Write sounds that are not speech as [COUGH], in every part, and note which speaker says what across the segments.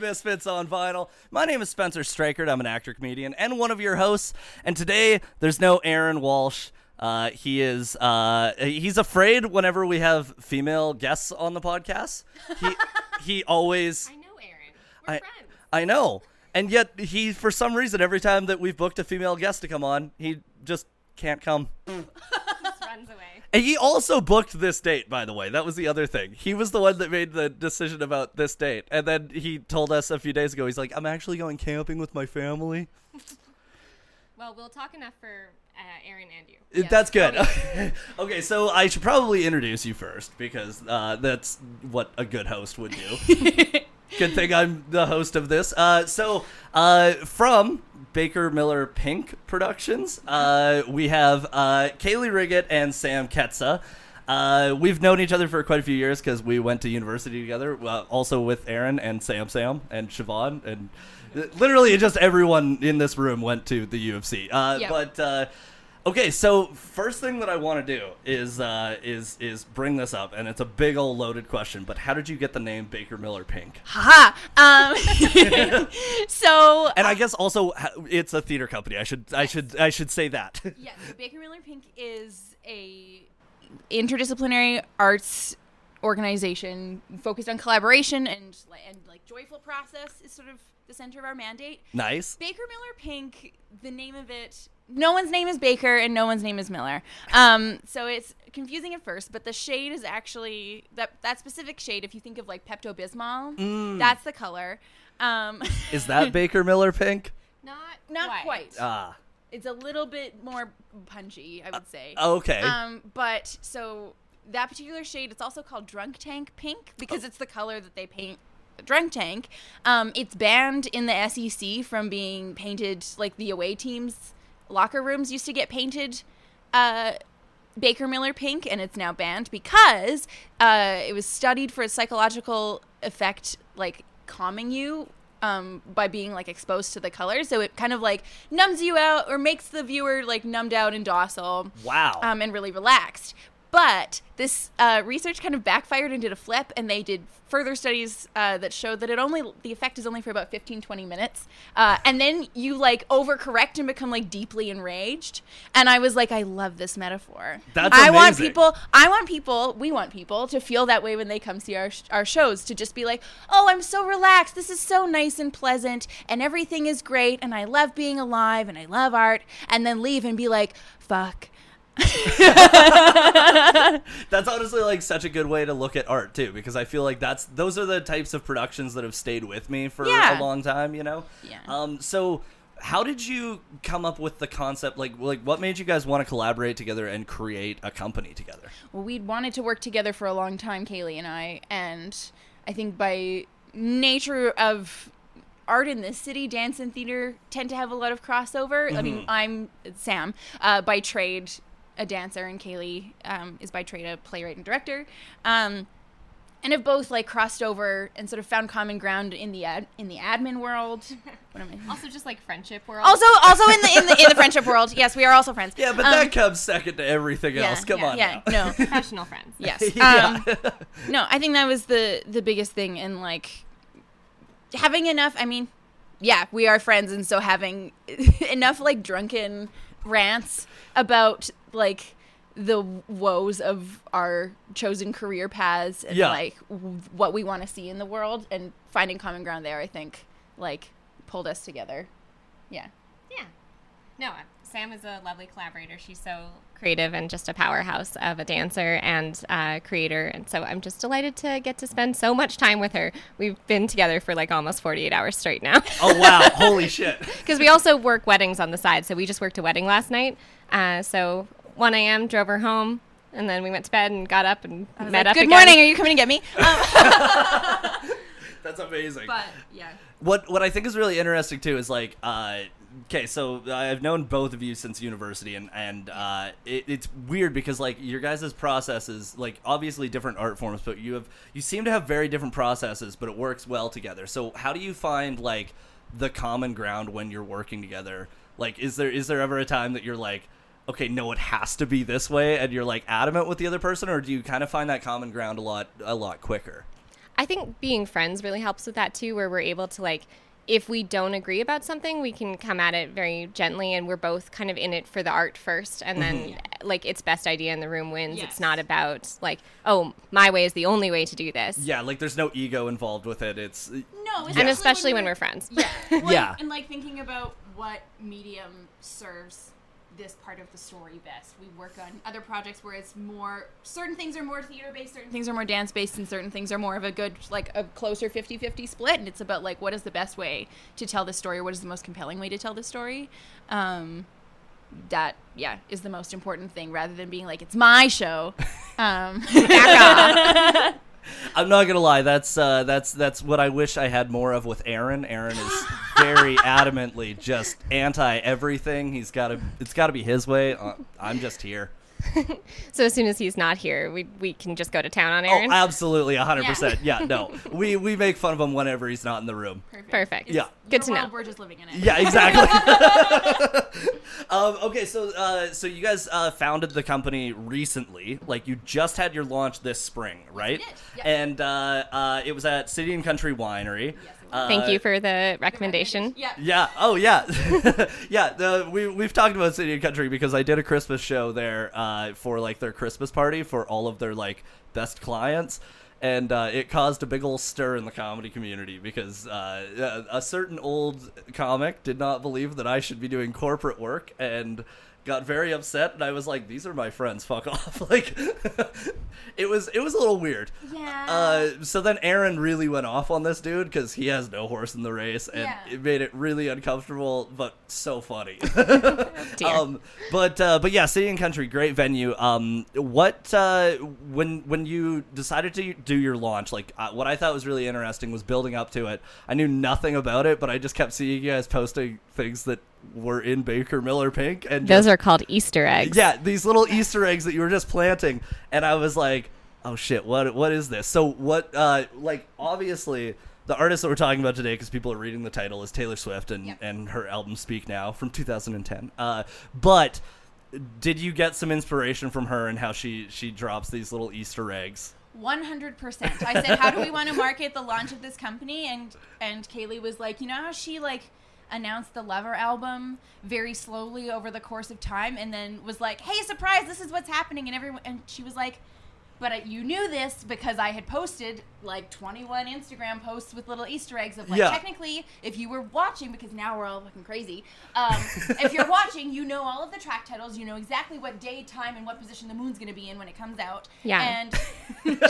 Speaker 1: Misfits on Vinyl. My name is Spencer Strakert. I'm an actor, comedian, and one of your hosts. And today, there's no Aaron Walsh. Uh, he is uh, he's afraid whenever we have female guests on the podcast.
Speaker 2: [LAUGHS]
Speaker 1: He he always
Speaker 2: I know Aaron. We're
Speaker 1: I,
Speaker 2: friends.
Speaker 1: I know. And yet he for some reason every time that we've booked a female guest to come on, he just can't come.
Speaker 2: Just runs away.
Speaker 1: And he also booked this date, by the way. That was the other thing. He was the one that made the decision about this date. And then he told us a few days ago, he's like, I'm actually going camping with my family.
Speaker 2: Well, we'll talk enough for uh, Aaron and you.
Speaker 1: It- That's good. [LAUGHS] okay, so I should probably introduce you first because uh, that's what a good host would do. good thing I'm the host of this. Uh, so, uh, from Baker Miller Pink Productions, uh, we have uh, Kaylee Riggett and Sam Ketza. Uh, we've known each other for quite a few years because we went to university together, uh, also with Aaron and Sam Sam and Siobhan. And literally, just everyone in this room went to the UFC. Uh,
Speaker 2: Yep.
Speaker 1: But uh, Okay, so first thing that I want to do is uh, is is bring this up, and it's a big old loaded question. But how did you get the name Baker Miller Pink?
Speaker 3: Haha. Um, [LAUGHS] so
Speaker 1: And I guess also ho- it's a theater company. I should I should I should say that. [LAUGHS]
Speaker 3: yes, Baker Miller Pink is a interdisciplinary arts organization focused on collaboration and like, and like joyful process is sort of the center of our mandate.
Speaker 1: nice.
Speaker 3: Baker Miller Pink, the name of it, no one's name is Baker and no one's name is Miller. Um, so it's confusing at first, but the shade is actually that that specific shade. If you think of like Pepto Bismol, that's the color. Um,
Speaker 1: [LAUGHS]
Speaker 3: [LAUGHS]
Speaker 1: Is that Baker Miller Pink?
Speaker 2: Not
Speaker 3: not quite?
Speaker 1: Ah,
Speaker 3: It's a little bit more punchy, I would say.
Speaker 1: okay.
Speaker 3: Um, but so that particular shade, it's also called Drunk Tank Pink because it's the color that they paint the Drunk Tank. Um, it's banned in the SEC from being painted like the away teams' locker rooms used to get painted. Uh, Baker Miller pink, and it's now banned because uh, it was studied for its psychological effect, like calming you um, by being like exposed to the color. So it kind of like numbs you out or makes the viewer like numbed out and docile
Speaker 1: wow.
Speaker 3: um, and really relaxed. But this uh, research kind of backfired and did a flip, and they did further studies uh, that showed that it only the effect is only for about 15, 20 minutes, uh, and then you like overcorrect and become like deeply enraged. And I was like, I love this metaphor.
Speaker 1: That's
Speaker 3: I want
Speaker 1: amazing.
Speaker 3: people. I want people. We want people to feel that way when they come see our sh- our shows. To just be like, oh, I'm so relaxed. This is so nice and pleasant, and everything is great, and I love being alive, and I love art, and then leave and be like, fuck.
Speaker 1: that's honestly like such a good way to look at art too, because I feel like that's those are the types of productions that have stayed with me for
Speaker 3: Yeah.
Speaker 1: a long time. You know.
Speaker 3: Yeah.
Speaker 1: Um. So. How did you come up with the concept? Like, like, what made you guys want to collaborate together and create a company together?
Speaker 3: Well, we'd wanted to work together for a long time, Kaylee and I, and I think by nature of art in this city, dance and theater tend to have a lot of crossover. I
Speaker 1: Mm-hmm.
Speaker 3: mean, I'm Sam uh, by trade, a dancer, and Kaylee um, is by trade a playwright and director. Um, and have both like crossed over and sort of found common ground in the ad- in the admin world. What am I?
Speaker 2: Also, just like friendship world.
Speaker 3: Also, also in the in the in the friendship world. Yes, we are also friends.
Speaker 1: Yeah, but
Speaker 3: Um,
Speaker 1: that comes second to everything
Speaker 3: yeah,
Speaker 1: else. Come
Speaker 3: yeah,
Speaker 1: on.
Speaker 3: Yeah,
Speaker 1: now.
Speaker 3: no. [LAUGHS]
Speaker 2: professional friends.
Speaker 3: Yes.
Speaker 1: [LAUGHS] Yeah.
Speaker 3: Um, no, I think that was the the biggest thing, and like having enough. I mean, yeah, we are friends, and so having [LAUGHS] enough like drunken rants about like the woes of our chosen career paths and
Speaker 1: Yeah.
Speaker 3: like w- what we want to see in the world, and finding common ground there. I think like pulled us together. Yeah.
Speaker 2: Yeah. No, uh, Sam is a lovely collaborator. She's so creative and just a powerhouse of a dancer and uh, creator. And so I'm just delighted to get to spend so much time with her. We've been together for like almost 48 hours straight now.
Speaker 1: [LAUGHS]
Speaker 2: [LAUGHS]
Speaker 1: Oh wow!
Speaker 3: [LAUGHS]
Speaker 1: Holy shit!
Speaker 2: Because we also work weddings on the side. So we just worked a wedding last night. Uh, so 1 a.m., drove her home. And then we went to bed and got up and
Speaker 3: I was
Speaker 2: met
Speaker 3: like,
Speaker 2: up.
Speaker 3: Good
Speaker 2: again."
Speaker 3: morning. Are you coming to
Speaker 2: [LAUGHS]
Speaker 3: get me? Um,
Speaker 1: That's amazing.
Speaker 3: but yeah.
Speaker 1: what what I think is really interesting too is like, uh, okay, so I've known both of you since university, and and uh, it, it's weird because like your guys' processes, like obviously different art forms, but you have you seem to have very different processes, but it works well together. So how do you find like the common ground when you're working together? Like, is there is there ever a time that you're like? Okay, no, it has to be this way, and you're like adamant with the other person, or do you kind of find that common ground a lot, a lot quicker?
Speaker 2: I think being friends really helps with that too, where we're able to like, if we don't agree about something, we can come at it very gently, and we're both kind of in it for the art first, and then like it's best idea in the room wins.
Speaker 4: Yes.
Speaker 2: It's not about like, oh, my way is the only way to do this.
Speaker 1: Yeah, like there's no ego involved with it. It's
Speaker 3: No,
Speaker 2: And especially when we're friends.
Speaker 3: Yeah.
Speaker 4: [LAUGHS]
Speaker 3: Like-
Speaker 1: Yeah.
Speaker 3: And like thinking about what medium serves this part of the story best. We work on other projects where it's more certain things are more theater based, certain things
Speaker 4: things are more dance based and certain things are more of a good like a closer 50-50 split and it's about like what is the best way to tell this story what is the most compelling way to tell this story um that yeah is the most important thing rather than being like it's my
Speaker 1: [LAUGHS]
Speaker 4: show um
Speaker 2: Back off.
Speaker 1: I'm not gonna lie. That's uh, that's that's what I wish I had more of with Aaron. Aaron is
Speaker 2: [LAUGHS]
Speaker 1: very adamantly just anti everything. He's got to. It's got to be his way. Uh, I'm just here.
Speaker 2: [LAUGHS] so as soon as he's not here, we we can just go to town on
Speaker 1: Oh,
Speaker 2: Aaron.
Speaker 1: absolutely, 100. percent Yeah,
Speaker 2: [LAUGHS]
Speaker 1: no. We we make fun of him whenever he's not in the room.
Speaker 4: [LAUGHS]
Speaker 3: Perfect.
Speaker 2: Perfect.
Speaker 1: Yeah.
Speaker 2: Good
Speaker 3: Your
Speaker 2: to
Speaker 3: world,
Speaker 2: know.
Speaker 3: We're just living in it.
Speaker 1: Yeah, exactly.
Speaker 2: [LAUGHS]
Speaker 1: um, okay, so uh, so you guys uh, founded the company recently. Like you just had your launch this spring, right?
Speaker 3: did, yeah.
Speaker 1: And uh, uh, it was at City and Country Winery. Uh,
Speaker 2: Thank you for the recommendation.
Speaker 3: Yeah.
Speaker 1: Yeah. Oh, yeah. [LAUGHS] yeah. The, we we've talked about City and Country because I did a Christmas show there uh, for like their Christmas party for all of their like best clients, and uh, it caused a big old stir in the comedy community because uh, a a certain old comic did not believe that I should be doing corporate work and got very upset and I was like these are my friends fuck [LAUGHS] off like it was it was a little weird
Speaker 3: Yeah.
Speaker 1: uh, so then Aaron really went off on this dude because he has no horse in the race, and
Speaker 3: Yeah.
Speaker 1: it made it really uncomfortable, but so
Speaker 2: [LAUGHS]
Speaker 1: funny. [LAUGHS]
Speaker 2: Dear.
Speaker 1: um, but uh, but yeah, City and Country, great venue. Um, what uh, when when you decided to do your launch, like uh, what I thought was really interesting was building up to it. I knew nothing about it, but I just kept seeing you guys posting things that were in Baker Miller pink, and
Speaker 2: Those
Speaker 1: just-
Speaker 2: are called Easter eggs.
Speaker 1: yeah, these little Easter eggs that you were just planting, and I was like, "Oh shit, what what is this?" So what, uh, like obviously, the artist that we're talking about today, because people are reading the title, is Taylor Swift and
Speaker 3: Yep.
Speaker 1: and her album "Speak Now" from 2010. Uh, but did you get some inspiration from her and how she she drops these little Easter eggs?
Speaker 3: One hundred percent. I said, "How do we want to market the launch of this company?" And and Kaylee was like, "You know how she like announced the Lover album very slowly over the course of time, and then was like, "Hey, surprise! This is what's happening!" And everyone and she was like, "But uh, you knew this because I had posted like twenty-one Instagram posts with little Easter eggs of like
Speaker 1: Yeah.
Speaker 3: technically, if you were watching, because now we're all looking crazy. Um, if you're watching, you know all of the track titles. You know exactly what day, time, and what position the moon's going to be in when it comes out.
Speaker 2: Yeah.
Speaker 3: And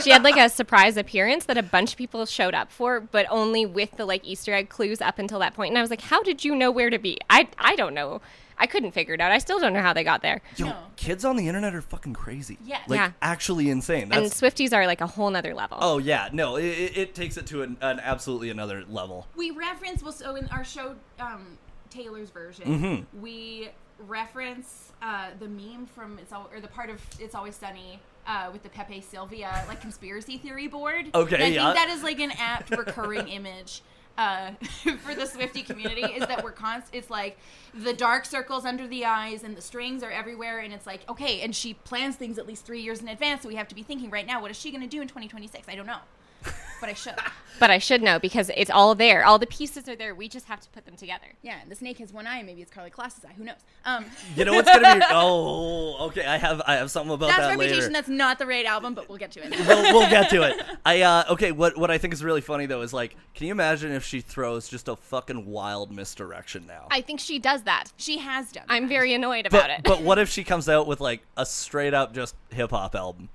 Speaker 2: she had like a surprise appearance that a bunch of people showed up for, but only with the like Easter egg clues up until that point. And I was like, how did you know where to be? I I don't know. I couldn't figure it out. I still don't know how they got there.
Speaker 1: Yo,
Speaker 3: No.
Speaker 1: kids on the internet are fucking crazy.
Speaker 3: Yeah.
Speaker 1: like
Speaker 2: Yeah.
Speaker 1: actually insane.
Speaker 2: And
Speaker 1: That's
Speaker 2: Swifties are like a whole nother level.
Speaker 1: oh yeah, no, it, it it takes it to an, an absolutely another level.
Speaker 3: we reference well so in our show um, taylor's version
Speaker 1: Mm-hmm.
Speaker 3: we reference uh, the meme from it's all or the part of it's always sunny uh, with the pepe sylvia like conspiracy theory board
Speaker 1: Okay,
Speaker 3: And i
Speaker 1: yeah.
Speaker 3: think that is like an apt recurring image uh, [LAUGHS] for the Swifty community is that we're const. It's like the dark circles under the eyes and the strings are everywhere, and it's like okay. And she plans things at least three years in advance, so we have to be thinking right now. What is she going to do in 2026? I don't know, but I should.
Speaker 2: But I should know because it's all there. All the pieces are there. We just have to put them together.
Speaker 3: Yeah, and the snake has one eye. Maybe it's Carly Kloss's eye. Who knows? Um,
Speaker 1: You know what's gonna be? Oh, okay. I have I have something about
Speaker 3: that's
Speaker 1: that
Speaker 3: Reputation.
Speaker 1: later.
Speaker 3: That's not the right album, but we'll get to
Speaker 1: [LAUGHS]
Speaker 3: it.
Speaker 1: we'll, we'll get to it. I uh, okay. What what I think is really funny though is like, can you imagine if she throws just a fucking wild misdirection now?
Speaker 2: I think she does that.
Speaker 3: She has done.
Speaker 2: I'm very annoyed about
Speaker 1: but
Speaker 2: it.
Speaker 1: but what if she comes out with like a straight up just hip hop album?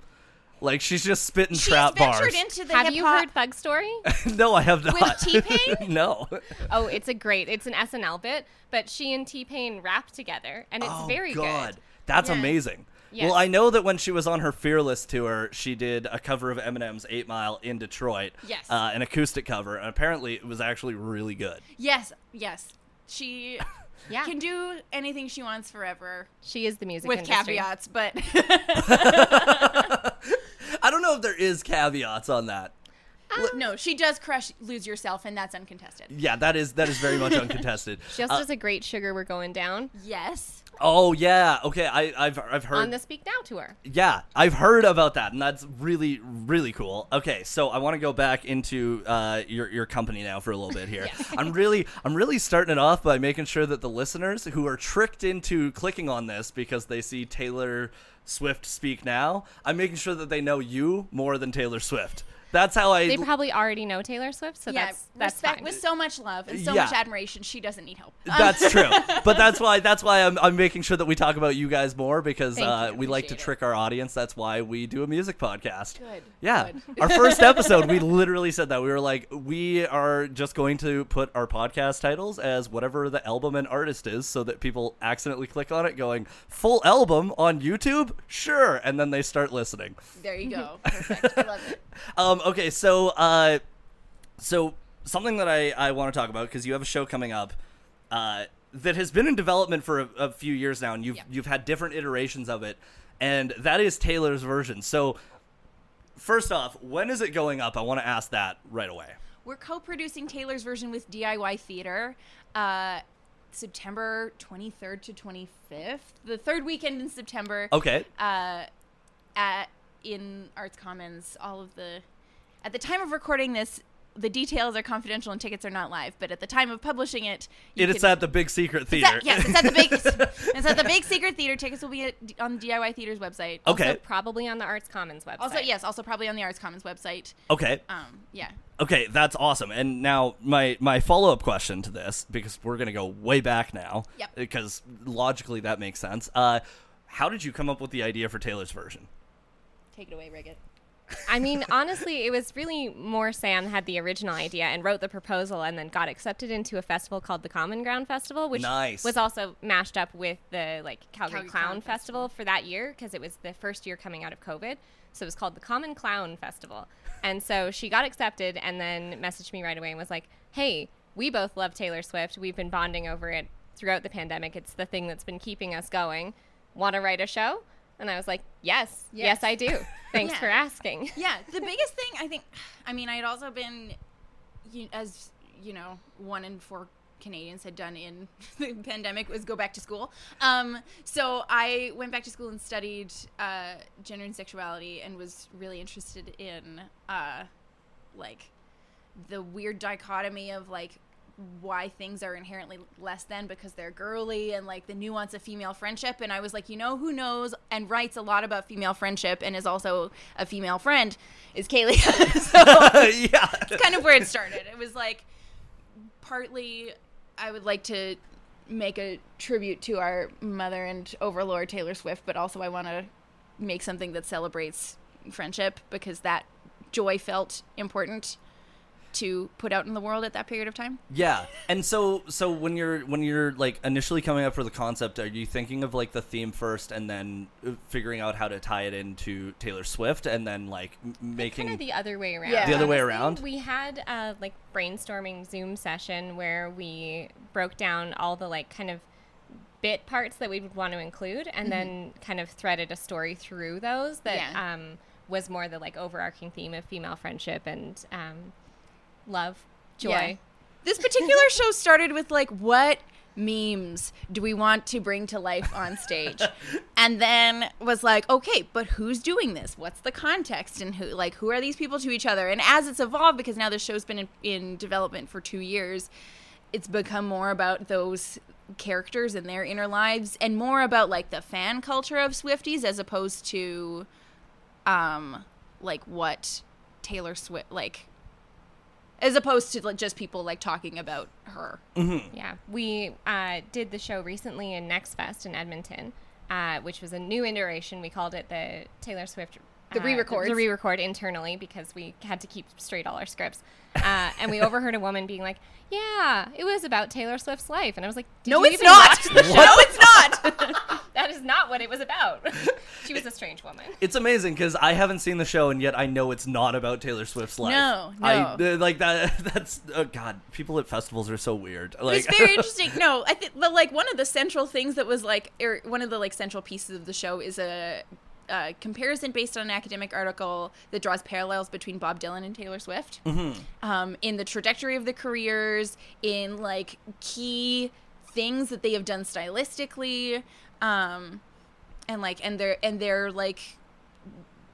Speaker 1: Like she's just spitting
Speaker 3: She's
Speaker 1: trap
Speaker 3: ventured
Speaker 1: bars.
Speaker 3: into the
Speaker 2: have
Speaker 3: hip
Speaker 2: you
Speaker 3: hop-
Speaker 2: heard Thug Story?
Speaker 1: [LAUGHS] no, I have not.
Speaker 3: T-Pain?
Speaker 1: [LAUGHS] no.
Speaker 2: oh, it's a great. It's an SNL bit, but she and T Pain rap together, and it's
Speaker 1: oh
Speaker 2: very
Speaker 1: God,
Speaker 2: good.
Speaker 1: that's
Speaker 3: Yeah.
Speaker 1: amazing.
Speaker 2: Yes.
Speaker 1: Well, I know that when she was on her Fearless tour, she did a cover of Eminem's Eight Mile in Detroit.
Speaker 3: Yes.
Speaker 1: Uh, an acoustic cover. And apparently it was actually really good.
Speaker 3: Yes, yes.
Speaker 1: [LAUGHS]
Speaker 3: She
Speaker 2: Yeah,
Speaker 3: can do anything she wants forever,
Speaker 2: she is the music
Speaker 3: with
Speaker 2: industry.
Speaker 3: caveats. But
Speaker 2: [LAUGHS]
Speaker 1: I don't know if there is caveats on that.
Speaker 3: No, she does crush Lose Yourself, and that's uncontested.
Speaker 1: Yeah, that is that is very
Speaker 2: [LAUGHS]
Speaker 1: much uncontested.
Speaker 2: She also
Speaker 1: Uh,
Speaker 2: does a great sugar we're going down
Speaker 3: Yes.
Speaker 1: oh yeah, okay. I, I've I've heard
Speaker 2: on the Speak Now tour.
Speaker 1: Yeah, I've heard about that, and that's really, really cool. Okay, so I want to go back into uh, your your company now for a little bit here. I'm really, I'm really starting it off by making sure that the listeners who are tricked into clicking on this because they see Taylor Swift speak now, I'm making sure that they know you more than Taylor Swift. That's how I.
Speaker 2: They probably already know Taylor Swift, so
Speaker 3: Yeah,
Speaker 2: that's that's
Speaker 3: respect
Speaker 2: fine.
Speaker 3: with so much love and so
Speaker 1: Yeah.
Speaker 3: much admiration. She doesn't need help. Um,
Speaker 1: [LAUGHS] that's true, but that's
Speaker 2: [LAUGHS]
Speaker 1: why that's why I'm, I'm making sure that we talk about you guys more because
Speaker 2: Thank
Speaker 1: uh,
Speaker 2: you,
Speaker 1: we like to
Speaker 2: appreciate it.
Speaker 1: trick our audience. That's why we do a music podcast.
Speaker 3: Good.
Speaker 1: Yeah.
Speaker 2: [LAUGHS]
Speaker 1: Our first episode, we literally said that. We were like, we are just going to put our podcast titles as whatever the album and artist is so that people accidentally click on it going, full album on YouTube? Sure. And then they start listening.
Speaker 3: There you
Speaker 1: [LAUGHS]
Speaker 3: go. Perfect. I love it.
Speaker 1: Um, okay. So, uh, so something that I, I want to talk about because you have a show coming up uh, that has been in development for a, a few years now, and you've you've had different iterations of it, and that is Taylor's version. So, first off, when is it going up? I want to ask that right away.
Speaker 3: We're co-producing Taylor's version with DIY Theater, uh, September 23rd to 25th, the third weekend in September.
Speaker 1: Okay.
Speaker 3: Uh, at in Arts Commons, all of the at the time of recording this, the details are confidential and tickets are not live. But at the time of publishing it, you
Speaker 1: It is
Speaker 3: can-
Speaker 1: at the Big Secret
Speaker 3: It's
Speaker 1: Theater.
Speaker 3: at- yes, it's at the big. it's at the big secret theater. Tickets will be at, on DIY Theater's website.
Speaker 1: [LAUGHS] [LAUGHS] okay.
Speaker 2: So probably on the Arts Commons website.
Speaker 3: Also, yes, also probably on the Arts Commons website.
Speaker 1: Okay.
Speaker 3: Um, yeah.
Speaker 1: Okay, that's awesome. And now my my follow up question to this, because we're gonna go way back now,
Speaker 3: Yep.
Speaker 1: because logically that makes sense. Uh, how did you come up with the idea for
Speaker 3: [LAUGHS]
Speaker 1: Taylor's version? [LAUGHS]
Speaker 3: Take it away, Riggett.
Speaker 2: I mean, [LAUGHS] honestly, it was really more Sam had the original idea and wrote the proposal and then got accepted into a festival called the Common Ground Festival, which
Speaker 1: Nice.
Speaker 2: was also mashed up with the like Calgary,
Speaker 3: Calgary
Speaker 2: Clown,
Speaker 3: Clown
Speaker 2: Festival, for that year because it was the first year coming out of COVID. So it was called the Common Clown Festival. And so she got accepted and then messaged me right away and was like, "Hey, we both love Taylor Swift. We've been bonding over it throughout the pandemic. It's the thing that's been keeping us going. Want to write a show?" And I was like, "Yes. Yes,
Speaker 3: Yes.
Speaker 2: I do. [LAUGHS] Thanks
Speaker 3: Yeah.
Speaker 2: for asking."
Speaker 3: yeah the biggest thing i think i mean i had also been you, as you know one in four canadians had done in [LAUGHS] the pandemic was go back to school um, so i went back to school and studied uh, gender and sexuality and was really interested in uh, like the weird dichotomy of like why things are inherently less than because they're girly and like the nuance of female friendship and i was like you know who knows and writes a lot about female friendship and is also a female friend is kaylee [LAUGHS] so
Speaker 1: yeah.
Speaker 3: kind of where it started it was like partly i would like to make a tribute to our mother and overlord taylor swift but also i want to make something that celebrates friendship because that joy felt important to put out in the world at that period of time
Speaker 1: Yeah. And so so when you're when you're like initially coming up for the concept, are you thinking of like the theme first and then uh, figuring out how to tie it into Taylor Swift and then like m- making
Speaker 2: kind of the other way around.
Speaker 3: Yeah. The
Speaker 1: other way
Speaker 2: Honestly,
Speaker 1: around?
Speaker 2: We had a like brainstorming Zoom session where we broke down all the like kind of bit parts that we would want to include, and then kind of threaded a story through those that
Speaker 3: Yeah.
Speaker 2: um, was more the like overarching theme of female friendship and um, love, joy.
Speaker 3: Yeah. This particular show started with like what memes do we want to bring to life on stage? and then was like, okay, but who's doing this? What's the context and who like who are these people to each other? And as it's evolved because now the show's been in, in development for 2 years, it's become more about those characters and their inner lives and more about like the fan culture of Swifties as opposed to um like what Taylor Swift like as opposed to like just people like talking about her.
Speaker 2: Yeah, we uh, did the show recently in Next Fest in Edmonton, uh, which was a new iteration. We called it the Taylor Swift.
Speaker 3: The
Speaker 2: uh,
Speaker 3: re-records.
Speaker 2: The re record internally because we had to keep straight all our scripts. Uh, and we overheard a woman being like, Yeah, it was about Taylor Swift's life. And I was like, Did
Speaker 3: No,
Speaker 2: you
Speaker 3: it's
Speaker 2: even watch
Speaker 3: not.
Speaker 2: the
Speaker 3: [LAUGHS]
Speaker 2: show?
Speaker 3: No, it's not.
Speaker 2: That is not what it was about. [LAUGHS] she was a strange woman.
Speaker 1: It's amazing because I haven't seen the show and yet I know it's not about Taylor Swift's life.
Speaker 3: No,
Speaker 1: I
Speaker 3: no.
Speaker 1: uh, like that. [LAUGHS] That's oh god. People at festivals are so weird. Like
Speaker 3: it's
Speaker 1: [LAUGHS]
Speaker 3: very interesting. No, I think the like one of the central things that was like er, one of the like central pieces of the show is a uh, comparison based on an academic article that draws parallels between Bob Dylan and Taylor Swift um, in the trajectory of the careers, in like key things that they have done stylistically, um, and like and their and their like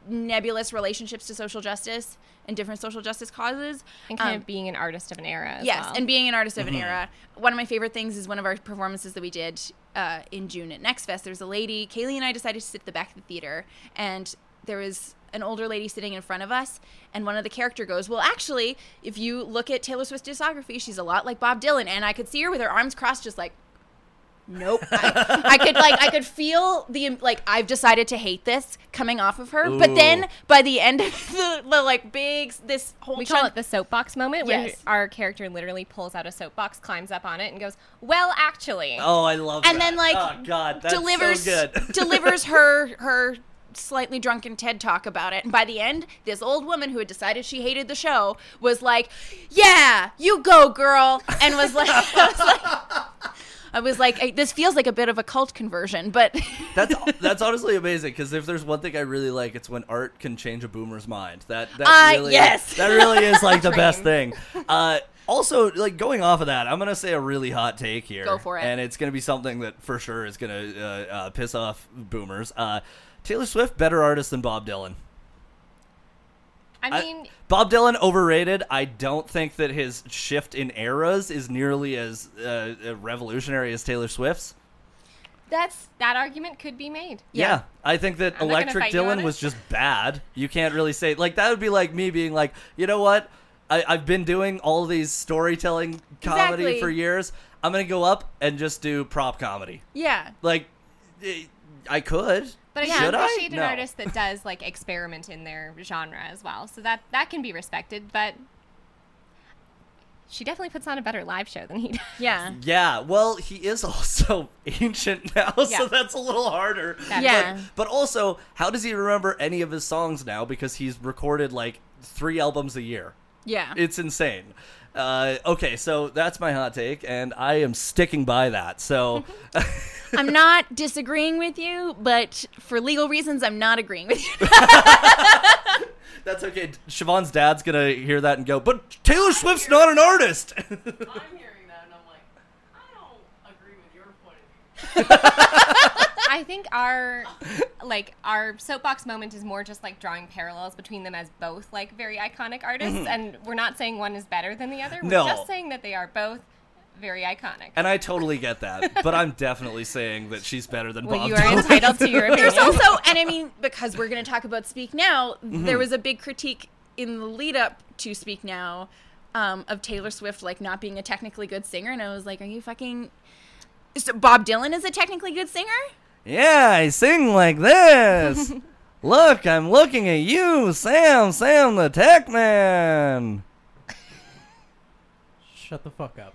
Speaker 3: nebulous relationships to social justice and different social justice causes.
Speaker 2: and kind
Speaker 3: Um,
Speaker 2: of being an artist of an era. As
Speaker 3: Yes,
Speaker 2: well.
Speaker 3: and being an artist of an era. One of my favorite things is one of our performances that we did uh, in June at Next Fest. There was a lady, Kaylee and I decided to sit at the back of the theater, and there was an older lady sitting in front of us, and one of the character goes, Well, actually, if you look at Taylor Swift's discography, she's a lot like Bob Dylan. And I could see her with her arms crossed, just like, Nope. I, I could like I could feel the like I've decided to hate this coming off of her. But
Speaker 1: Ooh.
Speaker 3: then by the end of [LAUGHS] the, the like big this whole
Speaker 2: we
Speaker 3: chunk
Speaker 2: call it the soapbox moment where
Speaker 3: Yes.
Speaker 2: our character literally pulls out a soapbox, climbs up on it, and goes, "Well, actually."
Speaker 1: Oh, I love
Speaker 3: And
Speaker 1: that.
Speaker 3: then, like,
Speaker 1: oh, God, that's
Speaker 3: delivers
Speaker 1: so good. [LAUGHS]
Speaker 3: delivers her her slightly drunken TED talk about it. And by the end, this old woman who had decided she hated the show was like, "Yeah, you go, girl," and was like, [LAUGHS] I was like, I was like, I- "This feels like a bit of a cult conversion," but [LAUGHS]
Speaker 1: that's that's honestly amazing because if there's one thing I really like, it's when art can change a boomer's mind. That that
Speaker 3: Ah,
Speaker 1: really
Speaker 3: yes.
Speaker 1: that really is like the best thing. Uh, also, like going off of that, I'm gonna say a really hot take here.
Speaker 3: Go for it.
Speaker 1: And it's gonna be something that for sure is gonna uh, uh, piss off boomers. Uh, Taylor Swift better artist than Bob Dylan.
Speaker 2: I
Speaker 1: I-
Speaker 2: mean,
Speaker 1: Bob Dylan overrated. I don't think that his shift in eras is nearly as uh, uh, revolutionary as Taylor Swift's.
Speaker 3: that's
Speaker 2: that argument could be made.
Speaker 1: Yeah. I think that
Speaker 2: I'm not gonna
Speaker 1: Electric
Speaker 2: fight you on
Speaker 1: Dylan
Speaker 2: it.
Speaker 1: was just bad. You can't really say like that would be like me being like, you know what? I, I've been doing all these storytelling comedy
Speaker 3: Exactly.
Speaker 1: for years. I'm gonna go up and just do prop comedy.
Speaker 3: yeah.
Speaker 1: Like, eh, I could,
Speaker 2: But I
Speaker 1: should
Speaker 2: can appreciate
Speaker 1: I?
Speaker 2: an
Speaker 1: No.
Speaker 2: artist that does like experiment in their genre as well. So that that can be respected, but she definitely puts on a better live show than he does.
Speaker 3: Yeah.
Speaker 1: Yeah, well, he is [LAUGHS] also ancient now,
Speaker 2: Yeah.
Speaker 1: so that's a little harder.
Speaker 2: That-
Speaker 3: Yeah.
Speaker 1: But, but also, how does he remember any of his songs now? Because he's recorded like three albums a year.
Speaker 3: Yeah.
Speaker 1: It's insane. Uh, okay, so that's my hot take, and I am sticking by that.
Speaker 2: [LAUGHS]
Speaker 1: So,
Speaker 3: I'm not disagreeing with you, but for legal reasons I'm not agreeing with you.
Speaker 1: That's okay. Siobhan's dad's gonna hear that and go, but Taylor Swift's not an artist. [LAUGHS]
Speaker 5: I'm hearing that and I'm like, I don't agree with your point of view.
Speaker 2: [LAUGHS] I think our like our soapbox moment is more just like drawing parallels between them as both like very iconic artists and we're not saying one is better than the other. We're
Speaker 1: Mm-hmm. No.
Speaker 2: just saying that they are both very iconic.
Speaker 1: and I totally get that, but I'm definitely saying that she's better than
Speaker 2: well,
Speaker 1: Bob
Speaker 2: you
Speaker 1: Dylan.
Speaker 2: are entitled to your opinion.
Speaker 3: There's also, and I mean, because we're going to talk about Speak Now,
Speaker 1: Mm-hmm.
Speaker 3: there was a big critique in the lead up to Speak Now um, of Taylor Swift like not being a technically good singer, and I was like, are you fucking? So Bob Dylan is a technically good singer.
Speaker 1: [LAUGHS] yeah, I sing like
Speaker 2: [LAUGHS]
Speaker 1: this. Look, I'm looking at you, Sam, Sam the Tech Man.
Speaker 6: Shut the fuck up.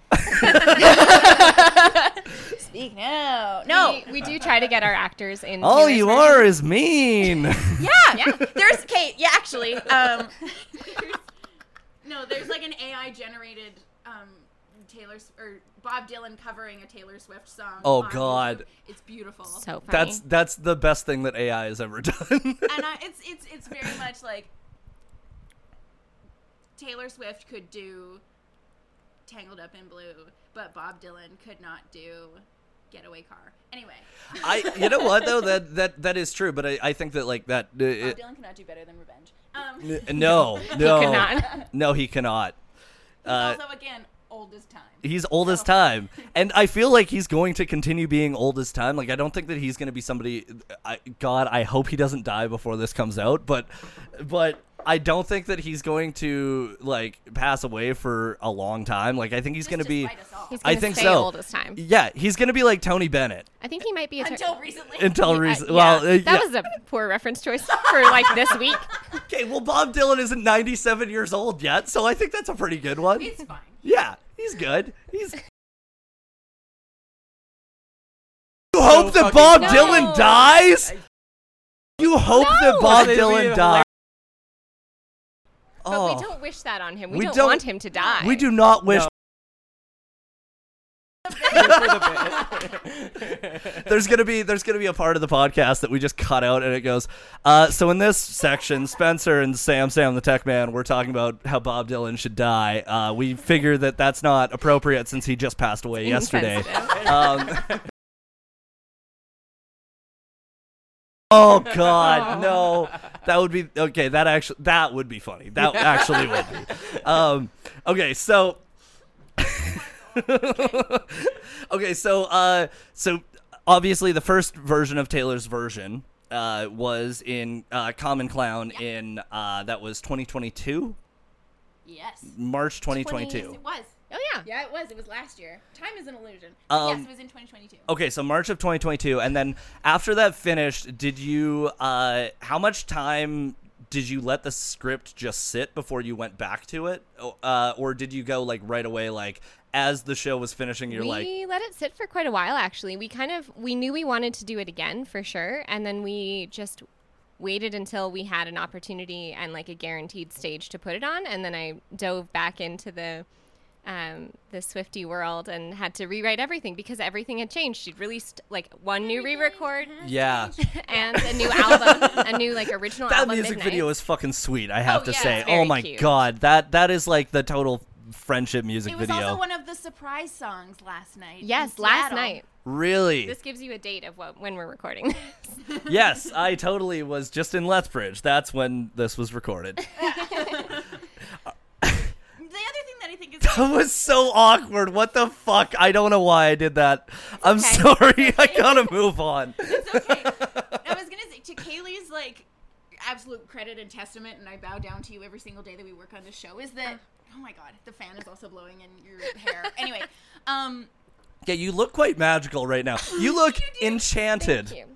Speaker 3: Speak Now. No.
Speaker 2: we, we do try to get our actors in.
Speaker 1: All
Speaker 2: Taylor's
Speaker 1: you
Speaker 2: version.
Speaker 1: are is
Speaker 2: [LAUGHS]
Speaker 1: mean.
Speaker 3: Yeah. [LAUGHS] There's Kate. Yeah, actually. Um, [LAUGHS] there's- no, there's like an AI generated. Um, Taylor S- or Bob Dylan covering a Taylor Swift song.
Speaker 1: Oh,
Speaker 3: on
Speaker 1: God.
Speaker 3: YouTube. it's beautiful.
Speaker 2: so funny.
Speaker 1: [LAUGHS] that's that's the best thing that AI has ever [LAUGHS] done.
Speaker 3: and I, it's it's it's very much like Taylor Swift could do "Tangled Up in Blue," but Bob Dylan could not do "Getaway Car." Anyway,
Speaker 1: I, you know what though that that that is true, but I, I think that like that. Uh,
Speaker 3: Bob
Speaker 1: it,
Speaker 3: Dylan cannot do better than "Revenge." Um,
Speaker 1: n-
Speaker 2: [LAUGHS]
Speaker 1: no, no,
Speaker 2: Could not.
Speaker 1: no, he cannot. Uh,
Speaker 3: also, again, old as time.
Speaker 1: He's old as time, and I feel like he's going to continue being old as time. Like I don't think that he's going to be somebody. I, God, I hope he doesn't die before this comes out. But, but I don't think that he's going to like pass away for a long time. Like I think he's going to
Speaker 3: to
Speaker 1: be.
Speaker 3: spite us all.
Speaker 2: He's
Speaker 1: I
Speaker 2: gonna
Speaker 1: think
Speaker 2: stay
Speaker 1: so.
Speaker 2: old this time.
Speaker 1: Yeah, he's going to be like Tony Bennett
Speaker 2: I think he might be a
Speaker 3: Until recently,
Speaker 1: until
Speaker 2: Uh,
Speaker 1: recent.
Speaker 2: yeah.
Speaker 1: Well, uh,
Speaker 2: that
Speaker 1: yeah.
Speaker 2: was a poor reference choice for like this
Speaker 1: [LAUGHS]
Speaker 2: week.
Speaker 1: okay. Well, Bob Dylan isn't ninety-seven years old yet, so I think that's a pretty good one.
Speaker 3: it's fine.
Speaker 1: Yeah, he's good. He's. You hope that Bob
Speaker 2: No.
Speaker 1: Dylan dies? You hope that
Speaker 2: No.
Speaker 1: Bob
Speaker 6: It'd be
Speaker 1: Dylan
Speaker 6: hilarious.
Speaker 1: dies.
Speaker 2: But
Speaker 1: Oh,
Speaker 2: we don't wish that on him. We,
Speaker 1: We
Speaker 2: don't,
Speaker 1: don't-
Speaker 2: want him to die.
Speaker 1: we do not wish.
Speaker 6: No.
Speaker 1: there's gonna be there's gonna be a part of the podcast that we just cut out, and it goes. Uh, so in this section, Spencer and Sam, Sam the Tech Man, we're talking about how Bob Dylan should die. Uh, we figure that that's not appropriate since he just passed away yesterday.
Speaker 2: [LAUGHS] Insensitive.
Speaker 1: Um, oh God, no! That would be okay. That actually that would be funny. That actually would be. Um, okay, so [LAUGHS] okay, so uh, so obviously the first version of Taylor's version uh, was in uh, Common Clown in uh, that was 2022,
Speaker 3: Yes.
Speaker 1: March 2022.
Speaker 3: Yes, it was.
Speaker 2: Oh yeah.
Speaker 3: Yeah, it was. It was last year. Time is an illusion.
Speaker 1: Um,
Speaker 3: yes, it was in 2022.
Speaker 1: Okay, so March of 2022, and then after that finished, did you? Uh, how much time did you let the script just sit before you went back to it, O- uh, or did you go like right away, like as the show was finishing, you're
Speaker 2: we
Speaker 1: like,
Speaker 2: let it sit for quite a while actually. We kind of we knew we wanted to do it again for sure and then we just waited until we had an opportunity and like a guaranteed stage to put it on and then I dove back into the um, the Swifty world and had to rewrite everything because everything had changed. She'd released like one new re-record
Speaker 1: [LAUGHS]
Speaker 3: [LAUGHS]
Speaker 1: yeah.
Speaker 2: [LAUGHS] and a new album, a new like original
Speaker 1: that
Speaker 2: album.
Speaker 1: music
Speaker 2: Midnight.
Speaker 1: video is fucking sweet. I have
Speaker 3: Oh,
Speaker 1: to
Speaker 3: yeah,
Speaker 1: say.
Speaker 3: it's
Speaker 1: Oh
Speaker 2: very
Speaker 1: my
Speaker 2: cute.
Speaker 1: god, that that is like the total friendship music
Speaker 3: It was
Speaker 1: video.
Speaker 3: also one of the surprise songs last night. in
Speaker 2: Yes, last
Speaker 3: Seattle.
Speaker 2: night.
Speaker 3: [LAUGHS]
Speaker 1: really?
Speaker 2: This gives you a date of what when we're recording
Speaker 1: [LAUGHS]
Speaker 2: this.
Speaker 1: yes, I totally was just in Lethbridge. That's when this was recorded.
Speaker 3: The other thing that I think is
Speaker 1: That was so awkward. What the fuck? I don't know why I did that. I'm
Speaker 2: okay.
Speaker 1: sorry. [LAUGHS] I gotta move on.
Speaker 3: It's okay.
Speaker 2: [LAUGHS]
Speaker 3: I was gonna say to Kaylee's like absolute credit and testament, and I bow down to you every single day that we work on this show. Is
Speaker 2: Um,
Speaker 3: that oh my god, the fan is also blowing in your hair. Anyway, um,
Speaker 1: Yeah, you look quite magical right now. You look enchanted.
Speaker 2: Thank you.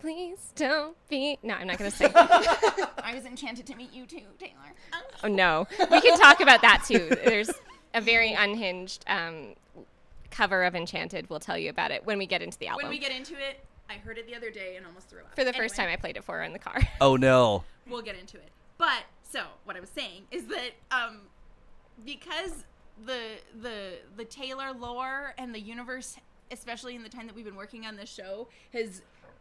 Speaker 2: Please don't be. No, I'm not gonna sing.
Speaker 3: I was enchanted to meet you too, Taylor. Um,
Speaker 2: oh no, we can talk about that too. There's a very unhinged um, cover of Enchanted. We'll tell you about it when we get into the album.
Speaker 3: when we get into it, I heard it the other day and almost threw up.
Speaker 2: um, For the first time, I played it for her in the car.
Speaker 1: Oh no.
Speaker 3: we'll get into it. But so what I was saying is that um, because the the the Taylor lore and the universe, especially in the time that we've been working on this show, has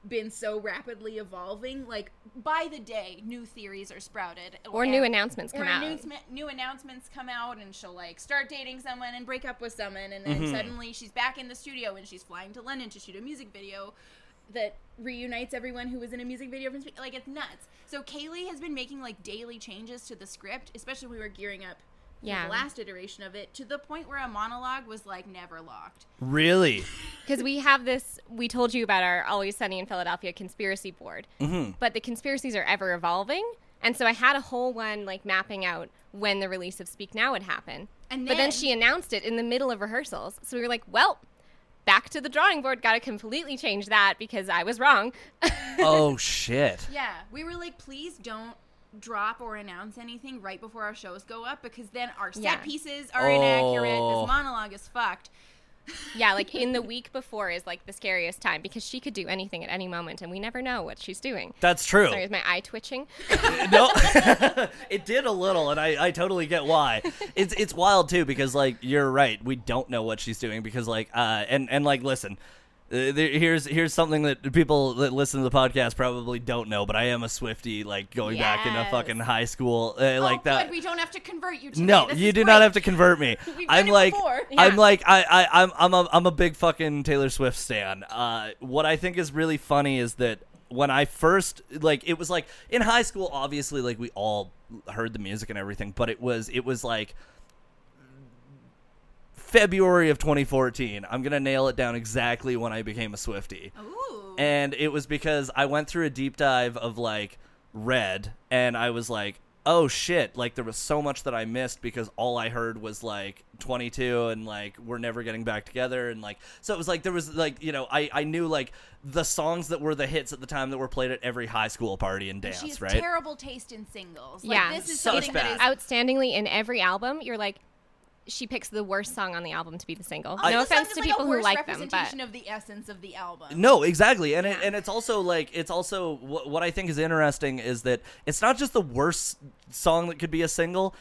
Speaker 3: been so rapidly evolving. Like by the day, new theories are sprouted,
Speaker 2: Or new announcements come
Speaker 3: or
Speaker 2: out.
Speaker 3: announcement- new announcements come out, and she'll like start dating someone and break up with someone, and
Speaker 2: Mm-hmm.
Speaker 3: then suddenly she's back in the studio and she's flying to London to shoot a music video that reunites everyone who was in a music video from Sp- like it's nuts. So Kaylee has been making like daily changes to the script, especially when we were gearing up. for
Speaker 2: Yeah.
Speaker 3: The last iteration of it to the point where a monologue was like never locked.
Speaker 2: [LAUGHS]
Speaker 1: Really?
Speaker 2: because we have this we told you about our always sunny in philadelphia conspiracy board but the conspiracies are ever evolving and so i had a whole one like mapping out when the release of speak now would happen
Speaker 3: And
Speaker 2: but then
Speaker 3: then-
Speaker 2: she announced it in the middle of rehearsals so we were like well back to the drawing board gotta completely change that because i was wrong [LAUGHS]
Speaker 1: Oh shit.
Speaker 3: Yeah, we were like, please don't drop or announce anything right before our shows go up because then our set
Speaker 2: Yeah.
Speaker 3: pieces are inaccurate.
Speaker 1: Oh.
Speaker 3: This monologue is fucked.
Speaker 2: yeah like in the week before is like the scariest time because she could do anything at any moment and we never know what she's doing
Speaker 1: That's true.
Speaker 2: sorry is my eye twitching
Speaker 1: [LAUGHS] no, it did a little, and I, I totally get why. It's it's wild too because like you're right, we don't know what she's doing because like uh and and like listen. Uh, there, here's here's something that people that listen to the podcast probably don't know, but I am a Swifty, like going back into
Speaker 3: Yes.
Speaker 1: fucking high school, uh,
Speaker 3: oh,
Speaker 1: like that.
Speaker 3: Good. We don't have to convert you. Today.
Speaker 1: No,
Speaker 3: This
Speaker 1: you
Speaker 3: is
Speaker 1: do
Speaker 3: great.
Speaker 1: not have to convert me.
Speaker 3: [LAUGHS] We've done
Speaker 1: I'm
Speaker 3: it
Speaker 1: like,
Speaker 3: before.
Speaker 1: I'm
Speaker 2: Yeah.
Speaker 1: like, I, I, I'm, I'm a, I'm a big fucking Taylor Swift stan. Uh, what I think is really funny is that when I first, like, it was like in high school, obviously, like we all heard the music and everything, but it was, it was like. February of 2014. I'm gonna nail it down exactly when I became a Swifty
Speaker 3: Ooh.
Speaker 1: and it was because I went through a deep dive of like Red, and I was like, oh shit, like there was so much that I missed because all I heard was like 22 and like we're never getting back together, and like so it was like there was like you know I I knew like the songs that were the hits at the time that were played at every high school party and dance,
Speaker 3: she has
Speaker 1: right?
Speaker 3: terrible taste in singles. Like,
Speaker 2: Yeah.
Speaker 3: this is
Speaker 1: Such
Speaker 3: something that
Speaker 1: bad.
Speaker 3: is
Speaker 2: outstandingly in every album. You're like, she picks the worst song on the album to be the single. no
Speaker 3: This song
Speaker 2: offense
Speaker 3: is
Speaker 2: to
Speaker 3: like a
Speaker 2: people who
Speaker 3: worse
Speaker 2: like them, but
Speaker 3: representation of the essence of the album.
Speaker 1: No, exactly, and it, and it's also like it's also what, what I think is interesting is that it's not just the worst song that could be a single;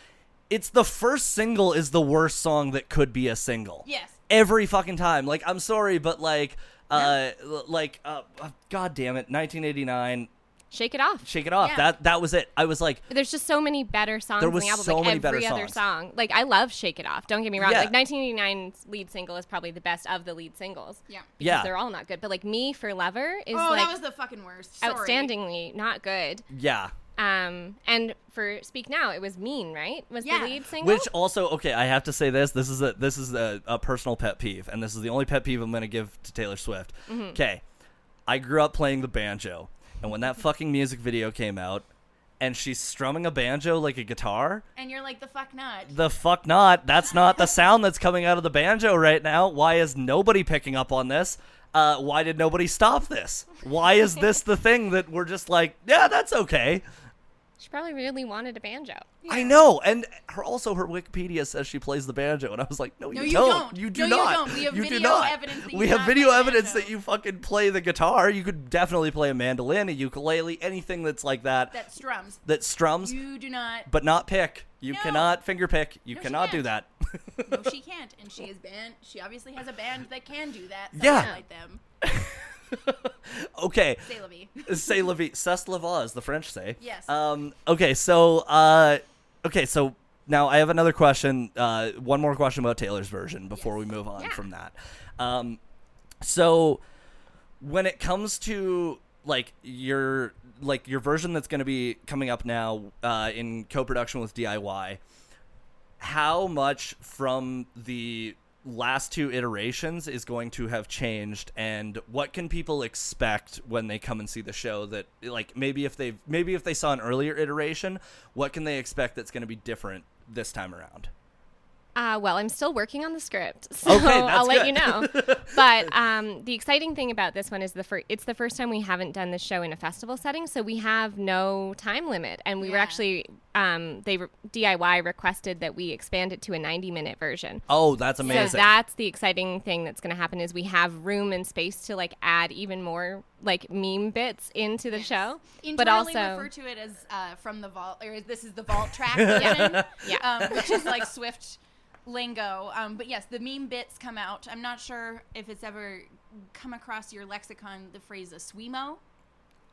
Speaker 1: it's the first single is the worst song that could be a single.
Speaker 3: Yes.
Speaker 1: every fucking time. Like, I'm sorry, but like, uh, l- like, uh, uh, god damn it, 1989,
Speaker 2: Shake It Off.
Speaker 1: Shake It Off.
Speaker 3: Yeah.
Speaker 1: That that was it. I was like,
Speaker 2: There's just so many better songs.
Speaker 1: There
Speaker 2: on
Speaker 1: was
Speaker 2: the album.
Speaker 1: so
Speaker 2: like
Speaker 1: many
Speaker 2: every
Speaker 1: better
Speaker 2: other
Speaker 1: songs.
Speaker 2: song. Like I love Shake It Off. Don't get me wrong.
Speaker 1: Yeah.
Speaker 2: Like 1989's lead single is probably the best of the lead singles.
Speaker 3: Yeah.
Speaker 2: Because
Speaker 1: Yeah.
Speaker 2: They're all not good, but like Me for Lover is
Speaker 3: Oh,
Speaker 2: like
Speaker 3: that was the fucking worst. Sorry.
Speaker 2: outstandingly not good.
Speaker 1: yeah.
Speaker 2: Um, and for Speak Now, it was Mean, right? Was
Speaker 3: Yeah.
Speaker 2: the lead single?
Speaker 1: Which also, okay, I have to say this. This is a this is a, a personal pet peeve, and this is the only pet peeve I'm gonna give to Taylor Swift. Okay, I grew up playing the banjo, and when that fucking music video came out, and she's strumming a banjo like a guitar,
Speaker 3: And you're like the fuck not.
Speaker 1: the fuck not. That's not the sound that's coming out of the banjo right now. Why is nobody picking up on this? Uh, why did nobody stop this? Why is this the thing that we're just like, yeah, that's okay.
Speaker 2: she probably really wanted a banjo.
Speaker 1: I know, and her also her Wikipedia says she plays the banjo, and I was like, no, you,
Speaker 3: you
Speaker 1: don't.
Speaker 3: don't.
Speaker 1: You
Speaker 3: No,
Speaker 1: do
Speaker 3: you
Speaker 1: not.
Speaker 3: don't. We have
Speaker 1: You do
Speaker 3: video
Speaker 1: not.
Speaker 3: evidence that
Speaker 1: we
Speaker 3: you
Speaker 1: have
Speaker 3: not
Speaker 1: video
Speaker 3: play
Speaker 1: evidence
Speaker 3: banjo.
Speaker 1: that you fucking play the guitar. You could definitely play a mandolin, a ukulele, anything that's like that that,
Speaker 3: That strums.
Speaker 1: strums,
Speaker 3: You do
Speaker 1: [LAUGHS]
Speaker 3: not.
Speaker 1: but not pick. You
Speaker 3: No.
Speaker 1: cannot finger pick. You
Speaker 3: she
Speaker 1: cannot do that. [LAUGHS]
Speaker 3: can't. No, she can't, and she is banned. She obviously has a band that can do that. So
Speaker 1: Yeah.
Speaker 3: highlight them.
Speaker 1: okay.
Speaker 3: Say Levy.
Speaker 1: say la vie. C'est la vie, as the French say.
Speaker 3: Yes.
Speaker 1: Um, okay, so uh, okay, so now I have another question. Uh, one more question about Taylor's version before we move on from that. Um, so when it comes to like your like your version that's going to be coming up now uh, in co-production with DIY, how much from the last two iterations is going to have changed and what can people expect when they come and see the show that like maybe if they maybe if they saw an earlier iteration what can they expect that's going to be different this time around
Speaker 2: Uh, well, I'm still working on the script, [LAUGHS] so
Speaker 1: Okay, that's
Speaker 2: I'll let
Speaker 1: good.
Speaker 2: you know.
Speaker 1: [LAUGHS]
Speaker 2: but um, the exciting thing about this one is the fir- it's the first time we haven't done this show in a festival setting, so we have no time limit. And we were
Speaker 3: Yeah.
Speaker 2: actually um, they re- DIY requested that we expand it to a 90 minute version.
Speaker 1: oh that's amazing
Speaker 2: So that's the exciting thing that's going to happen is we have room and space to like add even more like meme bits into the show, but
Speaker 3: Internally
Speaker 2: also
Speaker 3: refer to it as uh, from the vault, or this is the vault
Speaker 2: [LAUGHS]
Speaker 3: track, version,
Speaker 2: Yeah.
Speaker 3: um, which is like Swift lingo. Um, but yes, the meme bits come out. I'm not sure if it's ever come across your lexicon the phrase a swimo.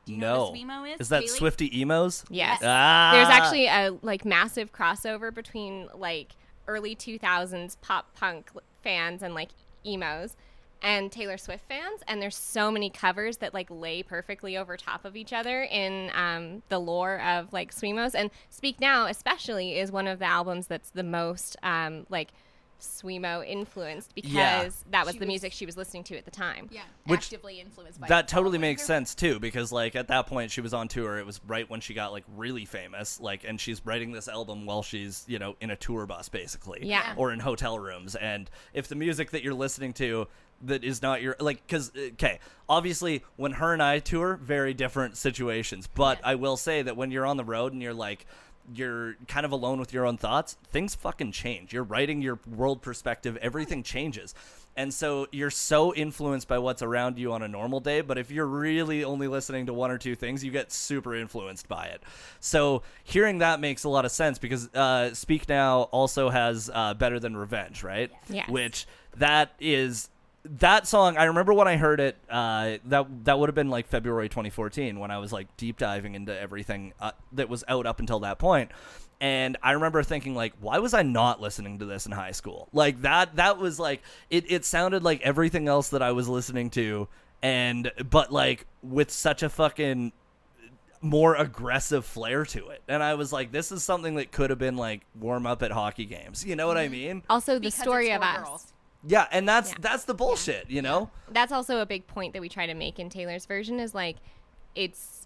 Speaker 3: you know
Speaker 1: no
Speaker 3: what a Swemo is,
Speaker 1: is that
Speaker 3: Kaylee?
Speaker 1: swifty emos
Speaker 2: yes.
Speaker 1: ah
Speaker 2: There's actually a like massive crossover between like early 2000s pop punk l- fans and like emos and Taylor Swift fans and there's so many covers that like lay perfectly over top of each other in um, the lore of like Swemos and Speak Now especially is one of the albums that's the most um, like Swemo influenced because that was
Speaker 3: She
Speaker 2: the
Speaker 3: was-
Speaker 2: music she was listening to at the time.
Speaker 3: Yeah,
Speaker 1: Which-
Speaker 3: actively influenced by
Speaker 1: that totally
Speaker 3: Broadway.
Speaker 1: makes sense too because like at that point she was on tour it was right when she got like really famous like and she's writing this album while she's you know in a tour bus basically
Speaker 2: Yeah.
Speaker 1: or in hotel rooms and if the music that you're listening to that is not your like because okay obviously when her and i tour very different situations but i will say that when you're on the road and you're like you're kind of alone with your own thoughts things fucking change you're writing your world perspective everything changes and so you're so influenced by what's around you on a normal day, but if you're really only listening to one or two things, you get super influenced by it. So hearing that makes a lot of sense because uh, Speak Now also has uh, Better Than Revenge, right?
Speaker 2: Yes.
Speaker 1: Which that is that song. I remember when I heard it. Uh, that that would have been like February 2014 when I was like deep diving into everything uh, that was out up until that point and I remember thinking like, why was I not listening to this in high school? Like that that was like it it sounded like everything else that I was listening to and but like with such a fucking more aggressive flair to it. And I was like, this is something that could have been like warm up at hockey games. You know what I mean?
Speaker 2: Also the
Speaker 3: Because
Speaker 2: story
Speaker 3: it's
Speaker 2: of
Speaker 3: four
Speaker 2: us.
Speaker 3: girls.
Speaker 1: Yeah, and that's
Speaker 2: Yeah.
Speaker 1: that's the bullshit, you know?
Speaker 2: that's also a big point that we try to make in Taylor's version is like it's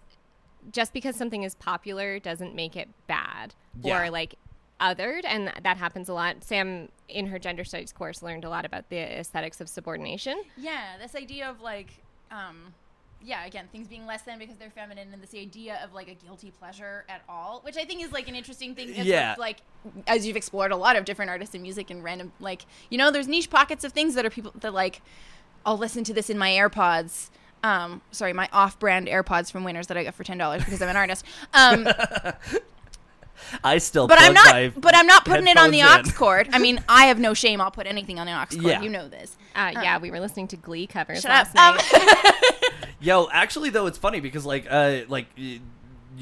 Speaker 2: just because something is popular doesn't make it bad
Speaker 1: Yeah.
Speaker 2: or like othered and that happens a lot. Sam in her gender studies course learned a lot about the aesthetics of subordination.
Speaker 3: Yeah, this idea of like, um, yeah, again, things being less than because they're feminine, and this idea of like a guilty pleasure at all, which I think is like an interesting thing. That's
Speaker 1: Yeah.
Speaker 3: what's, like as you've explored a lot of different artists and music and random, like you know, there's niche pockets of things that are people that like, I'll listen to this in my AirPods. Um, sorry,
Speaker 1: [LAUGHS]
Speaker 3: my off-brand AirPods from Winners that I got for ten dollars because I'm an artist. Um,
Speaker 1: I still.
Speaker 3: But I'm
Speaker 1: plug
Speaker 3: not.
Speaker 1: my
Speaker 3: But I'm not putting it on the
Speaker 1: headphones
Speaker 3: aux
Speaker 1: in.
Speaker 3: cord. I mean, I have no shame. I'll put anything on the aux cord.
Speaker 1: Yeah.
Speaker 3: You know this.
Speaker 2: Uh, yeah, we were listening to Glee covers
Speaker 3: Shut
Speaker 2: last
Speaker 3: up. Um, [LAUGHS]
Speaker 2: night.
Speaker 1: [LAUGHS] Yo, actually though, it's funny because like, uh, like. y- y-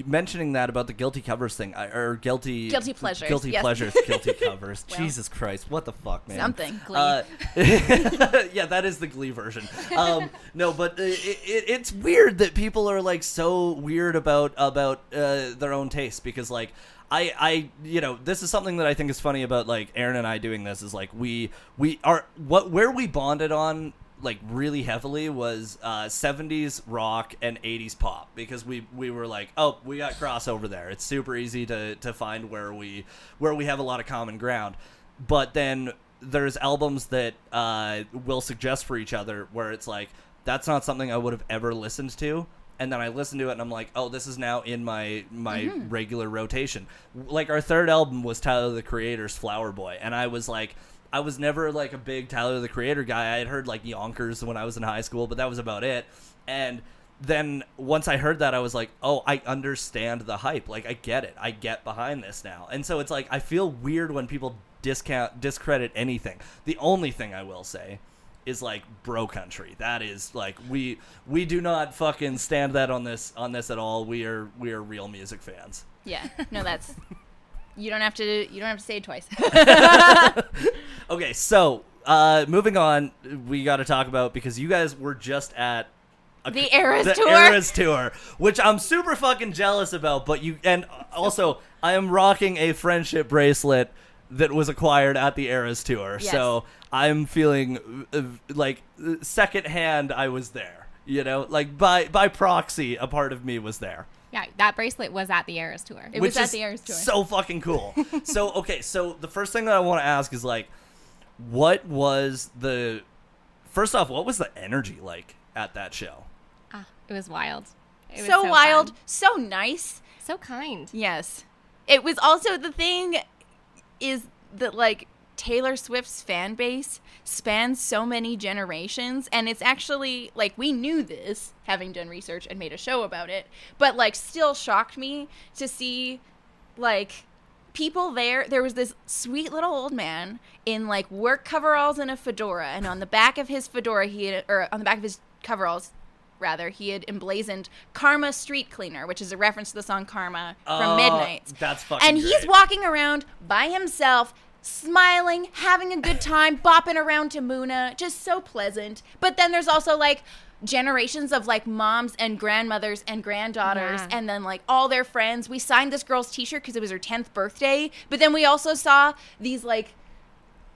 Speaker 1: Mentioning that about the guilty covers thing, I, or guilty
Speaker 3: Guilty pleasures,
Speaker 1: guilty
Speaker 3: yes. [LAUGHS]
Speaker 1: pleasures, guilty covers. Jesus Christ, what the fuck, man?
Speaker 3: something.
Speaker 1: Uh, [LAUGHS] yeah, that is the Glee version. Um, no, but uh, it, it, it's weird that people are like so weird about about uh, their own tastes because like. I, I you know this is something that I think is funny about like Aaron and I doing this is like we we are what where we bonded on like really heavily was uh, 70s rock and 80s pop because we we were like oh we got crossover there it's super easy to to find where we where we have a lot of common ground but then there's albums that uh, will suggest for each other where it's like that's not something I would have ever listened to and then I listen to it and I'm like oh this is now in my my regular rotation like our third album was Tyler the Creator's Flower Boy and I was like I was never like a big Tyler the Creator guy I had heard like Yonkers when I was in high school but that was about it and then once I heard that, I was like, oh, I understand the hype. Like, I get it. I get behind this now. And so it's like, I feel weird when people discount, discredit anything. The only thing I will say is like bro country. That is like we we do not fucking stand that on this on this at all. We are we are real music fans.
Speaker 3: [LAUGHS] Yeah. No, that's. You don't have to. You don't have to say it [LAUGHS] twice.
Speaker 1: Okay, so uh moving on, we got to talk about because you guys were just at a-
Speaker 3: The Eras
Speaker 1: the
Speaker 3: tour.
Speaker 1: Eras tour, which I'm super fucking jealous about. But you and also I am rocking a friendship bracelet that was acquired at the Eras tour,
Speaker 3: Yes.
Speaker 1: so I'm feeling uh, like uh, secondhand. I was there, you know, like by by proxy, a part of me was there.
Speaker 2: yeah, that bracelet was at the Eras tour.
Speaker 3: It
Speaker 1: Which
Speaker 3: was at
Speaker 1: is
Speaker 3: the Eras tour.
Speaker 1: So
Speaker 3: [LAUGHS]
Speaker 1: fucking cool. so okay, so the first thing that I want to ask is like, what was the first off? What was the energy like at that show?
Speaker 2: Ah, it was wild. It was
Speaker 3: so wild.
Speaker 2: fun.
Speaker 3: So nice.
Speaker 2: So kind.
Speaker 3: Yes. It was also the thing is that like Taylor Swift's fan base spans so many generations and it's actually like we knew this having done research and made a show about it, but like still shocked me to see like people there there was this sweet little old man in like work coveralls and a fedora and on the back of his fedora he had, or on the back of his coveralls rather he had emblazoned karma street cleaner which is a reference to the song karma from
Speaker 1: Oh,
Speaker 3: midnight
Speaker 1: that's fucking
Speaker 3: and he's
Speaker 1: great.
Speaker 3: walking around by himself smiling having a good time bopping around to muna just so pleasant but then there's also like generations of like moms and grandmothers and granddaughters
Speaker 2: Yeah.
Speaker 3: and and then like all their friends. We signed this girl's t-shirt because it was her 10th birthday, but then we also saw these like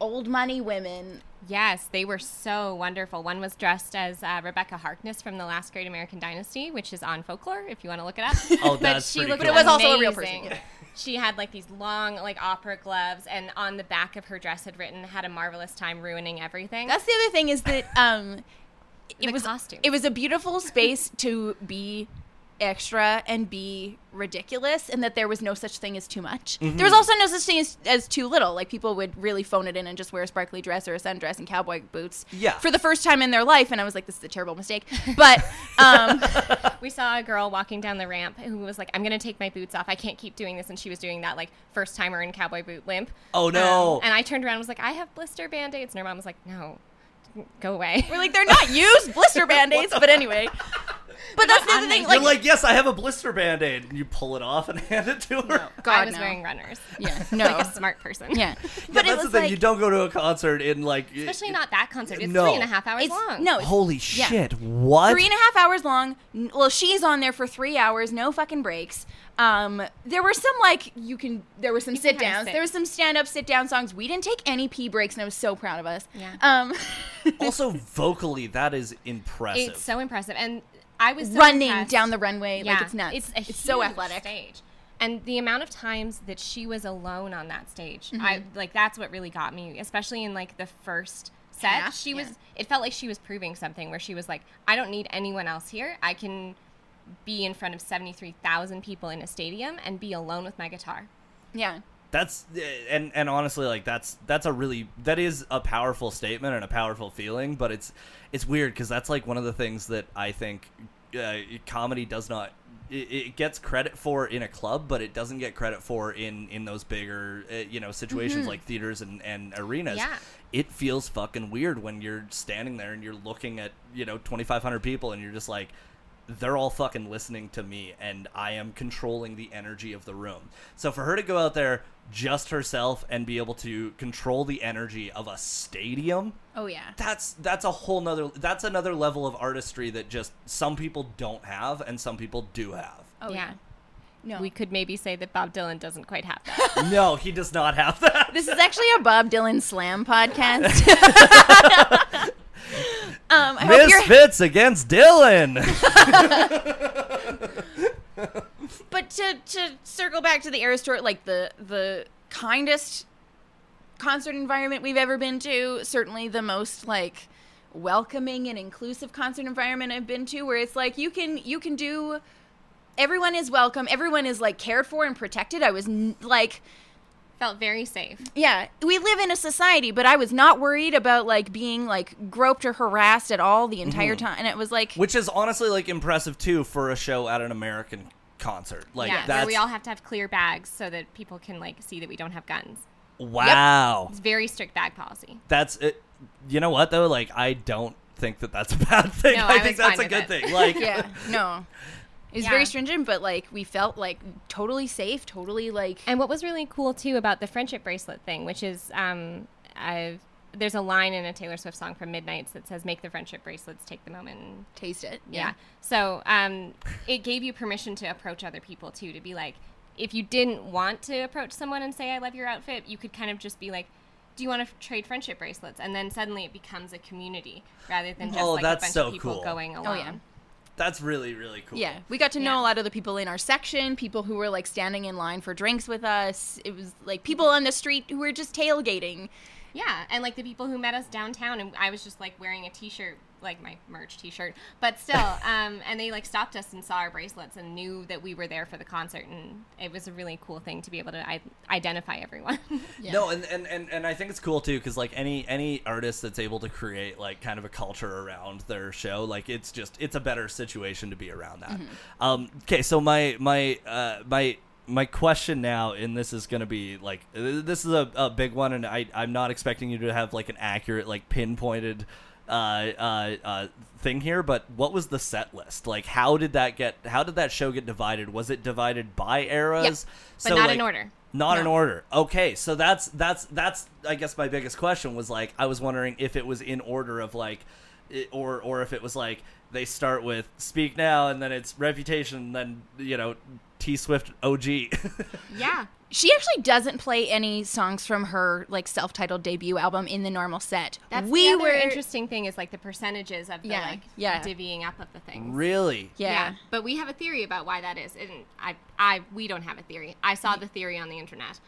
Speaker 3: old money women.
Speaker 2: Yes, they were so wonderful. One was dressed as uh, Rebecca Harkness from the Last Great American Dynasty, which is on folklore if you want to look it up.
Speaker 1: [LAUGHS] Oh, that's pretty
Speaker 2: looked
Speaker 1: cool.
Speaker 3: But it was also a real
Speaker 2: amazing.
Speaker 3: person, yeah.
Speaker 2: [LAUGHS] She had like these long, like opera gloves, and on the back of her dress had written "Had a marvelous time ruining everything."
Speaker 3: That's the other thing is that um it
Speaker 2: The
Speaker 3: was
Speaker 2: costumes.
Speaker 3: it was a beautiful space to be extra and be ridiculous and that there was no such thing as too much.
Speaker 1: Mm-hmm.
Speaker 3: There was also no such thing as, as too little. Like people would really phone it in and just wear a sparkly dress or a sundress and cowboy boots
Speaker 1: Yeah.
Speaker 3: for the first time in their life and I was like this is a terrible mistake. But
Speaker 1: [LAUGHS]
Speaker 3: um
Speaker 2: We saw a girl walking down the ramp who was like, "I'm gonna take my boots off. I can't keep doing this," and she was doing that like first timer in cowboy boot limp. Um,
Speaker 1: Oh, no.
Speaker 2: and I turned around and was like, "I have blister band aids," and her mom was like, "No, go away."
Speaker 3: We're like, they're not used blister band aids, but anyway. But that's the other thing. Like,
Speaker 1: You're like, yes, I have a blister band aid, and you pull it off and [LAUGHS] hand it to her.
Speaker 3: God,
Speaker 2: [LAUGHS] I was
Speaker 3: no.
Speaker 2: wearing runners.
Speaker 3: yeah, no,
Speaker 2: [LAUGHS]
Speaker 3: [LAUGHS]
Speaker 2: Like a smart person.
Speaker 3: yeah.
Speaker 1: Yeah,
Speaker 3: But it
Speaker 1: that's the
Speaker 3: was
Speaker 1: thing.
Speaker 3: like,
Speaker 1: you don't go to a concert in like, it-
Speaker 2: Especially not that concert. It's
Speaker 1: No.
Speaker 2: three and a half hours
Speaker 3: it's
Speaker 2: long.
Speaker 3: no, it's
Speaker 1: Holy
Speaker 3: yeah.
Speaker 1: shit! What?
Speaker 3: three and a half hours long. N- Well, she's on there for three hours, no fucking breaks. Um, there were some like you can. There were some
Speaker 2: can
Speaker 3: sit
Speaker 2: have a
Speaker 3: downs.
Speaker 2: sit.
Speaker 3: There was some stand up, sit down songs. We didn't take any pee breaks, and I was so proud of us.
Speaker 2: Yeah. [LAUGHS]
Speaker 3: Um,
Speaker 1: also, vocally, that is impressive.
Speaker 2: It's so impressive. And I was so
Speaker 3: running
Speaker 2: impressed.
Speaker 3: down the runway
Speaker 2: Yeah.
Speaker 3: like it's nuts.
Speaker 2: It's, a
Speaker 3: so
Speaker 2: huge
Speaker 3: athletic.
Speaker 2: Stage. And the amount of times that she was alone on that stage,
Speaker 3: Mm-hmm.
Speaker 2: I like that's what really got me, especially in like the first set.
Speaker 3: Half,
Speaker 2: she
Speaker 3: yeah.
Speaker 2: was it felt like she was proving something where she was like, I don't need anyone else here. I can be in front of 73,000 people in a stadium and be alone with my guitar.
Speaker 3: Yeah.
Speaker 1: that's and and honestly like that's that's a really that is a powerful statement and a powerful feeling but it's it's weird because that's like one of the things that i think uh, comedy does not it, it gets credit for in a club, but it doesn't get credit for in in those bigger uh, you know situations like theaters and and arenas.
Speaker 2: Yeah.
Speaker 1: It feels fucking weird when you're standing there and you're looking at you know 2,500 people and you're just like. They're all fucking listening to me, and I am controlling the energy of the room. So for her to go out there just herself and be able to control the energy of a stadium,
Speaker 3: Oh yeah.
Speaker 1: that's that's a whole nother that's another level of artistry that just some people don't have and some people do have
Speaker 3: Oh yeah.
Speaker 2: yeah.
Speaker 3: No.
Speaker 2: We could maybe say that Bob Dylan doesn't quite have
Speaker 3: [LAUGHS]
Speaker 2: that.
Speaker 1: no he does not have that
Speaker 3: This is actually a Bob Dylan
Speaker 2: [LAUGHS]
Speaker 3: slam podcast. [LAUGHS] um, [LAUGHS] I hope you're,
Speaker 1: misfits against dylan
Speaker 3: but to to circle back to the Air Store, like the the kindest concert environment we've ever been to. Certainly the most like welcoming and inclusive concert environment I've been to, where it's like you can you can do. Everyone is welcome. Everyone is like cared for and protected. I was n- like
Speaker 2: Felt very safe.
Speaker 3: Yeah, we live in a society, but I was not worried about like being like groped or harassed at all the entire time. And it was like,
Speaker 1: which is honestly like impressive too for a show at an american concert like
Speaker 2: yeah, where
Speaker 1: that's
Speaker 2: we all have to have clear bags so that people can like see that we don't have guns.
Speaker 1: wow
Speaker 2: It's very strict bag policy.
Speaker 1: that's it you know what though like i don't think that that's a bad [LAUGHS] thing
Speaker 2: No,
Speaker 1: i,
Speaker 2: I
Speaker 1: think
Speaker 2: was
Speaker 1: that's
Speaker 2: fine
Speaker 1: a good
Speaker 2: with it. [LAUGHS]
Speaker 1: thing like
Speaker 3: yeah, no, it was
Speaker 2: Yeah.
Speaker 3: very stringent, but like we felt like totally safe, totally like
Speaker 2: And what was really cool too about the friendship bracelet thing, which is um, i there's a line in a Taylor Swift song from Midnight's that says, "Make the friendship bracelets, take the moment." And
Speaker 3: taste it.
Speaker 2: yeah. So um, it gave you permission to approach other people too, to be like, if you didn't want to approach someone and say, "I love your outfit," you could kind of just be like. Do you want to trade friendship bracelets? And then suddenly it becomes a community rather than just
Speaker 1: Oh,
Speaker 2: like
Speaker 1: that's
Speaker 2: a bunch
Speaker 1: so
Speaker 2: of people
Speaker 1: cool.
Speaker 2: going along.
Speaker 3: Oh, yeah.
Speaker 1: that's really really cool
Speaker 3: Yeah, we got to know a
Speaker 2: Yeah.
Speaker 3: lot of the people in our section, people who were like standing in line for drinks with us. It was like people on the street who were just tailgating.
Speaker 2: Yeah, and like the people who met us downtown, and I was just like wearing a T-shirt, like my merch T-shirt, but [LAUGHS] still, um, and they like stopped us and saw our bracelets and knew that we were there for the concert, and it was a really cool thing to be able to I- identify everyone.
Speaker 1: No, and, and, and, and I think it's cool too because like any any artist that's able to create like kind of a culture around their show, like it's just it's a better situation to be around that. Um, okay, so my my uh, my my question now, and this is going to be like th- this is a, a big one, and I I'm not expecting you to have like an accurate like pinpointed uh, uh, uh, thing here, but what was the set list like? How did that get? How did that show get divided? Was it divided by eras?
Speaker 2: but not in order.
Speaker 1: Not in order. Okay, so that's that's that's I guess my biggest question was like I was wondering if it was in order of like i- or or if it was like they start with speak now and then it's reputation then you know T Swift OG.
Speaker 2: [LAUGHS]
Speaker 1: [LAUGHS]
Speaker 2: yeah,
Speaker 3: She actually doesn't play any songs from her like self-titled debut album in the normal set.
Speaker 2: that's
Speaker 3: we
Speaker 2: the other
Speaker 3: were
Speaker 2: interesting thing is like the percentages of the
Speaker 3: Yeah,
Speaker 2: like
Speaker 3: yeah.
Speaker 2: divvying up of the things.
Speaker 1: really?
Speaker 3: Yeah.
Speaker 2: but we have a theory about why that is, and I, I, we don't have a theory. I saw the theory on the internet,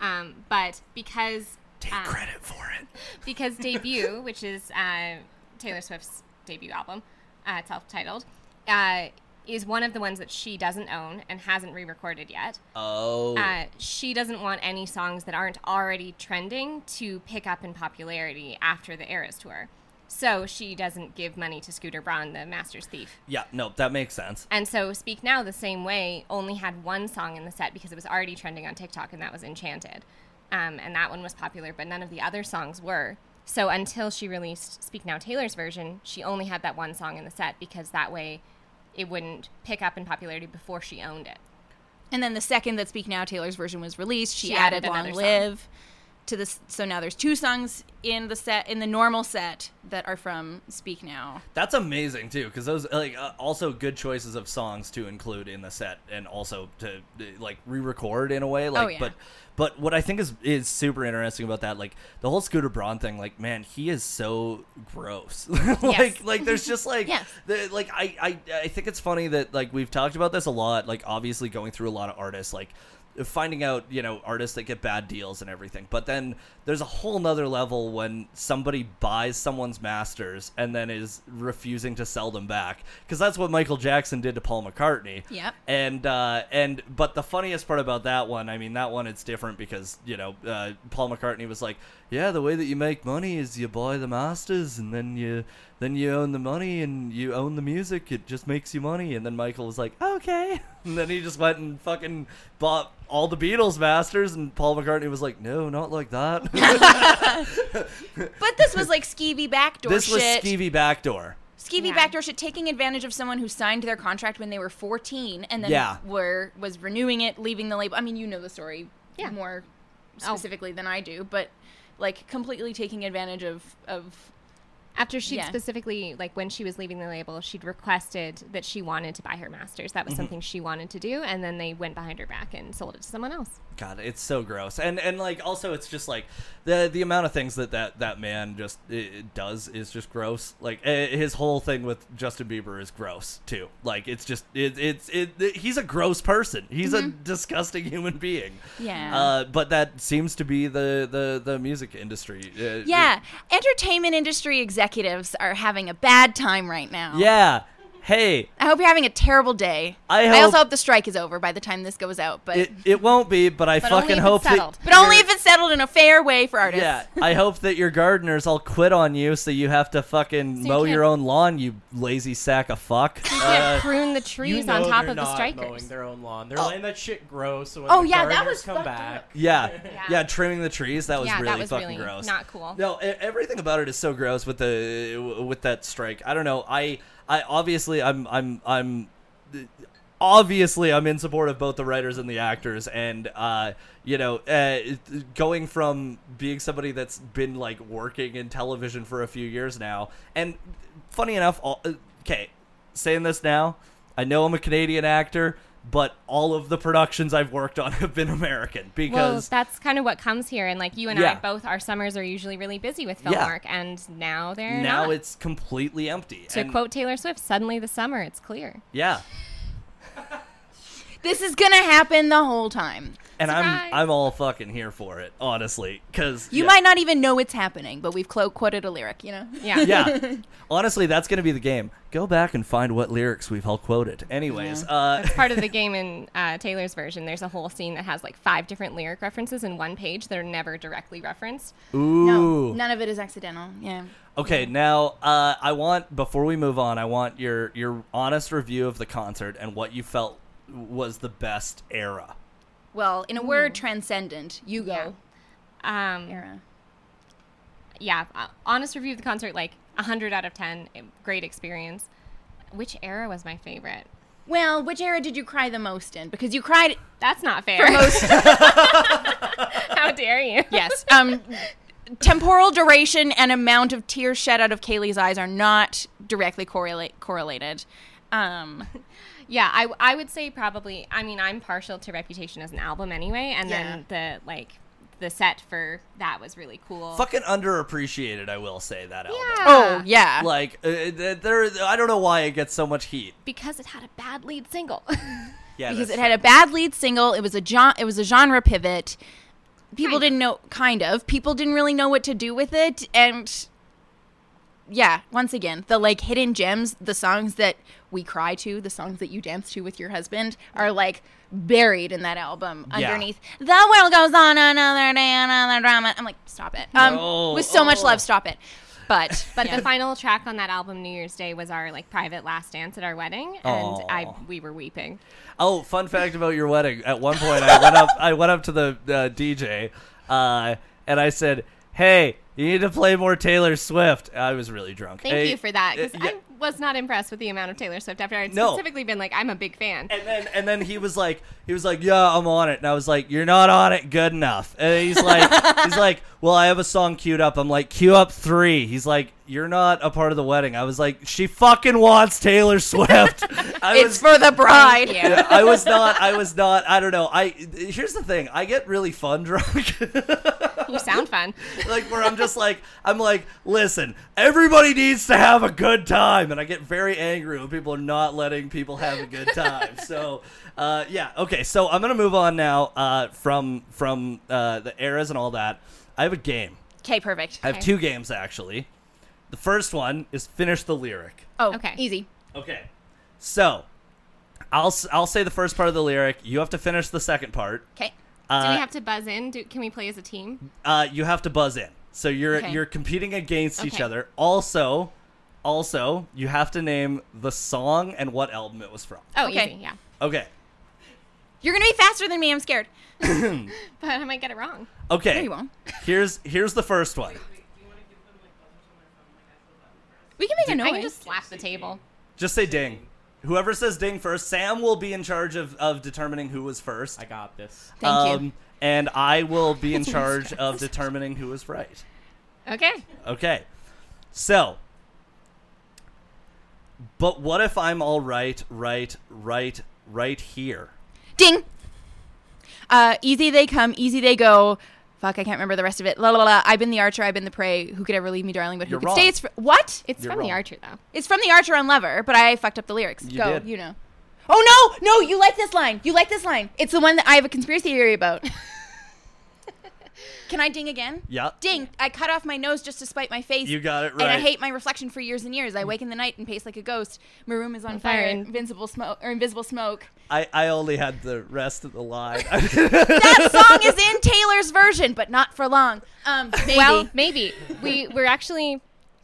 Speaker 2: um, but because
Speaker 1: Take
Speaker 2: um,
Speaker 1: credit for it.
Speaker 2: because debut, which is uh, Taylor Swift's debut album, uh, self-titled, uh, is one of the ones that she doesn't own and hasn't re-recorded yet.
Speaker 1: Oh.
Speaker 2: Uh, she doesn't want any songs that aren't already trending to pick up in popularity after the Eras tour. So she doesn't give money to Scooter Braun, the Master's Thief.
Speaker 1: yeah, no, that makes sense.
Speaker 2: And so Speak Now, the same way, only had one song in the set because it was already trending on TikTok, and that was Enchanted. Um, and that one was popular, but none of the other songs were. So until she released Speak Now Taylor's version, she only had that one song in the set because that way it wouldn't pick up in popularity before she owned it.
Speaker 3: And then the second that Speak Now Taylor's version was released, she,
Speaker 2: She
Speaker 3: added,
Speaker 2: added
Speaker 3: Long
Speaker 2: another song.
Speaker 3: Live to this. So now there's two songs in the set in the normal set that are from Speak Now.
Speaker 1: That's amazing too cuz those like uh, also good choices of songs to include in the set and also to uh, like re-record in a way like
Speaker 3: yeah.
Speaker 1: but but what I think is is super interesting about that like the whole Scooter Braun thing like man he is so gross. [LAUGHS] like like there's just like
Speaker 3: Yes.
Speaker 1: the, like I, I I think it's funny that like we've talked about this a lot like obviously going through a lot of artists like finding out you know artists that get bad deals and everything but then there's a whole nother level when somebody buys someone's masters and then is refusing to sell them back because that's what michael jackson did to paul mccartney
Speaker 3: Yep.
Speaker 1: and uh and but the funniest part about that one i mean that one it's different because you know uh, paul mccartney was like yeah the way that you make money is you buy the masters and then you then you own the money and you own the music. It just makes you money. And then Michael was like, okay. [LAUGHS] And then he just went and fucking bought all the Beatles masters. And Paul McCartney was like, no, not like
Speaker 3: [LAUGHS] Oh,
Speaker 1: that.
Speaker 3: But this was like skeevy backdoor
Speaker 1: this was
Speaker 3: shit.
Speaker 1: skeevy backdoor.
Speaker 3: skeevy
Speaker 7: Yeah.
Speaker 3: backdoor shit taking advantage of someone who signed their contract when they were 14 and then
Speaker 1: Yeah.
Speaker 3: were was renewing it leaving the label i mean you know the story
Speaker 2: Yeah.
Speaker 3: more
Speaker 2: Oh.
Speaker 3: specifically than i do but like completely taking advantage of of
Speaker 2: After she'd
Speaker 3: Yeah.
Speaker 2: specifically, like when she was leaving the label, she'd requested that she wanted to buy her masters. That was
Speaker 6: Mhm.
Speaker 2: something she wanted to do, and then they went behind her back and sold it to someone else.
Speaker 1: God, it's so gross. And and like also it's just like the the amount of things that that, that man just uh does is just gross. Like eh, his whole thing with Justin Bieber is gross too. Like it's just it, it's it, he's a gross person. He's
Speaker 2: Mm-hmm.
Speaker 1: a disgusting human being.
Speaker 3: Yeah.
Speaker 1: Uh, but that seems to be the the the music industry. Uh,
Speaker 3: yeah entertainment industry executives are having a bad time right now
Speaker 1: yeah. Hey,
Speaker 3: i hope you're having a terrible day
Speaker 1: I
Speaker 3: I also
Speaker 1: hope-
Speaker 3: hope the strike is over by the time this goes out but
Speaker 1: it, it won't be, but I
Speaker 2: But only
Speaker 1: fucking
Speaker 2: if it's
Speaker 1: hope that
Speaker 2: settled.
Speaker 3: but only if it's settled in a fair way for artists
Speaker 2: [LAUGHS]
Speaker 1: Yeah, I hope that your gardeners all quit on you, so you have to fucking
Speaker 2: you
Speaker 1: mow your
Speaker 2: can't-
Speaker 1: own lawn, you lazy sack of fuck.
Speaker 2: Can't
Speaker 1: Uh,
Speaker 2: prune the
Speaker 6: You
Speaker 2: trees
Speaker 6: know
Speaker 2: on top
Speaker 6: they're
Speaker 2: of the
Speaker 6: not mowing
Speaker 2: strikers.
Speaker 6: their own lawn. Um, They're letting that shit grow. So when
Speaker 3: Oh,
Speaker 6: the
Speaker 3: yeah, that
Speaker 6: gardeners
Speaker 3: was
Speaker 6: come
Speaker 3: fucked up.
Speaker 6: back.
Speaker 2: [LAUGHS]
Speaker 1: yeah. yeah, trimming the trees that was
Speaker 2: yeah,
Speaker 1: really
Speaker 2: that was
Speaker 1: fucking
Speaker 2: really
Speaker 1: gross.
Speaker 2: not cool.
Speaker 1: No, e- everything about it is so gross with the with that strike. I don't know. I I obviously I'm I'm I'm obviously I'm in support of both the writers and the actors and uh you know uh, going from being somebody that's been like working in television for a few years now and funny enough all, uh, okay saying this now I know I'm a Canadian actor but all of the productions I've worked on [LAUGHS] have been American
Speaker 2: Well,
Speaker 1: because
Speaker 2: that's kind of what comes here, and like you and
Speaker 1: Yeah.
Speaker 2: I both, our summers are usually really busy with film
Speaker 1: Yeah.
Speaker 2: work, and now they're
Speaker 1: now
Speaker 2: not.
Speaker 1: it's completely empty
Speaker 2: to
Speaker 1: and-
Speaker 2: quote Taylor Swift, "Suddenly the summer,
Speaker 1: [LAUGHS]
Speaker 2: it's clear."
Speaker 1: Yeah.
Speaker 3: this is gonna happen the whole time
Speaker 1: And
Speaker 2: Surprise.
Speaker 1: I'm I'm all fucking here for it, honestly, cuz
Speaker 3: You might not even know it's happening, but we've clo- quoted a lyric, you know? [LAUGHS]
Speaker 2: Yeah,
Speaker 1: Yeah. honestly, that's going to be the game. Go back and find what lyrics we've all quoted. Anyways, uh [LAUGHS]
Speaker 2: part of the game in uh, Taylor's version. There's a whole scene that has like five different lyric references in one page that are never directly referenced.
Speaker 1: ooh.
Speaker 3: None of it is accidental. Yeah.
Speaker 1: Okay, now uh I want before we move on, I want your your honest review of the concert and what you felt was the best era.
Speaker 3: Well, in a word, transcendent. You go.
Speaker 2: Um,
Speaker 3: Hmm. Era.
Speaker 2: yeah, uh, honest review of the concert, like 100 out of 10. eh, Great experience. Which era was my favorite?
Speaker 3: Well, which era did you cry the most in? Because you cried.
Speaker 2: That's not fair. [LAUGHS] How
Speaker 1: [LAUGHS]
Speaker 2: dare you?
Speaker 3: Yes. Um, temporal duration and amount of tears shed out of Kaylee's eyes are not directly correlate correlated. Um,
Speaker 2: Yeah, I, I would say probably. I mean, I'm partial to Reputation as an album anyway, and then the like the set for that was really cool.
Speaker 1: Fucking underappreciated, I will say that album.
Speaker 2: Yeah.
Speaker 3: oh, yeah.
Speaker 1: Like uh, th- there I don't know why it gets so much heat.
Speaker 2: because it had a bad lead single. [LAUGHS]
Speaker 1: Yeah.
Speaker 3: because
Speaker 1: that's
Speaker 3: it had a bad lead single. It was a gen- it was a genre pivot. People
Speaker 2: Kind
Speaker 3: didn't know kind of. People didn't really know what to do with it and yeah, once again, the like hidden gems, the songs that we cry to, the songs that you dance to with your husband are like buried in that album
Speaker 1: Yeah.
Speaker 3: underneath the world goes on another day another drama. I'm like, stop it. Um
Speaker 1: No.
Speaker 3: with so much
Speaker 1: Oh.
Speaker 3: love, stop it.
Speaker 1: [LAUGHS]
Speaker 3: But
Speaker 2: But the final track on that album, New Year's Day, was our like private last dance at our wedding, and
Speaker 1: Aw.
Speaker 2: I we were weeping.
Speaker 1: Oh, fun fact about your wedding. At one point, I went up. I went up to the uh, DJ, uh, and I said, "Hey, you need to play more Taylor Swift." I was really drunk.
Speaker 2: Thank
Speaker 1: Hey,
Speaker 2: you for that because
Speaker 1: uh, yeah.
Speaker 2: I was not impressed with the amount of Taylor Swift after I had
Speaker 1: No.
Speaker 2: specifically been like, I'm a big fan.
Speaker 1: And then, and then he was like, he was like, "Yeah, I'm on it." And I was like, "You're not on it good enough." And he's
Speaker 2: [LAUGHS]
Speaker 1: like, he's like, "Well, I have a song queued up." I'm like, "Queue up three. He's like, "You're not a part of the wedding." I was like, "She fucking wants Taylor
Speaker 2: [LAUGHS]
Speaker 1: Swift." I
Speaker 3: it's
Speaker 1: was
Speaker 3: for the bride.
Speaker 1: yeah, I was not. I was not. I don't know. I here's the thing. I get really fun drunk, [LAUGHS]
Speaker 2: you sound fun.
Speaker 1: like where I'm just like I'm like, listen, everybody needs to have a good time, and I get very angry when people are not letting people have a good time. So, uh, yeah, okay. So I'm gonna move on now uh, from from uh, the eras and all that. I have a game.
Speaker 3: Okay, perfect.
Speaker 1: I have two games actually. The first one is finish the lyric.
Speaker 3: Oh,
Speaker 2: Okay.
Speaker 3: okay. Easy.
Speaker 1: Okay. So, I'll s- I'll say the first part of the lyric. You have to finish the second part.
Speaker 3: Okay.
Speaker 2: Do we
Speaker 1: Uh,
Speaker 2: have to buzz in? Do, can we play as a team?
Speaker 1: uh, you have to buzz in. So you're
Speaker 3: Okay.
Speaker 1: you're competing against each
Speaker 2: Okay.
Speaker 1: other. Also, Also, you have to name the song and what album it was from.
Speaker 2: Oh,
Speaker 3: Okay.
Speaker 2: easy, yeah.
Speaker 1: Okay.
Speaker 3: You're gonna be faster than me. I'm scared.
Speaker 2: But I might get it wrong.
Speaker 1: Okay.
Speaker 3: No, you won't. [LAUGHS]
Speaker 1: Here's here's the first one.
Speaker 3: We can make a noise.
Speaker 2: I can just slap the table.
Speaker 1: Just say ding. Whoever says ding first, Sam will be in charge of, of determining who was first. Um,
Speaker 6: I got this.
Speaker 3: Thank you.
Speaker 1: And I will be in charge of determining who was right.
Speaker 2: Okay.
Speaker 1: Okay. So, but what if I'm all right, right, right, right here?
Speaker 3: Ding. Uh, easy they come, easy they go. Fuck, I can't remember the rest of it. La la la. la. I've been the archer, I've been the prey. Who could ever leave me, darling? But who
Speaker 1: You're
Speaker 3: could
Speaker 1: wrong.
Speaker 3: stay? It's fr- what?
Speaker 2: It's
Speaker 1: You're
Speaker 2: from
Speaker 1: wrong.
Speaker 2: the archer, though.
Speaker 3: It's from the archer on Lover, but I fucked up the lyrics.
Speaker 1: You
Speaker 3: go,
Speaker 1: did.
Speaker 3: you know. Oh no, no, you like this line. You like this line. It's the one that I have a conspiracy theory
Speaker 2: [LAUGHS]
Speaker 3: about. Can I ding again?
Speaker 1: Yeah.
Speaker 3: Ding! I cut off my nose just to spite my face.
Speaker 1: You got it
Speaker 3: And I
Speaker 1: right.
Speaker 3: hate my reflection for years and years. I wake in the night and pace like a ghost. My room is on
Speaker 2: fire
Speaker 3: fire.
Speaker 2: and-
Speaker 3: Invincible smoke or invisible smoke.
Speaker 1: I, I only had the rest of
Speaker 3: [LAUGHS]
Speaker 1: the line.
Speaker 3: that song is in Taylor's version, but not for long. [LAUGHS] Um, maybe.
Speaker 2: Well, maybe we we're actually.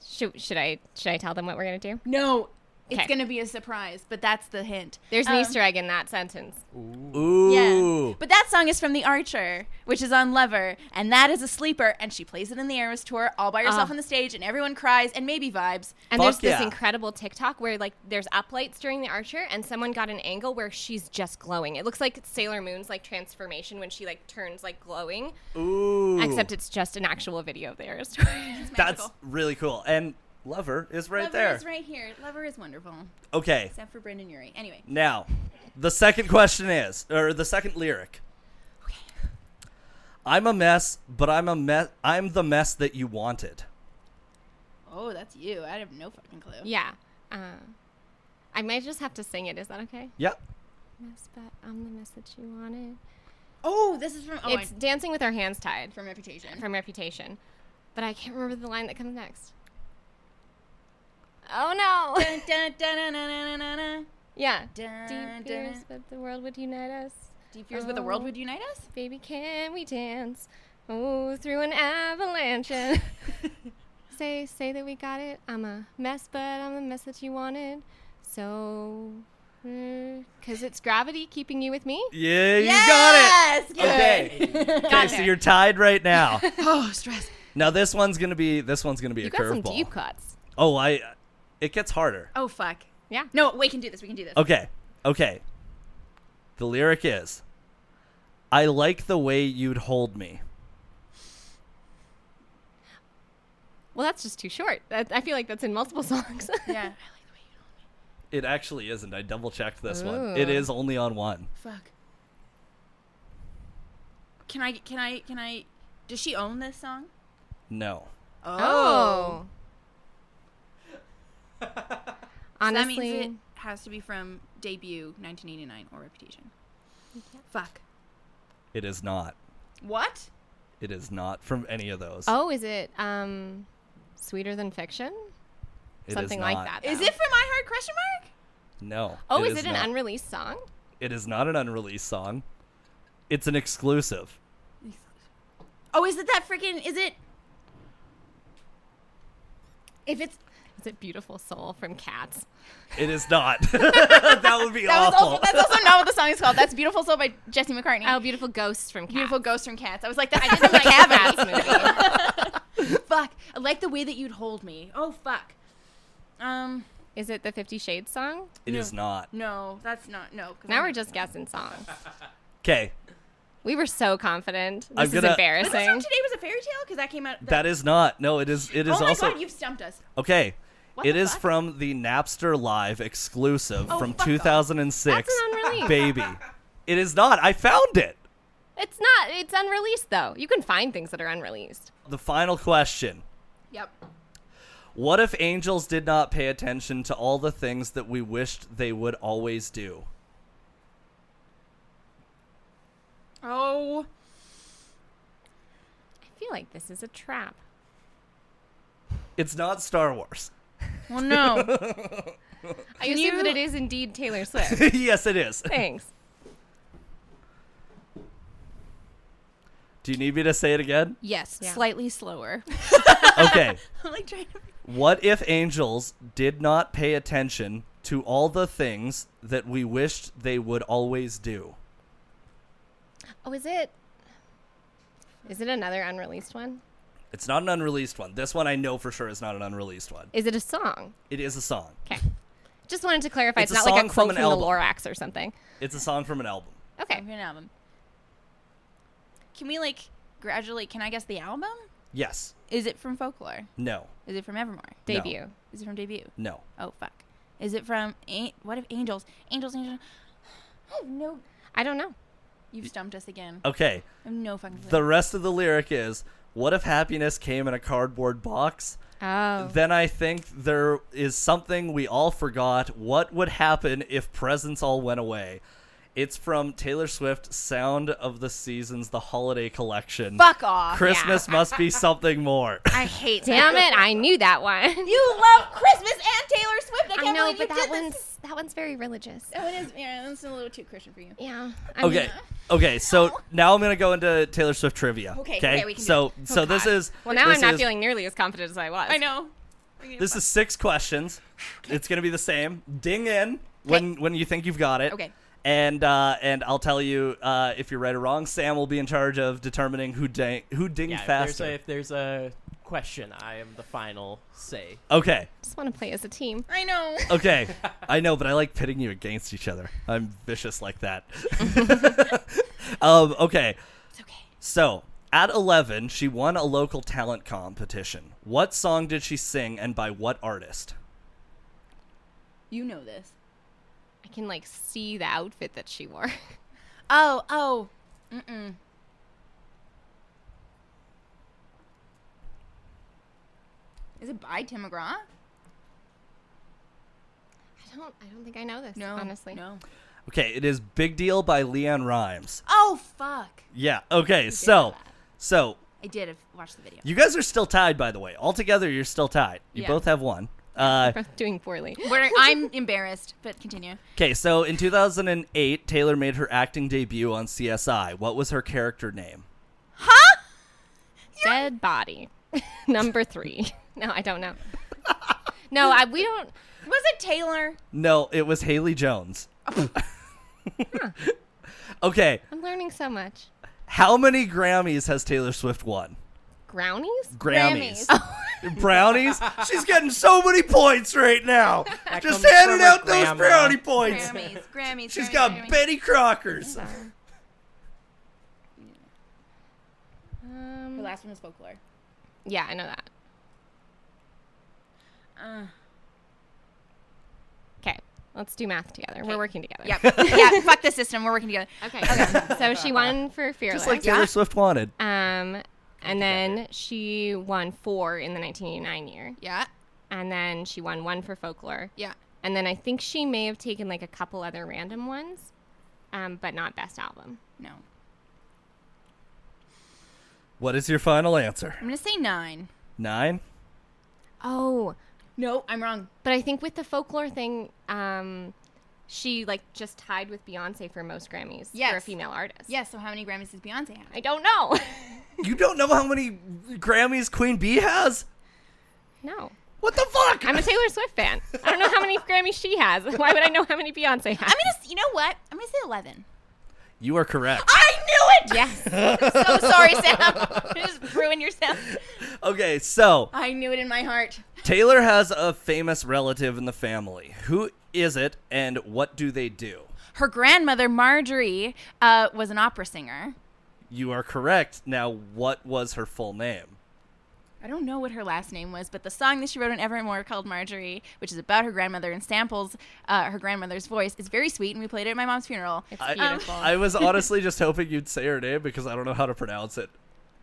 Speaker 2: Should, should I should I tell them what we're gonna do?
Speaker 3: no, it's
Speaker 2: Okay.
Speaker 3: gonna be a surprise, but that's the hint.
Speaker 2: There's an
Speaker 3: Um,
Speaker 2: Easter egg in that sentence.
Speaker 1: Ooh.
Speaker 3: Yeah, but that song is from The Archer, which is on Lover, and that is a sleeper, and she plays it in the Eras tour all by herself
Speaker 2: Ah.
Speaker 3: on the stage, and everyone cries, and maybe vibes.
Speaker 1: Fuck
Speaker 2: And there's this
Speaker 1: yeah.
Speaker 2: incredible TikTok where like there's uplights during the archer, and someone got an angle where she's just glowing. It looks like Sailor Moon's like transformation when she like turns like glowing,
Speaker 1: Ooh.
Speaker 2: except it's just an actual video of the Eras Tour.
Speaker 1: That's
Speaker 2: [LAUGHS]
Speaker 3: magical.
Speaker 1: really cool. And Lover is right
Speaker 3: Lover
Speaker 1: there.
Speaker 3: is right here. Lover is wonderful,
Speaker 1: Okay.
Speaker 3: except for Brendan Urie. Anyway,
Speaker 1: Now, the second question is, or the second lyric. I'm a mess, but I'm a mess. I'm the mess that you wanted.
Speaker 3: oh, that's you. I have no fucking clue.
Speaker 2: yeah, uh, I might just have to sing it. Is that okay?
Speaker 1: Yep.
Speaker 2: Yes, but I'm the message you wanted.
Speaker 3: Oh, this is from oh,
Speaker 2: it's
Speaker 3: I-
Speaker 2: dancing with our hands tied
Speaker 3: from Reputation.
Speaker 2: from Reputation, but I can't remember the line that comes next. Oh no! [LAUGHS]
Speaker 3: Dun, dun, dun, dun, dun, dun, dun, dun.
Speaker 2: yeah.
Speaker 3: Dun, dun,
Speaker 2: Deep fears,
Speaker 3: dun.
Speaker 2: but the world would unite us.
Speaker 3: Deep fears, but the world would unite us.
Speaker 2: Baby, can we dance? Oh, through an
Speaker 3: [LAUGHS]
Speaker 2: avalanche. and- say, say that we got it. I'm a mess, but I'm the mess that you wanted. So, because it's gravity keeping you with me.
Speaker 1: Yeah, you got
Speaker 3: Yes,
Speaker 1: it. Okay. okay, so you're tied right
Speaker 2: [LAUGHS]
Speaker 1: now.
Speaker 3: [LAUGHS] Oh, stress.
Speaker 1: now this one's gonna be this one's gonna be
Speaker 2: You
Speaker 1: a
Speaker 2: got some
Speaker 1: curveball.
Speaker 2: deep cuts.
Speaker 1: Oh, I. It gets harder.
Speaker 3: Oh fuck.
Speaker 2: Yeah.
Speaker 3: No, we can do this. We can do this.
Speaker 1: Okay. Okay. The lyric is, "I like the way you'd hold me."
Speaker 2: Well, that's just too short. That, I feel like that's in multiple [LAUGHS] songs.
Speaker 3: Yeah. I like the way you
Speaker 1: It actually isn't. I double checked this one.
Speaker 2: Ooh.
Speaker 1: It is only on one.
Speaker 3: Fuck. Can I? Can I? Can I? Does she own this song?
Speaker 1: No.
Speaker 2: [LAUGHS] oh. Honestly,
Speaker 3: that means it has to be from debut 1989 or Reputation. Fuck.
Speaker 1: It is not.
Speaker 3: What?
Speaker 1: It is not from any of those.
Speaker 2: Oh, is it um, sweeter than fiction?
Speaker 1: It is
Speaker 2: Something like
Speaker 1: not.
Speaker 2: that.
Speaker 3: Is
Speaker 2: though.
Speaker 3: it from I Heart Question Mark?
Speaker 1: No.
Speaker 2: Oh, is
Speaker 1: is
Speaker 2: it an
Speaker 1: not.
Speaker 2: unreleased song?
Speaker 1: It is not an unreleased song. It's an exclusive.
Speaker 3: Oh, is it that freaking? Is it? If it's
Speaker 2: Is it "Beautiful Soul" from Cats?
Speaker 1: It is not. [LAUGHS] that would be
Speaker 3: that was
Speaker 1: awful.
Speaker 3: also, that's also not what the song is called. That's "Beautiful Soul" by Jesse McCartney.
Speaker 2: [LAUGHS] Oh, "Beautiful Ghosts" from Cats.
Speaker 3: Beautiful Ghost from Cats. I was [LAUGHS] like, that
Speaker 2: I didn't like [LAUGHS] Cats movie.
Speaker 3: fuck. I like the way that you'd hold me. Oh fuck. Um,
Speaker 2: Is it the Fifty Shades song?
Speaker 1: It is not.
Speaker 3: no, that's not no. 'cause
Speaker 2: Now
Speaker 3: I'm-
Speaker 2: we're just guessing songs.
Speaker 1: Okay.
Speaker 2: We were so confident. This
Speaker 1: I'm
Speaker 2: is
Speaker 1: gonna-
Speaker 3: Was this from
Speaker 2: embarrassing.
Speaker 3: today was a fairy tale because that came out.
Speaker 1: That is not. No, it is it is
Speaker 3: oh my
Speaker 1: also
Speaker 3: god, you've stumped us.
Speaker 1: Okay.
Speaker 3: What
Speaker 1: It
Speaker 3: the
Speaker 1: is
Speaker 3: fuck?
Speaker 1: from the Napster Live exclusive
Speaker 3: Oh,
Speaker 1: from
Speaker 3: fuck off.
Speaker 1: 2006.
Speaker 2: That's an unreleased.
Speaker 1: Baby. It is not. I found it.
Speaker 2: It's not. It's unreleased though. You can find things that are unreleased.
Speaker 1: The final question.
Speaker 3: Yep.
Speaker 1: What if angels did not pay attention to all the things that we wished they would always do?
Speaker 3: Oh.
Speaker 2: I feel like this is a trap.
Speaker 1: It's not Star Wars. [LAUGHS]
Speaker 3: Well, no.
Speaker 2: I assume
Speaker 3: you-
Speaker 2: that it is indeed Taylor [LAUGHS] Swift.
Speaker 1: yes, it is.
Speaker 2: Thanks.
Speaker 1: Do you need me to say it again?
Speaker 3: yes,
Speaker 2: Yeah.
Speaker 3: slightly slower.
Speaker 2: [LAUGHS]
Speaker 1: Okay.
Speaker 3: [LAUGHS] [LAUGHS] I'm like trying to.
Speaker 1: What if angels did not pay attention to all the things that we wished they would always do?
Speaker 2: Oh, is it? Is it another unreleased one?
Speaker 1: It's not an unreleased one. This one I know for sure is not an unreleased one.
Speaker 2: Is it a song?
Speaker 1: It is a song.
Speaker 2: Okay. Just wanted to clarify.
Speaker 1: It's
Speaker 2: It's,
Speaker 1: a
Speaker 2: not like
Speaker 1: song
Speaker 2: a quote
Speaker 1: from
Speaker 2: from,
Speaker 1: an
Speaker 2: the
Speaker 1: album.
Speaker 2: Lorax or something.
Speaker 1: It's a song from an album.
Speaker 2: Okay.
Speaker 8: An album.
Speaker 3: Can we like gradually? Can I guess the album?
Speaker 1: Yes.
Speaker 8: Is it from folklore?
Speaker 1: No.
Speaker 8: Is it from Evermore?
Speaker 2: Debut.
Speaker 8: Is it from debut?
Speaker 1: No.
Speaker 8: Oh fuck. Is it from An- what if angels? Angels, angels.
Speaker 3: [SIGHS] Oh, No,
Speaker 2: I don't know.
Speaker 3: you've stumped us again.
Speaker 1: Okay.
Speaker 3: I have no fucking clue.
Speaker 1: Oh. The rest of the lyric is What if happiness came in a cardboard box?
Speaker 2: Oh.
Speaker 1: Then I think there is something we all forgot. What would happen if presents all went away? It's from Taylor Swift, Sound of the Seasons, the Holiday Collection.
Speaker 3: Fuck off.
Speaker 1: Christmas
Speaker 3: [LAUGHS]
Speaker 1: must be something more. [LAUGHS]
Speaker 3: I hate
Speaker 2: Damn it! I knew that [LAUGHS] one.
Speaker 3: You love Christmas and Taylor Swift. I can't
Speaker 2: I know,
Speaker 3: believe
Speaker 2: but
Speaker 3: you
Speaker 2: that
Speaker 3: did
Speaker 2: one's
Speaker 3: This.
Speaker 2: that one's very religious.
Speaker 3: Oh, it is. Yeah, that's a little too Christian for you.
Speaker 2: Yeah. I mean-
Speaker 1: okay. Okay, so now I'm gonna go into Taylor Swift trivia.
Speaker 3: Okay, okay, we can do
Speaker 1: so so this is
Speaker 2: Oh, well, now
Speaker 1: this
Speaker 2: I'm not
Speaker 1: is-
Speaker 2: feeling nearly as confident as I was.
Speaker 3: I know.
Speaker 1: This is six questions. It's gonna be the same. Ding in when when you think you've got it.
Speaker 3: Okay.
Speaker 1: And uh, and I'll tell you uh, if you're right or wrong. Sam will be in charge of determining who dang, who dinged
Speaker 6: Yeah, if there's,
Speaker 1: faster.
Speaker 6: a, if there's a question, I am the final say.
Speaker 1: Okay.
Speaker 2: Just want to play as a team.
Speaker 3: I know.
Speaker 1: Okay. I know, but I like pitting you against each other. I'm vicious like
Speaker 3: [LAUGHS]
Speaker 1: that. um, okay.
Speaker 3: It's okay.
Speaker 1: So at 11, she won a local talent competition. What song did she sing, and by what artist?
Speaker 3: You know this.
Speaker 2: I can like see the outfit that she wore. [LAUGHS]
Speaker 3: Oh, oh. Mm-mm. Is it by Tim McGraw?
Speaker 2: I don't. I don't think I know this.
Speaker 3: No,
Speaker 2: honestly.
Speaker 3: no.
Speaker 1: Okay, it is "Big Deal" by Leanne Rhymes.
Speaker 3: Oh fuck!
Speaker 1: Yeah. Okay. So, so
Speaker 3: I did have watched the video.
Speaker 1: you guys are still tied, by the way. Altogether, you're still tied. You
Speaker 3: Yeah.
Speaker 1: both have one. Uh,
Speaker 2: Both [LAUGHS] doing poorly.
Speaker 3: [LAUGHS] Where I'm embarrassed, but continue.
Speaker 1: okay. So in 2008, Taylor made her acting debut on CSI. What was her character name?
Speaker 2: Dead body. [LAUGHS] Number three. [LAUGHS] No, I don't know. No, I, we don't.
Speaker 3: Was it Taylor?
Speaker 1: No, it was Haley Jones. [LAUGHS] okay.
Speaker 2: I'm learning so much.
Speaker 1: How many Grammys has Taylor Swift won?
Speaker 2: Brownies?
Speaker 1: Grammys.
Speaker 3: Grammys.
Speaker 6: [LAUGHS]
Speaker 1: Brownies? She's getting so many points right now.
Speaker 6: That
Speaker 1: Just
Speaker 6: comes
Speaker 1: handing
Speaker 6: from a
Speaker 1: out those
Speaker 6: grandma.
Speaker 1: brownie points.
Speaker 3: Grammys, Grammys.
Speaker 1: She's
Speaker 3: Grammys,
Speaker 1: got
Speaker 3: Grammys.
Speaker 1: Betty Crockers.
Speaker 3: The
Speaker 2: Um,
Speaker 3: last one was folklore.
Speaker 2: yeah, I know that.
Speaker 3: Uh,
Speaker 2: Okay, let's do math together. We're working together.
Speaker 3: [LAUGHS] yep. yeah. Fuck the system. We're working together.
Speaker 2: Okay. [LAUGHS] okay. so she won for Fearless.
Speaker 1: Just like Taylor Swift wanted.
Speaker 2: um, and then she won four in the 1989 year.
Speaker 3: Yeah.
Speaker 2: And then she won one for folklore.
Speaker 3: Yeah.
Speaker 2: And then I think she may have taken like a couple other random ones, um, but not best album.
Speaker 3: No. I'm
Speaker 1: What is your final answer?
Speaker 3: gonna say nine.
Speaker 1: Nine?
Speaker 2: Oh,
Speaker 3: No, I'm wrong.
Speaker 2: But I think with the folklore thing, um, she like just tied with Beyonce for most Grammys for a
Speaker 3: Yes.
Speaker 2: female artist.
Speaker 3: Yes. So how many Grammys does Beyonce have?
Speaker 2: I
Speaker 3: [LAUGHS]
Speaker 2: don't know.
Speaker 1: You don't know how many Grammys Queen Bee has?
Speaker 2: no.
Speaker 1: What the fuck?
Speaker 2: I'm a Taylor Swift fan. I don't know how many Grammys she has. [LAUGHS] Why would I know how many Beyonce
Speaker 3: I'm
Speaker 2: has?
Speaker 3: gonna. s- You know what? I'm gonna say eleven.
Speaker 1: you are correct.
Speaker 6: Ah!
Speaker 3: I knew it.
Speaker 2: yes.
Speaker 3: [LAUGHS] so sorry, Sam. [LAUGHS] You just ruined yourself.
Speaker 1: Okay, so
Speaker 3: I knew it in my heart.
Speaker 1: Taylor has a famous relative in the family. Who is it and what do they do?
Speaker 3: Her grandmother Marjorie uh, was an opera singer.
Speaker 1: You are correct. Now, what was her full name?
Speaker 3: I don't know what her last name was, but the song that she wrote in Evermore called Marjorie, which is about her grandmother and samples uh, her grandmother's voice, is very sweet, and we played it at my mom's funeral.
Speaker 2: It's
Speaker 3: [LAUGHS]
Speaker 1: I-
Speaker 2: beautiful.
Speaker 1: I was honestly just hoping you'd say her name because I don't know how to pronounce it.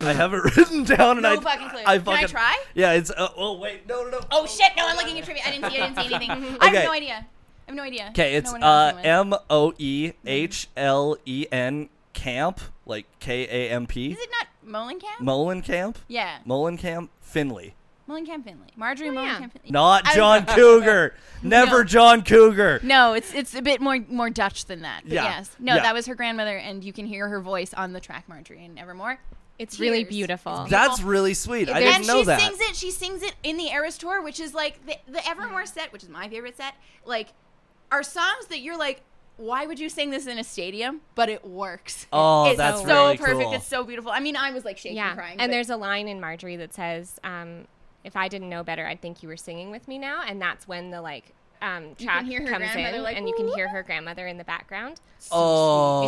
Speaker 3: [LAUGHS]
Speaker 1: I have it [LAUGHS] written down and
Speaker 3: No
Speaker 1: I
Speaker 3: fucking clue.
Speaker 1: I
Speaker 3: Can I
Speaker 1: fucking-
Speaker 3: try?
Speaker 1: Yeah, it's uh, oh wait, no no no.
Speaker 3: Oh shit! No, I'm looking at trivia. I didn't see. I didn't see [LAUGHS] anything. I
Speaker 1: Okay.
Speaker 3: have no idea. I have no idea.
Speaker 1: Okay, it's
Speaker 3: no one knows
Speaker 1: uh
Speaker 3: who it was.
Speaker 1: M O E H L E N Camp, like K A M P.
Speaker 3: Is it not Molenkamp?
Speaker 1: Molenkamp?
Speaker 3: yeah,
Speaker 1: Molenkamp Finley.
Speaker 3: Molenkamp Finley. Marjorie
Speaker 2: Oh, yeah.
Speaker 3: Molenkamp Finley.
Speaker 1: Not
Speaker 3: I-
Speaker 1: John Cougar. Never John Cougar.
Speaker 3: No, it's it's a bit more more Dutch than that. But
Speaker 1: Yeah.
Speaker 3: yes, no,
Speaker 1: Yeah.
Speaker 3: that was her grandmother, and you can hear her voice on the track Marjorie and Evermore.
Speaker 2: It's really
Speaker 3: Tears.
Speaker 2: beautiful.
Speaker 1: That's really sweet. I
Speaker 2: There's-
Speaker 1: didn't
Speaker 3: and
Speaker 1: know
Speaker 3: she
Speaker 1: that.
Speaker 3: sings it. She sings it in the Eras tour, which is like the, the Evermore set, which is my favorite set. Like, are songs that you're like, why would you sing this in a stadium? But it works.
Speaker 1: Oh,
Speaker 3: it's
Speaker 1: that's
Speaker 3: so
Speaker 1: really
Speaker 3: perfect.
Speaker 1: cool.
Speaker 3: It's so beautiful. I mean, I was like shaking,
Speaker 2: yeah.
Speaker 3: crying.
Speaker 2: and
Speaker 3: but-
Speaker 2: there's a line in Marjorie that says, um, "If I didn't know better, I'd think you were singing with me now." And that's when the like um, track
Speaker 3: hear her
Speaker 2: comes
Speaker 3: grandmother,
Speaker 2: in,
Speaker 3: like,
Speaker 2: and you can hear her grandmother in the background.
Speaker 1: oh,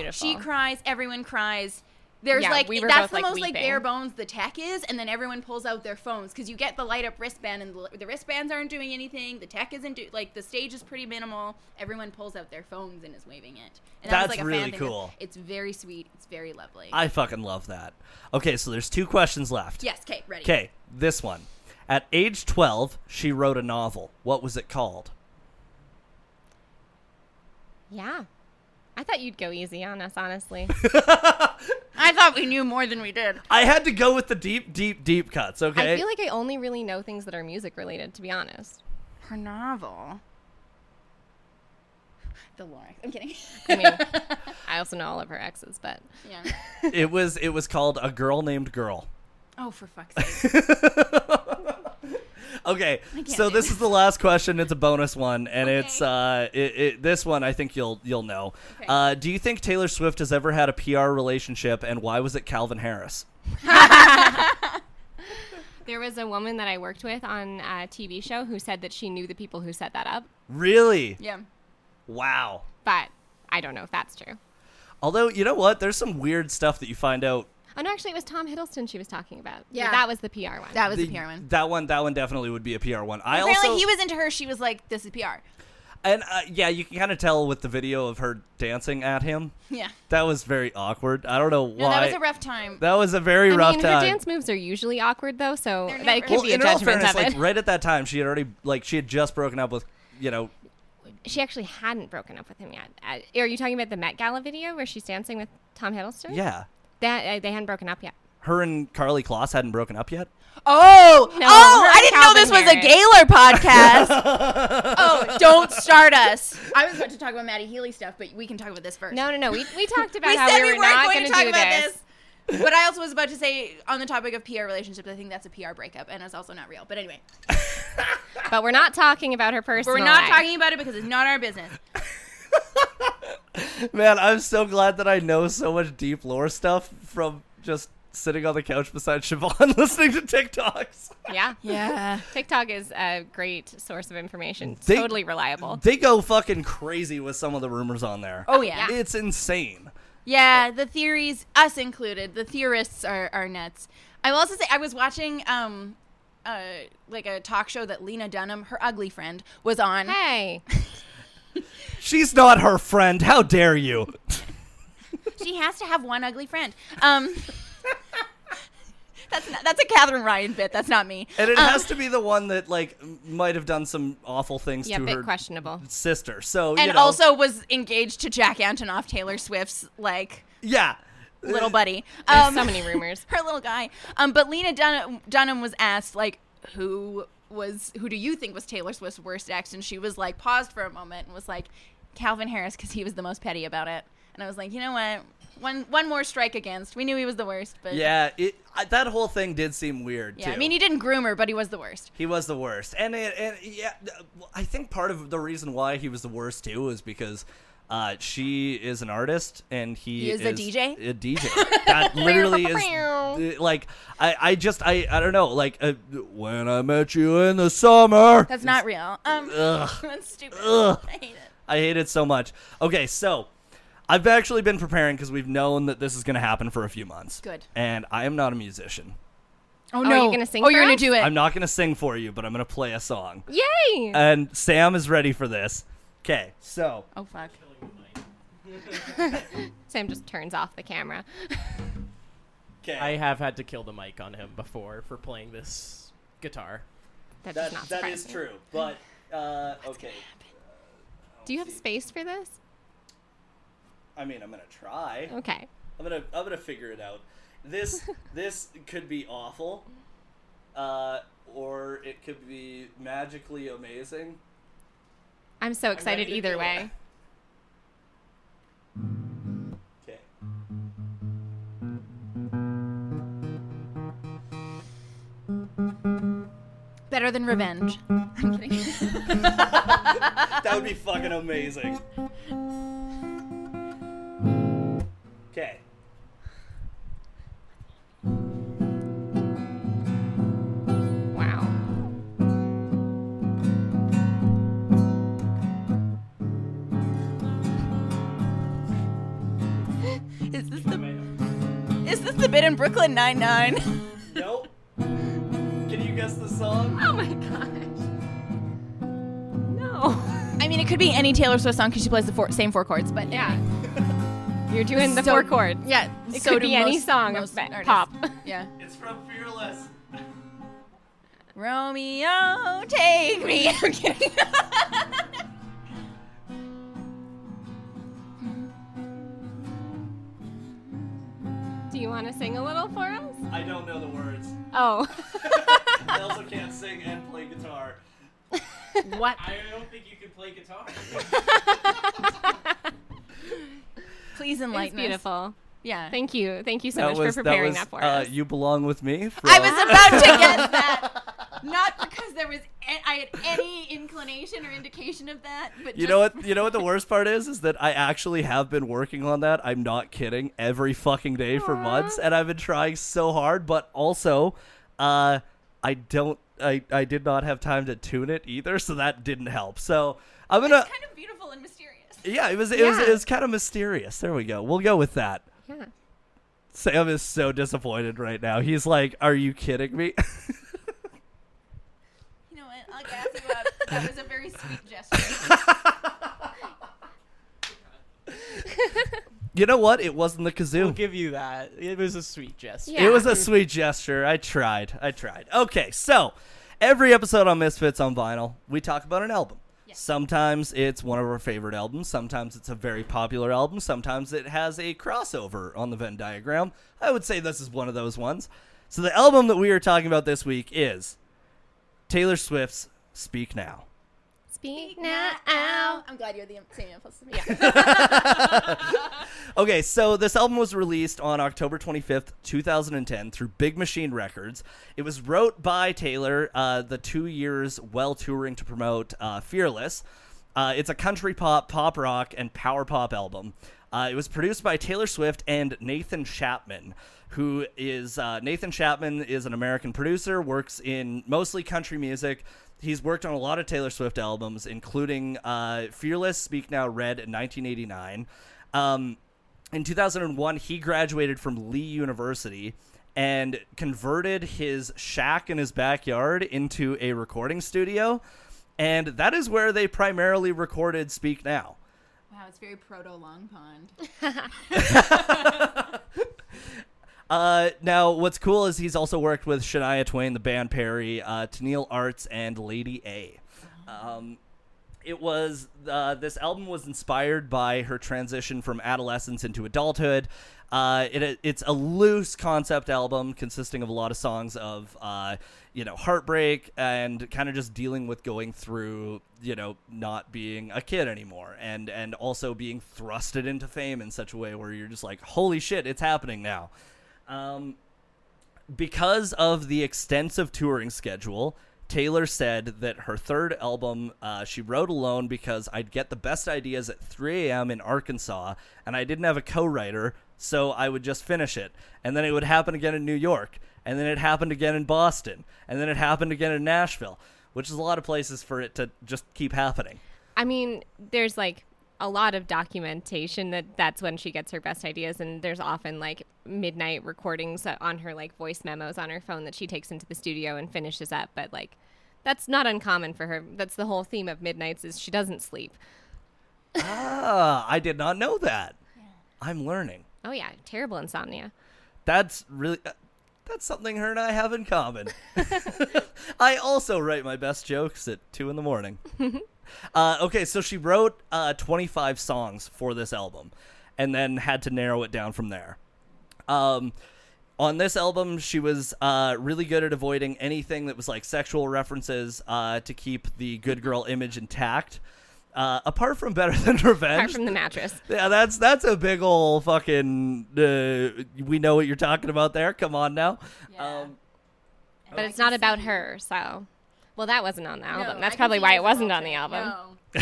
Speaker 2: It's so
Speaker 3: she
Speaker 2: beautiful.
Speaker 3: cries. Everyone cries. There's
Speaker 2: Yeah,
Speaker 3: like
Speaker 2: we were
Speaker 3: that's
Speaker 2: both,
Speaker 3: the
Speaker 2: like,
Speaker 3: most like bare
Speaker 2: weeping.
Speaker 3: bones the tech is, and then everyone pulls out their phones because you get the light up wristband and the, the wristbands aren't doing anything. The tech isn't do like the stage is pretty minimal. Everyone pulls out their phones and is waving it. And that was,
Speaker 1: That's
Speaker 3: like, a fan
Speaker 1: really
Speaker 3: thing.
Speaker 1: cool.
Speaker 3: It's very sweet. It's very lovely.
Speaker 1: I fucking love that. Okay, so there's two questions left.
Speaker 3: yes, Kate, ready?
Speaker 1: Okay, this one. At age 12, she wrote a novel. What was it called?
Speaker 2: yeah. I thought you'd go easy on us, honestly.
Speaker 3: I thought we knew more than we did.
Speaker 1: I had to go with the deep, deep, deep cuts, okay?
Speaker 2: I feel like I only really know things that are music related, to be honest.
Speaker 3: Her novel. The Lorax. I'm kidding. [LAUGHS]
Speaker 2: I [LAUGHS] mean, I also know all of her exes, but
Speaker 3: yeah.
Speaker 1: it was it was called A Girl Named Girl.
Speaker 3: Oh, for fuck's sake.
Speaker 1: Okay, so this is the last question. It's a bonus one, and it's uh, it, it, this one I think you'll you'll know. Uh, do you think Taylor Swift has ever had a PR relationship, and why was it Calvin Harris?
Speaker 2: there was a woman that I worked with on a TV show who said that she knew the people who set that up,
Speaker 1: Really?
Speaker 3: Yeah.
Speaker 1: Wow.
Speaker 2: but I don't know if that's true.
Speaker 1: Although you know what, there's some weird stuff that you find out.
Speaker 2: Oh no, actually, it was Tom Hiddleston she was talking about.
Speaker 3: Yeah.
Speaker 2: that was the PR one.
Speaker 3: That was the,
Speaker 1: The-
Speaker 3: PR one.
Speaker 1: That one, that one definitely would be a PR one. I
Speaker 3: Apparently,
Speaker 1: also
Speaker 3: he was into her. She was like, "This is PR."
Speaker 1: and uh, yeah, you can kind of tell with the video of her dancing at him.
Speaker 3: [LAUGHS] Yeah.
Speaker 1: That was very awkward. I don't know why.
Speaker 3: No, that was a rough time.
Speaker 1: That was a very
Speaker 2: I
Speaker 1: rough
Speaker 2: mean,
Speaker 1: time.
Speaker 2: her dance moves are usually awkward though, so
Speaker 3: They're
Speaker 2: that
Speaker 3: never-
Speaker 2: could
Speaker 1: well,
Speaker 2: be a
Speaker 1: in all
Speaker 2: judgment
Speaker 1: fairness,
Speaker 2: of it.
Speaker 1: like right at that time, she had already like she had just broken up with you know.
Speaker 2: she actually hadn't broken up with him yet. Uh, Are you talking about the Met Gala video where she's dancing with Tom Hiddleston?
Speaker 1: Yeah,
Speaker 2: that uh, they hadn't broken up yet.
Speaker 1: her and Carly Kloss hadn't broken up yet.
Speaker 3: Oh,
Speaker 2: No,
Speaker 3: oh!
Speaker 2: her
Speaker 3: I didn't know
Speaker 2: Calvin
Speaker 3: this was a Gaylor
Speaker 2: Harris.
Speaker 3: podcast. oh, don't start us. I was about to talk about Maddie Healy stuff, but we can talk about this first.
Speaker 2: No, no, no. We, we talked
Speaker 3: [LAUGHS]
Speaker 2: about
Speaker 3: we
Speaker 2: how
Speaker 3: said
Speaker 2: we
Speaker 3: we,
Speaker 2: were
Speaker 3: weren't
Speaker 2: not
Speaker 3: going to
Speaker 2: gonna
Speaker 3: talk
Speaker 2: do
Speaker 3: about this. but I also was about to say on the topic of PR relationships, I think that's a PR breakup, and it's also not real. But anyway,
Speaker 2: But we're not talking about her personal.
Speaker 3: we're not
Speaker 2: life.
Speaker 3: talking about it because it's not our business.
Speaker 1: Man, I'm so glad that I know so much deep lore stuff from just sitting on the couch beside Siobhan [LAUGHS] listening to TikToks.
Speaker 2: [LAUGHS] Yeah,
Speaker 3: Yeah.
Speaker 2: TikTok is a great source of information.
Speaker 1: They-
Speaker 2: totally reliable.
Speaker 1: They go fucking crazy with some of the rumors on there.
Speaker 3: Oh yeah. yeah.
Speaker 1: It's insane.
Speaker 3: the theories, us included, the theorists are are nuts. I will also say I was watching um uh like a talk show that Lena Dunham, her ugly friend, was on.
Speaker 2: Hey,
Speaker 1: She's not her friend. How dare you?
Speaker 3: She has to have one ugly friend. Um, that's not, that's a Catherine Ryan bit. That's not me.
Speaker 1: And it
Speaker 2: Uh.
Speaker 3: Um,
Speaker 1: has to be the one that like m- might have done some awful things
Speaker 2: yeah,
Speaker 1: to
Speaker 2: bit
Speaker 1: her
Speaker 2: questionable.
Speaker 1: sister. So
Speaker 3: and
Speaker 1: you know,
Speaker 3: also was engaged to Jack Antonoff, Taylor Swift's like
Speaker 1: yeah,
Speaker 3: little buddy.
Speaker 2: There's
Speaker 3: Um,
Speaker 2: so [LAUGHS] many rumors.
Speaker 3: [LAUGHS] her little guy. Um, but Lena Dun- Dunham was asked like who was who do you think was Taylor Swift's worst ex? And she was like paused for a moment and was like Calvin Harris because he was the most petty about it. And I was like, you know what? One one more strike against. We knew he was the worst, but
Speaker 1: Yeah, it, I, that whole thing did seem weird.
Speaker 3: yeah.
Speaker 1: too.
Speaker 3: I mean, he didn't groom her, but he was the worst.
Speaker 1: He was the worst, and it, and yeah, th- I think part of the reason why he was the worst too is because uh, she is an artist and he,
Speaker 3: He is a DJ? [LAUGHS]
Speaker 1: A DJ that literally is uh, like I, I just I I don't know like uh, when I met you in the summer.
Speaker 3: That's not real. Um,
Speaker 1: Ugh.
Speaker 3: [LAUGHS] that's stupid.
Speaker 1: Ugh.
Speaker 3: I hate it.
Speaker 1: I hate it so much. Okay, so I've actually been preparing because we've known that this is going to happen for a few months.
Speaker 3: Good.
Speaker 1: And I am not a musician.
Speaker 3: Oh
Speaker 2: no. you're gonna sing
Speaker 3: Oh,
Speaker 2: for
Speaker 3: you're gonna
Speaker 2: us?
Speaker 3: do it.
Speaker 1: I'm not going to sing for you, but I'm going to play a song.
Speaker 2: Yay!
Speaker 1: And Sam is ready for this. Okay, so
Speaker 3: oh fuck.
Speaker 2: Sam just turns off the camera. [LAUGHS]
Speaker 1: okay,
Speaker 6: I have had to kill the mic on him before for playing this guitar.
Speaker 2: That, does
Speaker 1: that
Speaker 2: not
Speaker 1: that
Speaker 2: surprise
Speaker 1: is
Speaker 2: me.
Speaker 1: true. But uh, okay,
Speaker 2: Do you have space for this?
Speaker 1: I mean, I'm going to try.
Speaker 2: Okay.
Speaker 1: I'm gonna I'm gonna figure it out. This
Speaker 2: [LAUGHS]
Speaker 1: this could be awful, uh, or it could be magically amazing.
Speaker 2: I'm so excited
Speaker 1: ready to
Speaker 2: either
Speaker 1: do
Speaker 2: way.
Speaker 1: Okay.
Speaker 3: better than revenge. [LAUGHS] I'm kidding.
Speaker 1: That would be fucking
Speaker 2: [LAUGHS]
Speaker 1: amazing. Okay.
Speaker 2: Wow.
Speaker 3: Is this the is this the bit in Brooklyn Nine Nine?
Speaker 1: Nope. Can you guess the song?
Speaker 2: Oh my gosh. No.
Speaker 3: I mean, it could be any Taylor Swift song because she plays the four, same four chords, but
Speaker 1: [LAUGHS]
Speaker 2: [LAUGHS] Yeah. You're doing the
Speaker 3: So-
Speaker 2: four chords.
Speaker 3: yeah.
Speaker 2: It
Speaker 3: so
Speaker 2: could
Speaker 3: do
Speaker 2: be any
Speaker 3: most-
Speaker 2: song
Speaker 3: most
Speaker 2: of ba-
Speaker 3: artists.
Speaker 2: pop.
Speaker 3: [LAUGHS] Yeah.
Speaker 1: It's from Fearless.
Speaker 3: Romeo, take me. [LAUGHS] I'm kidding.
Speaker 2: Do you want to sing a little for us?
Speaker 1: I don't know the words.
Speaker 2: [LAUGHS] Oh.
Speaker 1: I also can't sing and play guitar.
Speaker 3: what?
Speaker 6: I don't think you can play guitar.
Speaker 3: [LAUGHS] Please
Speaker 2: It's
Speaker 3: enlighten us.
Speaker 2: beautiful.
Speaker 3: Yeah.
Speaker 2: Thank you. Thank you so much for preparing that, for us.
Speaker 1: You Belong With Me.
Speaker 3: I was about
Speaker 1: [LAUGHS]
Speaker 3: to guess that.
Speaker 7: Not because there was an- I had any inclination or indication of that, but
Speaker 1: You
Speaker 7: just
Speaker 1: know what? You know what the worst part is? Is that I actually have been working on that. I'm not kidding. Every fucking day for months, and I've been trying so hard. But also, uh, I don't. I I did not have time to tune it either, so that didn't help. So I'm gonna.
Speaker 7: kind of beautiful and mysterious.
Speaker 1: Yeah, it was. It was. It
Speaker 2: Yeah.
Speaker 1: was kind of mysterious. There we go. We'll go with that.
Speaker 2: yeah.
Speaker 1: Sam is so disappointed right now. He's like, "Are you kidding me?" [LAUGHS]
Speaker 7: You know what? I'll gas you up. That was a very sweet gesture.
Speaker 1: you know what? It wasn't the kazoo.
Speaker 6: We'll give you that. It was a sweet gesture.
Speaker 2: Yeah.
Speaker 1: It was a sweet gesture. I tried. I tried. Okay, so every episode on Misfits on Vinyl, we talk about an album. Sometimes it's one of our favorite albums. Sometimes it's a very popular album. Sometimes it has a crossover on the Venn diagram. I would say this is one of those ones. So the album that we are talking about this week is Taylor Swift's Speak Now.
Speaker 2: Speak now.
Speaker 7: I'm glad you're the same impulse as me.
Speaker 1: Okay, so this album was released on October 25th, 2010, through Big Machine Records. It was wrote by Taylor uh, the two years while touring to promote uh, Fearless. Uh, it's a country pop, pop rock, and power pop album. Uh, it was produced by Taylor Swift and Nathan Chapman, who is uh, Nathan Chapman is an American producer, works in mostly country music. He's worked on a lot of Taylor Swift albums, including uh, Fearless, Speak Now, Red, in 1989. Um, in 2001 he graduated from lee university and converted his shack in his backyard into a recording studio and that is where they primarily recorded speak now
Speaker 7: Wow, it's very proto Long Pond.
Speaker 1: uh, now what's cool is he's also worked with shania twain the band perry uh, Tennille arts and lady a um, it was uh, this album was inspired by her transition from adolescence into adulthood. Uh, it, it's a loose concept album consisting of a lot of songs of uh, you know heartbreak and kind of just dealing with going through you know not being a kid anymore and and also being thrusted into fame in such a way where you're just like holy shit it's happening now. Um, because of the extensive touring schedule, Taylor said that her third album uh, she wrote alone because I'd get the best ideas at 3 a.m. in Arkansas and I didn't have a co writer, so I would just finish it. And then it would happen again in New York. And then it happened again in Boston. And then it happened again in Nashville, which is a lot of places for it to just keep happening.
Speaker 2: I mean, there's like a lot of documentation that that's when she gets her best ideas, and there's often like midnight recordings on her like voice memos on her phone that she takes into the studio and finishes up. But like, that's not uncommon for her. That's the whole theme of midnights is she doesn't sleep.
Speaker 1: Ah, I did not know that. I'm learning.
Speaker 2: Oh yeah, terrible insomnia.
Speaker 1: That's really uh, that's something her and I have in
Speaker 2: [LAUGHS]
Speaker 1: common. [LAUGHS] I also write my best jokes at two in the
Speaker 2: [LAUGHS]
Speaker 1: morning. uh, okay, so she wrote uh, 25 songs for this album, and then had to narrow it down from there. Um, on this album, she was uh, really good at avoiding anything that was like sexual references uh, to keep the good girl image intact. Uh, apart from better than [LAUGHS] revenge,
Speaker 2: Apart from the mattress.
Speaker 1: yeah, that's that's a big ol' fucking. Uh, we know what you're talking about there. Come on now. Um,
Speaker 2: But it's not about her, so Well, that wasn't on the album.
Speaker 3: No,
Speaker 2: That's
Speaker 3: I
Speaker 2: probably why it
Speaker 3: confused
Speaker 2: wasn't
Speaker 3: about
Speaker 2: on the
Speaker 3: that.
Speaker 2: album.
Speaker 1: [LAUGHS]
Speaker 3: No.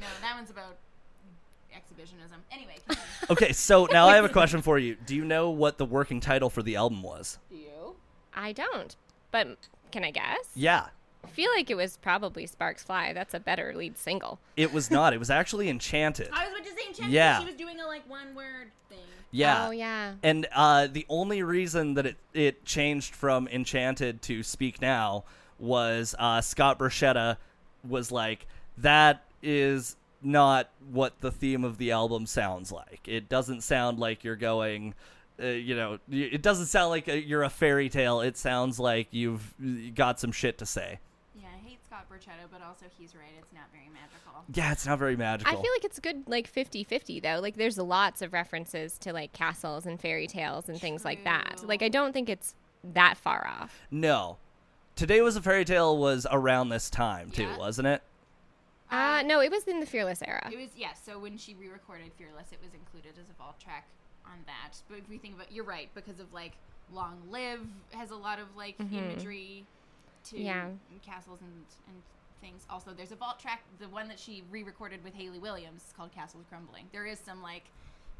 Speaker 3: no, that one's about exhibitionism. Anyway, continue.
Speaker 1: Okay, so now I have a question for you. Do you know what the working title for the album was?
Speaker 2: I don't. But can I guess?
Speaker 1: Yeah.
Speaker 2: I feel like it was probably Sparks Fly. That's a better lead single.
Speaker 1: It was not. It was actually Enchanted.
Speaker 3: I was about to say Enchanted.
Speaker 1: Yeah.
Speaker 3: She was doing a like one word thing.
Speaker 1: Yeah.
Speaker 2: Oh yeah.
Speaker 1: And uh, the only reason that it, it changed from Enchanted to Speak Now was uh, Scott Borchetta was like, that is not what the theme of the album sounds like. It doesn't sound like you're going. Uh, you know, y- it doesn't sound like uh you're a fairy tale. It sounds like you've uh, got some shit to say.
Speaker 3: Yeah, I hate Scott Borchetta, but also he's right. It's not very magical.
Speaker 1: Yeah, it's not very
Speaker 2: I
Speaker 1: magical.
Speaker 2: feel like it's a good like 50-50 though. Like there's lots of references to like castles and fairy tales and things like that. Like I don't think it's that far off.
Speaker 1: no. Today was a fairy tale was around this time too,
Speaker 3: Yeah.
Speaker 1: wasn't it?
Speaker 2: Uh, no, it was in the Fearless era.
Speaker 3: It was yeah. So when she re-recorded Fearless, it was included as a vault track on that. But if we think about, you're right because of like Long Live has a lot of like imagery to
Speaker 2: Yeah.
Speaker 3: castles and and things. Also, there's a vault track, the one that she re-recorded with Haley Williams is called Castles Crumbling. There is some like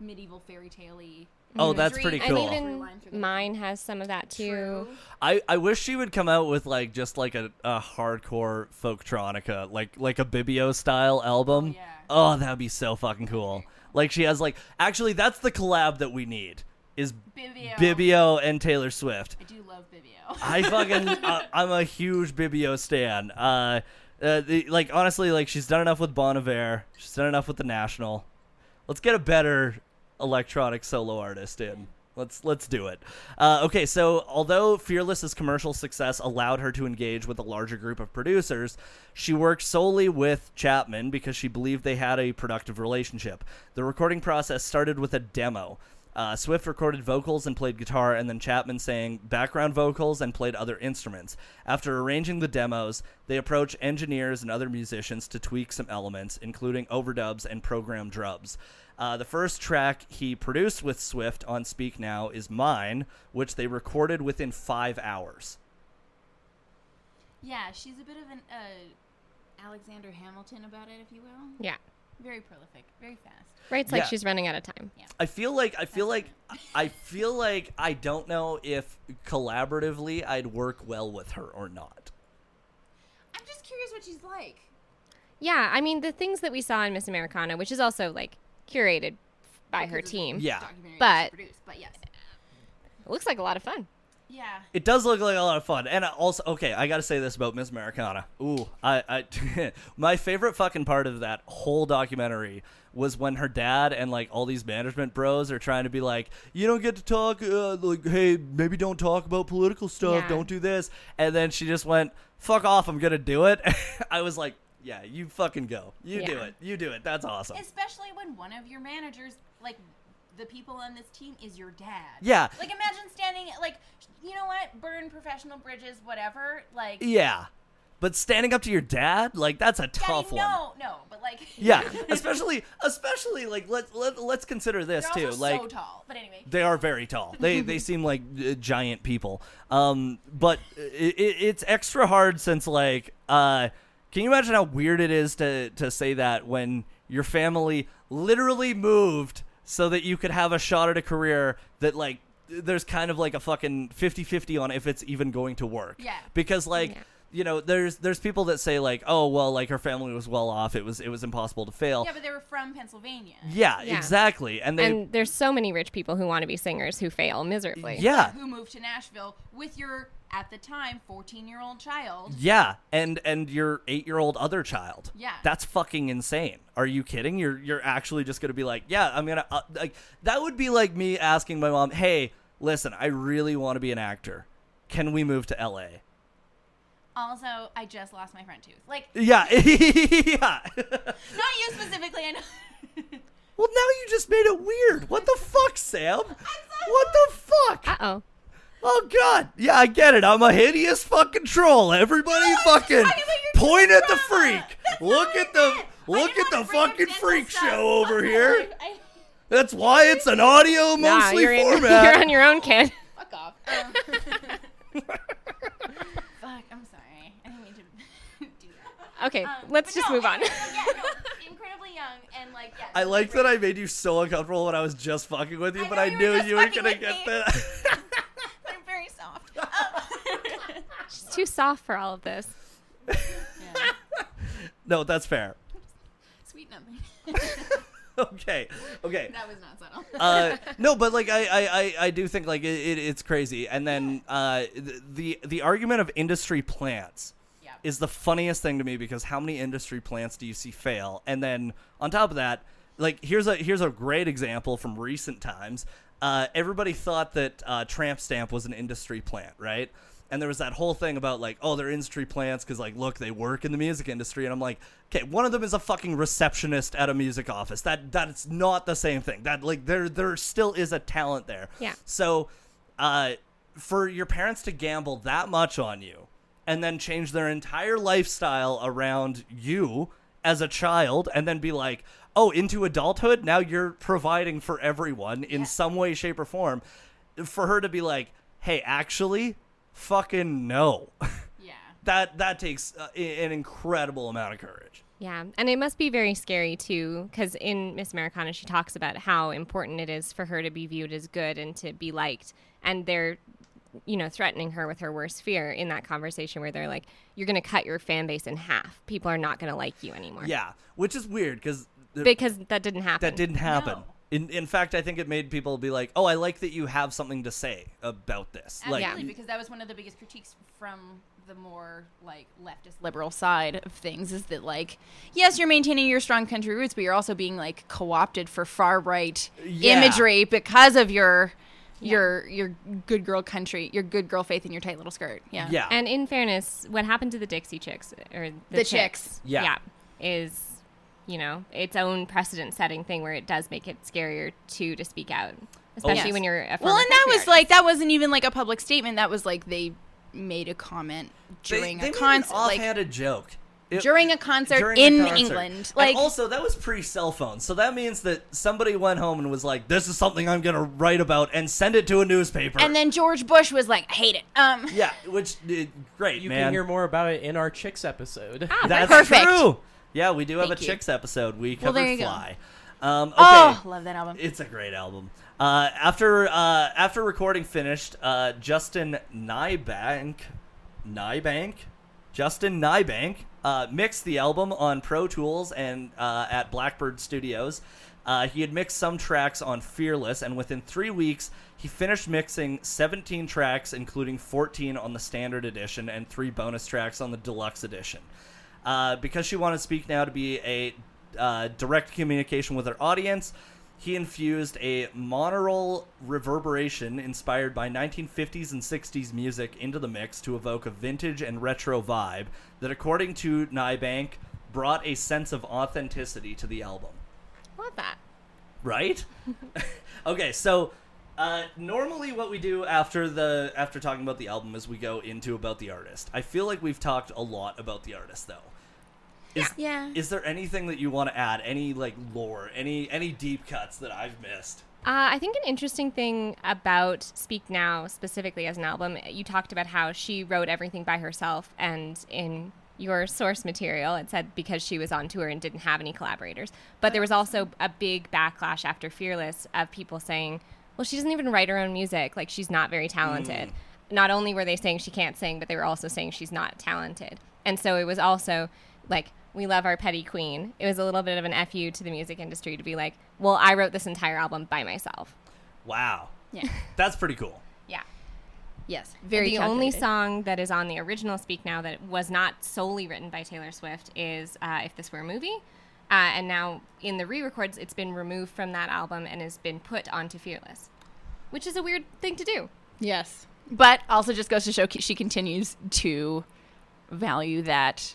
Speaker 3: medieval fairy tale-y.
Speaker 1: Oh, that's pretty
Speaker 3: imagery.
Speaker 1: cool.
Speaker 2: And
Speaker 3: Through
Speaker 2: even
Speaker 3: line through the-
Speaker 2: mine has some of that too.
Speaker 3: True.
Speaker 1: I, I wish she would come out with like just like a, a hardcore folktronica, like like a Bibio style album.
Speaker 3: yeah.
Speaker 1: Oh, that would be so fucking cool. Like she has like actually that's the collab that we need is
Speaker 3: Bibio.
Speaker 1: Bibio and Taylor Swift.
Speaker 3: I do love Bibio.
Speaker 1: I fucking uh, I'm a huge Bibio stan. Uh, uh the, like honestly, like she's done enough with Bon Iver. She's done enough with the National. Let's get a better electronic solo artist in. Let's let's do it. Uh, okay, so although Fearless's commercial success allowed her to engage with a larger group of producers, she worked solely with Chapman because she believed they had a productive relationship. The recording process started with a demo. Uh, Swift recorded vocals and played guitar, and then Chapman sang background vocals and played other instruments. After arranging the demos, they approached engineers and other musicians to tweak some elements, including overdubs and programmed drums. Uh, the first track he produced with Swift on Speak Now is Mine, which they recorded within five hours.
Speaker 3: yeah, she's a bit of an uh, Alexander Hamilton about it, if you will.
Speaker 2: Yeah.
Speaker 3: Very prolific, very fast.
Speaker 2: Writes like
Speaker 1: Yeah.
Speaker 2: she's running out of time.
Speaker 1: I feel like I feel like I feel like I don't know if collaboratively I'd work well with her or not.
Speaker 3: I'm just curious what she's like.
Speaker 2: Yeah, I mean the things that we saw in Miss Americana, which is also like curated by her team.
Speaker 1: Yeah.
Speaker 3: documentary
Speaker 2: But-
Speaker 3: she produced, but yes.
Speaker 2: It looks like a lot of fun.
Speaker 3: Yeah.
Speaker 1: It does look like a lot of fun, and I also okay. I gotta say this about Miss Americana. Ooh, I, I [LAUGHS] my favorite fucking part of that whole documentary was when her dad and like all these management bros are trying to be like, you don't get to talk, uh, like, hey, maybe don't talk about political stuff,
Speaker 2: Yeah.
Speaker 1: don't do this, and then she just went, fuck off, I'm gonna do it. [LAUGHS] I was like, yeah, you fucking go, you do
Speaker 2: Yeah.
Speaker 1: it, you do it. That's awesome.
Speaker 3: Especially when one of your managers, like the people on this team, is your dad.
Speaker 1: yeah,
Speaker 3: Like imagine standing, like you know what, burn professional bridges, whatever. Like
Speaker 1: yeah, but standing up to your dad, like that's a
Speaker 3: I mean,
Speaker 1: tough one.
Speaker 3: no, no, but like
Speaker 1: [LAUGHS]
Speaker 3: [LAUGHS]
Speaker 1: Yeah, especially especially like let let let's consider this
Speaker 3: they're
Speaker 1: too.
Speaker 3: also
Speaker 1: Like
Speaker 3: so tall. But anyway,
Speaker 1: they are very tall. They they seem like uh, giant people. Um, but it, it, it's extra hard since like uh, can you imagine how weird it is to to say that when your family literally moved so that you could have a shot at a career that like there's kind of like a fucking 50-50 on if it's even going to work.
Speaker 3: Yeah.
Speaker 1: Because like
Speaker 2: Yeah.
Speaker 1: you know, there's there's people that say like, "Oh, well, like her family was well off. It was it was impossible to fail."
Speaker 3: yeah, but they were from Pennsylvania.
Speaker 1: Yeah,
Speaker 2: Yeah.
Speaker 1: exactly. And they
Speaker 2: and there's so many rich people who want to be singers who fail miserably.
Speaker 1: yeah.
Speaker 3: Who moved to Nashville with your at the time 14 year old child?
Speaker 1: Yeah, and and your 8-year-old other child.
Speaker 3: Yeah.
Speaker 1: That's fucking insane. Are you kidding? You're you're actually just going to be like, "Yeah, I'm going to uh, like that would be like me asking my mom, "Hey, listen, I really want to be an actor. Can we move to LA?"
Speaker 3: Also, I just lost my front tooth. Like
Speaker 1: [LAUGHS] Yeah. yeah. [LAUGHS]
Speaker 3: not you specifically. I know. [LAUGHS]
Speaker 1: well, now you just made it weird. What the fuck, Sam? What the fuck?
Speaker 2: Uh oh.
Speaker 1: Oh God! Yeah, I get it. I'm a hideous fucking troll. Everybody,
Speaker 3: talking
Speaker 1: fucking
Speaker 3: about your
Speaker 1: point at the
Speaker 3: drama.
Speaker 1: freak.
Speaker 3: That's
Speaker 1: look
Speaker 3: not
Speaker 1: at
Speaker 3: what
Speaker 1: the
Speaker 3: I meant. I
Speaker 1: look
Speaker 3: didn't
Speaker 1: at the
Speaker 3: wanna bring up
Speaker 1: fucking
Speaker 3: dental
Speaker 1: freak
Speaker 3: stuff.
Speaker 1: show over
Speaker 3: Okay,
Speaker 1: here.
Speaker 3: I, I-
Speaker 1: That's why it's an audio
Speaker 2: Nah,
Speaker 1: mostly
Speaker 2: you're, in,
Speaker 1: format.
Speaker 2: you're on your [LAUGHS]
Speaker 7: [LAUGHS]
Speaker 2: own, kid. Oh.
Speaker 3: Fuck off. Um, Fuck, I'm sorry. I didn't mean to.
Speaker 2: Okay,
Speaker 7: Um,
Speaker 2: let's
Speaker 7: but
Speaker 2: just
Speaker 7: no,
Speaker 2: move on.
Speaker 7: anyway, so yeah,
Speaker 2: [LAUGHS]
Speaker 7: no, incredibly young and like yeah.
Speaker 1: I
Speaker 7: just
Speaker 1: like that
Speaker 7: great.
Speaker 1: I made you so uncomfortable when I was just fucking with you,
Speaker 7: I
Speaker 1: but
Speaker 7: know
Speaker 1: I
Speaker 7: you were
Speaker 1: knew
Speaker 7: just
Speaker 1: you were
Speaker 7: fucking
Speaker 1: gonna
Speaker 7: with
Speaker 1: get
Speaker 7: me.
Speaker 1: that. [LAUGHS]
Speaker 7: I'm very soft. Um,
Speaker 2: She's too soft for all of this.
Speaker 1: no, that's fair. [LAUGHS]
Speaker 7: sweet nothing.
Speaker 1: Okay, okay.
Speaker 7: [LAUGHS] That was not subtle.
Speaker 1: uh, no, but like I, I, I, I do think like it, it, it's crazy. And then uh, th- the the argument of industry plants
Speaker 7: Yeah.
Speaker 1: is the funniest thing to me because how many industry plants do you see fail? And then on top of that, like here's a here's a great example from recent times. Uh, everybody thought that uh, Tramp Stamp was an industry plant, right? And there was that whole thing about like, oh, they're industry plants because like, look, they work in the music industry. And I'm like, okay, one of them is a fucking receptionist at a music office. That that's not the same thing. That like, there there still is a talent there.
Speaker 2: Yeah.
Speaker 1: So, uh, for your parents to gamble that much on you and then change their entire lifestyle around you as a child and then be like, oh, into adulthood, now you're providing for everyone in some way, shape, or form. For her to be like, hey, actually, fucking no. [LAUGHS]
Speaker 7: yeah.
Speaker 1: that that takes uh, i- an incredible amount of courage.
Speaker 2: Yeah, and it must be very scary too, because in Miss Americana, she talks about how important it is for her to be viewed as good and to be liked, and they're, you know, threatening her with her worst fear in that conversation where they're like, "You're going to cut your fan base in half. People are not going to like you anymore."
Speaker 1: Yeah, which is weird because
Speaker 2: because that didn't happen.
Speaker 1: that didn't happen. In, in fact, I think it made people be like, "Oh, I like that you have something to say about this."
Speaker 7: Absolutely,
Speaker 1: like,
Speaker 2: Yeah.
Speaker 7: because that was one of the biggest critiques from the more like leftist liberal side of things is that like yes you're maintaining your strong country roots but you're also being like co-opted for far right
Speaker 1: Yeah.
Speaker 7: imagery because of your your your good girl country your good girl faith in your tight little skirt yeah
Speaker 1: yeah,
Speaker 2: And in fairness, what happened to the Dixie Chicks or the,
Speaker 7: The Chicks.
Speaker 1: Yeah.
Speaker 2: is you know its own precedent-setting thing where it does make it scarier too to speak out, especially
Speaker 7: Yes.
Speaker 2: when you're a
Speaker 7: well
Speaker 2: former
Speaker 7: and that
Speaker 2: country
Speaker 7: was
Speaker 2: artist.
Speaker 7: like that wasn't even like a public statement that was like they made a comment during a
Speaker 1: made an
Speaker 7: concert like
Speaker 1: offhanded joke It-
Speaker 7: during a concert
Speaker 1: during a
Speaker 7: in
Speaker 1: concert.
Speaker 7: England.
Speaker 1: And
Speaker 7: Like
Speaker 1: also that was pre-cell phone, so that means that somebody went home and was like, "This is something I'm gonna write about and send it to a newspaper."
Speaker 7: and then George Bush was like, I hate it. Um
Speaker 1: yeah, which uh, great
Speaker 6: You
Speaker 1: man.
Speaker 6: can hear more about it in our chicks episode.
Speaker 2: Ah,
Speaker 1: That's
Speaker 7: Perfect.
Speaker 1: true. Yeah, we do have
Speaker 7: Thank
Speaker 1: a
Speaker 7: you.
Speaker 1: chicks episode. We
Speaker 7: Well,
Speaker 1: covered
Speaker 7: there you go.
Speaker 1: Fly. Um, okay.
Speaker 7: Oh love that album.
Speaker 1: It's a great album. Uh, after uh, after recording finished, uh, Justin Nybank, Nybank, Justin Nybank uh, mixed the album on Pro Tools and uh, at Blackbird Studios. Uh, he had mixed some tracks on Fearless, and within three weeks, he finished mixing 17 tracks, including 14 on the standard edition and three bonus tracks on the deluxe edition. Uh, because she wanted Speak Now to be a uh, direct communication with her audience, he infused a monaural reverberation inspired by 1950s and 60s music into the mix to evoke a vintage and retro vibe that, according to Nybank, brought a sense of authenticity to the album.
Speaker 2: love that.
Speaker 1: Right? [LAUGHS] okay, so uh, normally what we do after the after talking about the album is we go into about the artist. I feel like we've talked a lot about the artist though.
Speaker 7: Yeah.
Speaker 1: Is there anything that you want to add? Any like lore? Any any deep cuts that I've missed?
Speaker 2: Uh, I think an interesting thing about Speak Now, specifically as an album, you talked about how she wrote everything by herself, and in your source material, it said because she was on tour and didn't have any collaborators. But there was also a big backlash after Fearless of people saying, well, she doesn't even write her own music. Like, she's not very talented. Not only were they saying she can't sing, but they were also saying she's not talented. And so it was also like, we love our petty queen. It was a little bit of an FU to the music industry to be like, well, I wrote this entire album by myself.
Speaker 1: Wow,
Speaker 7: Yeah.
Speaker 1: that's pretty cool.
Speaker 2: Yeah.
Speaker 7: Yes. Very
Speaker 2: the only
Speaker 7: calculated.
Speaker 2: song that is on the original Speak Now that was not solely written by Taylor Swift is uh, If This Were a Movie. Uh, and now in the re records, it's been removed from that album and has been put onto Fearless, which is a weird thing to do.
Speaker 7: Yes. But also just goes to show she continues to value that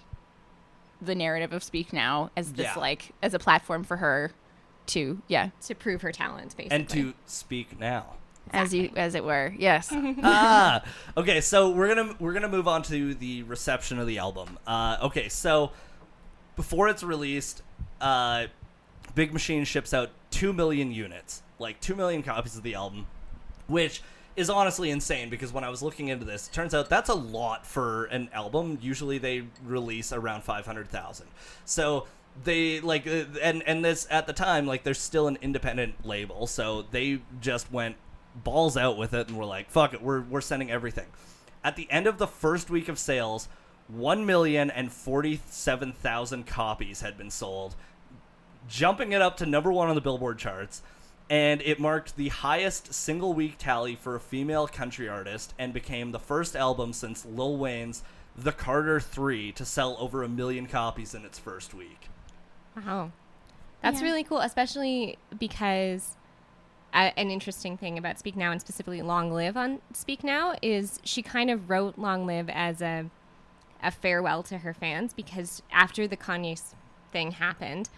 Speaker 7: the narrative of Speak Now as this
Speaker 1: Yeah.
Speaker 7: like as a platform for her to yeah
Speaker 2: to prove her talent, basically.
Speaker 1: And to speak now.
Speaker 7: as you as it were yes
Speaker 1: ah, okay. So we're gonna we're gonna move on to the reception of the album. Uh, okay, so before it's released, uh, Big Machine ships out two million units, like two million copies of the album, which is honestly insane because when I was looking into this, it turns out that's a lot for an album. Usually they release around 500,000. So they like uh, and and this at the time like they're still an independent label, so they just went balls out with it and were like, "Fuck it, we're we're sending everything." At the end of the first week of sales, 1,047,000 copies had been sold jumping it up to number one on the Billboard charts, and it marked the highest single week tally for a female country artist and became the first album since Lil Wayne's The Carter 3 to sell over a million copies in its first week.
Speaker 2: Wow. That's
Speaker 7: Yeah.
Speaker 2: really cool, especially because uh, an interesting thing about Speak Now and specifically Long Live on Speak Now is she kind of wrote Long Live as a a farewell to her fans because after the Kanye s- thing happened,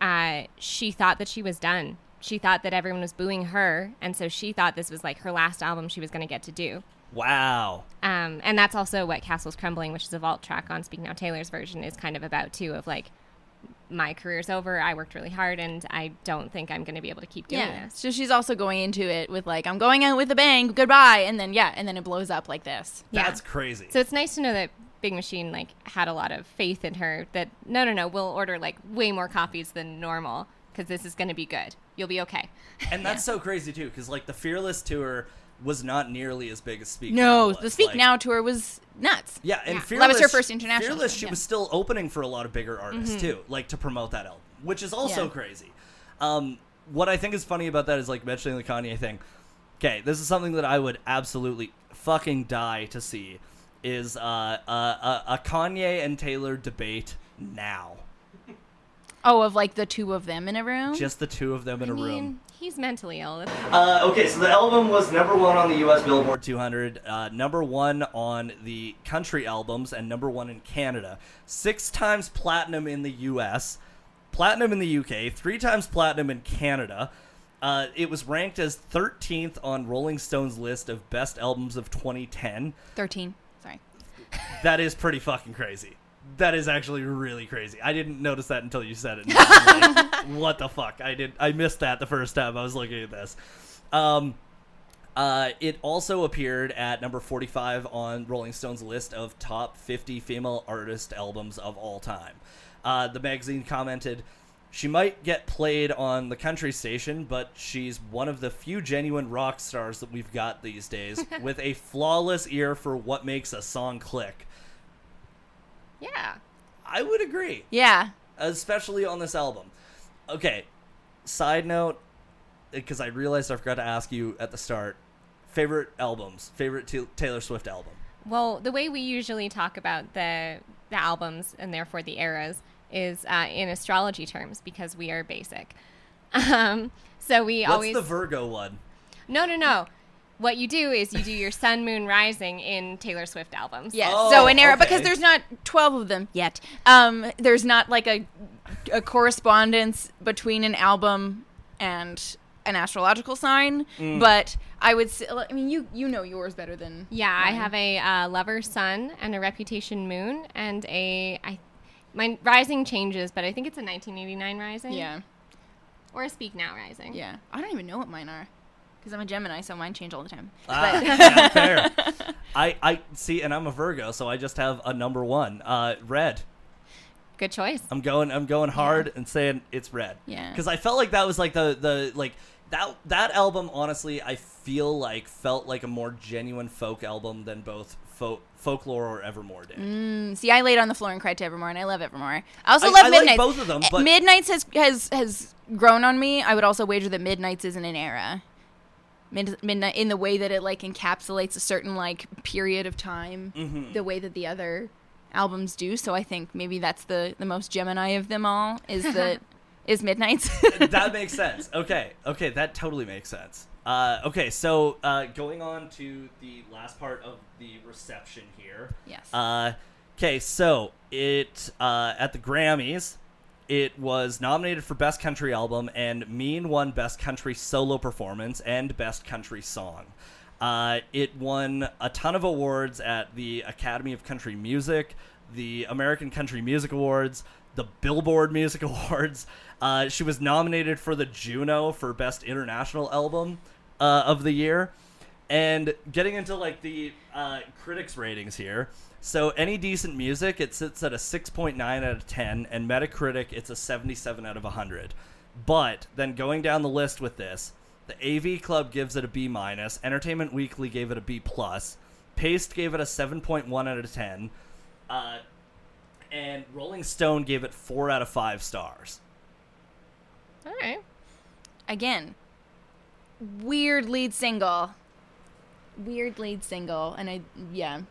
Speaker 2: uh, she thought that she was done. She thought that everyone was booing her, and so she thought this was like her last album she was going to get to do.
Speaker 1: Wow.
Speaker 2: Um, and that's also what Castle's Crumbling, which is a vault track on Speak Now Taylor's version, is kind of about too of like my career's over, I worked really hard and I don't think I'm gonna be able to keep doing
Speaker 3: Yeah.
Speaker 2: this.
Speaker 3: So she's also going into it with like, I'm going out with a bang, goodbye, and then yeah, and then it blows up like this.
Speaker 2: Yeah.
Speaker 1: That's crazy.
Speaker 2: So it's nice to know that Big Machine like had a lot of faith in her that no no no, we'll order like way more copies than normal because this is gonna be good. You'll be okay.
Speaker 1: and that's so crazy too, because like the Fearless tour was not nearly as big as Speak Now.
Speaker 3: No,
Speaker 1: was.
Speaker 3: the Speak
Speaker 1: Like,
Speaker 3: Now tour was nuts.
Speaker 1: Yeah, and
Speaker 2: Yeah.
Speaker 1: Fearless.
Speaker 3: That was her first international
Speaker 1: Fearless,
Speaker 3: tour,
Speaker 1: she
Speaker 3: yeah. Mm-hmm.
Speaker 1: was still opening for a lot of bigger artists too, like to promote that album, which is also
Speaker 3: Yeah.
Speaker 1: crazy. Um, what I think is funny about that is like mentioning the Kanye thing. Okay, this is something that I would absolutely fucking die to see is uh, a, a, a Kanye and Taylor debate now,
Speaker 3: Oh, of like the two of them in a room.
Speaker 1: just the two of them in
Speaker 2: I
Speaker 1: a
Speaker 2: mean,
Speaker 1: room.
Speaker 2: he's mentally ill.
Speaker 1: Uh, okay, so the album was number one on the U.S. Billboard 200, uh, number one on the country albums, and number one in Canada. Six times platinum in the U.S., platinum in the U.K., three times platinum in Canada. Uh, it was ranked as 13th on Rolling Stone's list of best albums of 2010.
Speaker 3: 13. Sorry.
Speaker 1: That is pretty fucking crazy. That is actually really crazy. I didn't notice that until you said it. what the fuck? I did. I missed that the first time I was looking at this. Um, uh, it also appeared at number 45 on Rolling Stone's list of top 50 female artist albums of all time. Uh, the magazine commented, "She might get played on the country station, but she's one of the few genuine rock stars that we've got these days, with a flawless ear for what makes a song click."
Speaker 2: Yeah.
Speaker 1: I would agree,
Speaker 3: Yeah.
Speaker 1: especially on this album. Okay, side note, because I realized I forgot to ask you at the start favorite albums, favorite Ta- Taylor Swift album.
Speaker 2: Well, the way we usually talk about the the albums and therefore the eras is uh, in astrology terms because we are basic. [LAUGHS] Um, so we
Speaker 1: What's
Speaker 2: always
Speaker 1: the Virgo one?
Speaker 2: no no no. What you do is you do your sun, moon, rising in Taylor Swift albums.
Speaker 3: Yes.
Speaker 1: Oh,
Speaker 3: so an era because
Speaker 1: okay.
Speaker 3: there's not 12 of them yet. Um, there's not like a a correspondence between an album and an astrological sign,
Speaker 1: Mm.
Speaker 3: but I would say, I mean, you you know yours better than
Speaker 2: Yeah, I have a uh, lover sun and a reputation moon and a I. My rising changes, but I think it's a 1989 rising.
Speaker 3: yeah,
Speaker 2: Or a Speak Now rising.
Speaker 3: yeah. I don't even know what mine are because I'm a Gemini, so mine change all the time.
Speaker 1: Ah, yeah, fair. I, I see, and I'm a Virgo, so I just have a number one. Uh, red.
Speaker 2: Good choice.
Speaker 1: I'm going. I'm going hard and saying it's red.
Speaker 3: Yeah.
Speaker 1: Because I felt like that was like the the like that that album. Honestly, I feel like felt like a more genuine folk album than both folk folklore or Evermore did.
Speaker 3: Mm, see, I laid on the floor and cried to Evermore, and I love Evermore. I also
Speaker 1: I-
Speaker 3: love
Speaker 1: I like
Speaker 3: Midnight.
Speaker 1: both of them,
Speaker 3: Eh,
Speaker 1: but-
Speaker 3: Midnight's has has has grown on me. I would also wager that Midnight's isn't an era. Mid- Midnight in the way that it like encapsulates a certain like period of time,
Speaker 1: Mm-hmm.
Speaker 3: the way that the other albums do. So I think maybe that's the the most Gemini of them all is the is Midnight's.
Speaker 1: that makes sense. Okay, okay, that totally makes sense. Uh, okay, so uh, going on to the last part of the reception here.
Speaker 3: Yes.
Speaker 1: Uh, Okay, so it uh, at the Grammys, it was nominated for Best Country Album, and Mean won Best Country Solo Performance and Best Country Song. Uh, it won a ton of awards at the Academy of Country Music, the American Country Music Awards, the Billboard Music [LAUGHS] Awards. Uh, she was nominated for the Juno for Best International Album uh, of the Year. And getting into like the uh, critics ratings here. So any decent music, it sits at a 6.9 out of 10, and Metacritic, it's a 77 out of 100. But then going down the list with this, the AV Club gives it a B minus. Entertainment Weekly gave it a B plus. Paste gave it a 7.1 out of 10. Uh, and Rolling Stone gave it four out of five stars.
Speaker 2: All right.
Speaker 3: [LAUGHS] Again, weird lead single. Weird lead single, and I yeah.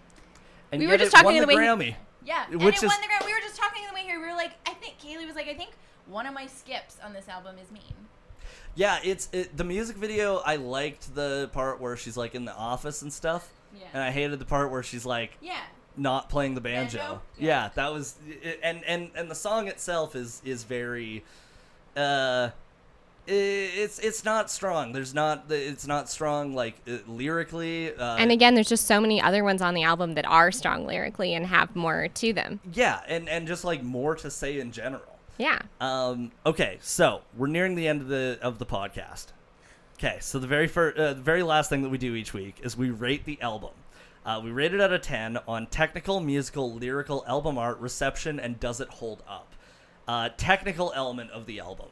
Speaker 1: And
Speaker 3: We were
Speaker 1: yet
Speaker 3: just
Speaker 1: it
Speaker 3: talking
Speaker 1: won
Speaker 3: the
Speaker 1: the
Speaker 3: way he-
Speaker 1: Grammy.
Speaker 7: Yeah, and
Speaker 1: Which
Speaker 7: it
Speaker 1: is-
Speaker 7: won the Grammy. We were just talking on the way here. We were like, I think Kaylee was like, I think one of my skips on this album is Mean.
Speaker 1: Yeah, it's it, the music video. I liked the part where she's like in the office and stuff,
Speaker 7: Yeah.
Speaker 1: and I hated the part where she's like
Speaker 7: Yeah,
Speaker 1: not playing the banjo.
Speaker 7: Banjo?
Speaker 1: Yeah. that was i- and and and the song itself is is very uh i- it's it's not strong. There's not it's not strong like uh, lyrically. Uh,
Speaker 2: And again, there's just so many other ones on the album that are strong lyrically and have more to them.
Speaker 1: yeah, and and just like more to say in general.
Speaker 2: Yeah.
Speaker 1: Um, okay, so we're nearing the end of the of the podcast. Okay, so the very first, uh, the very last thing that we do each week is we rate the album. Uh, we rate it out of ten on technical, musical, lyrical, album art, reception, and does it hold up? Uh, technical element of the album.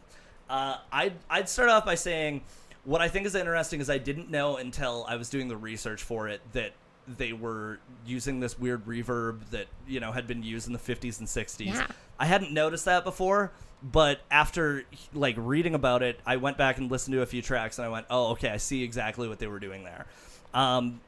Speaker 1: Uh, I'd I'd start off by saying what I think is interesting is I didn't know until I was doing the research for it that they were using this weird reverb that you know had been used in the 50s and 60s.
Speaker 2: Yeah.
Speaker 1: I hadn't noticed that before, but after like reading about it, I went back and listened to a few tracks, and I went, "Oh, okay, I see exactly what they were doing there." Um,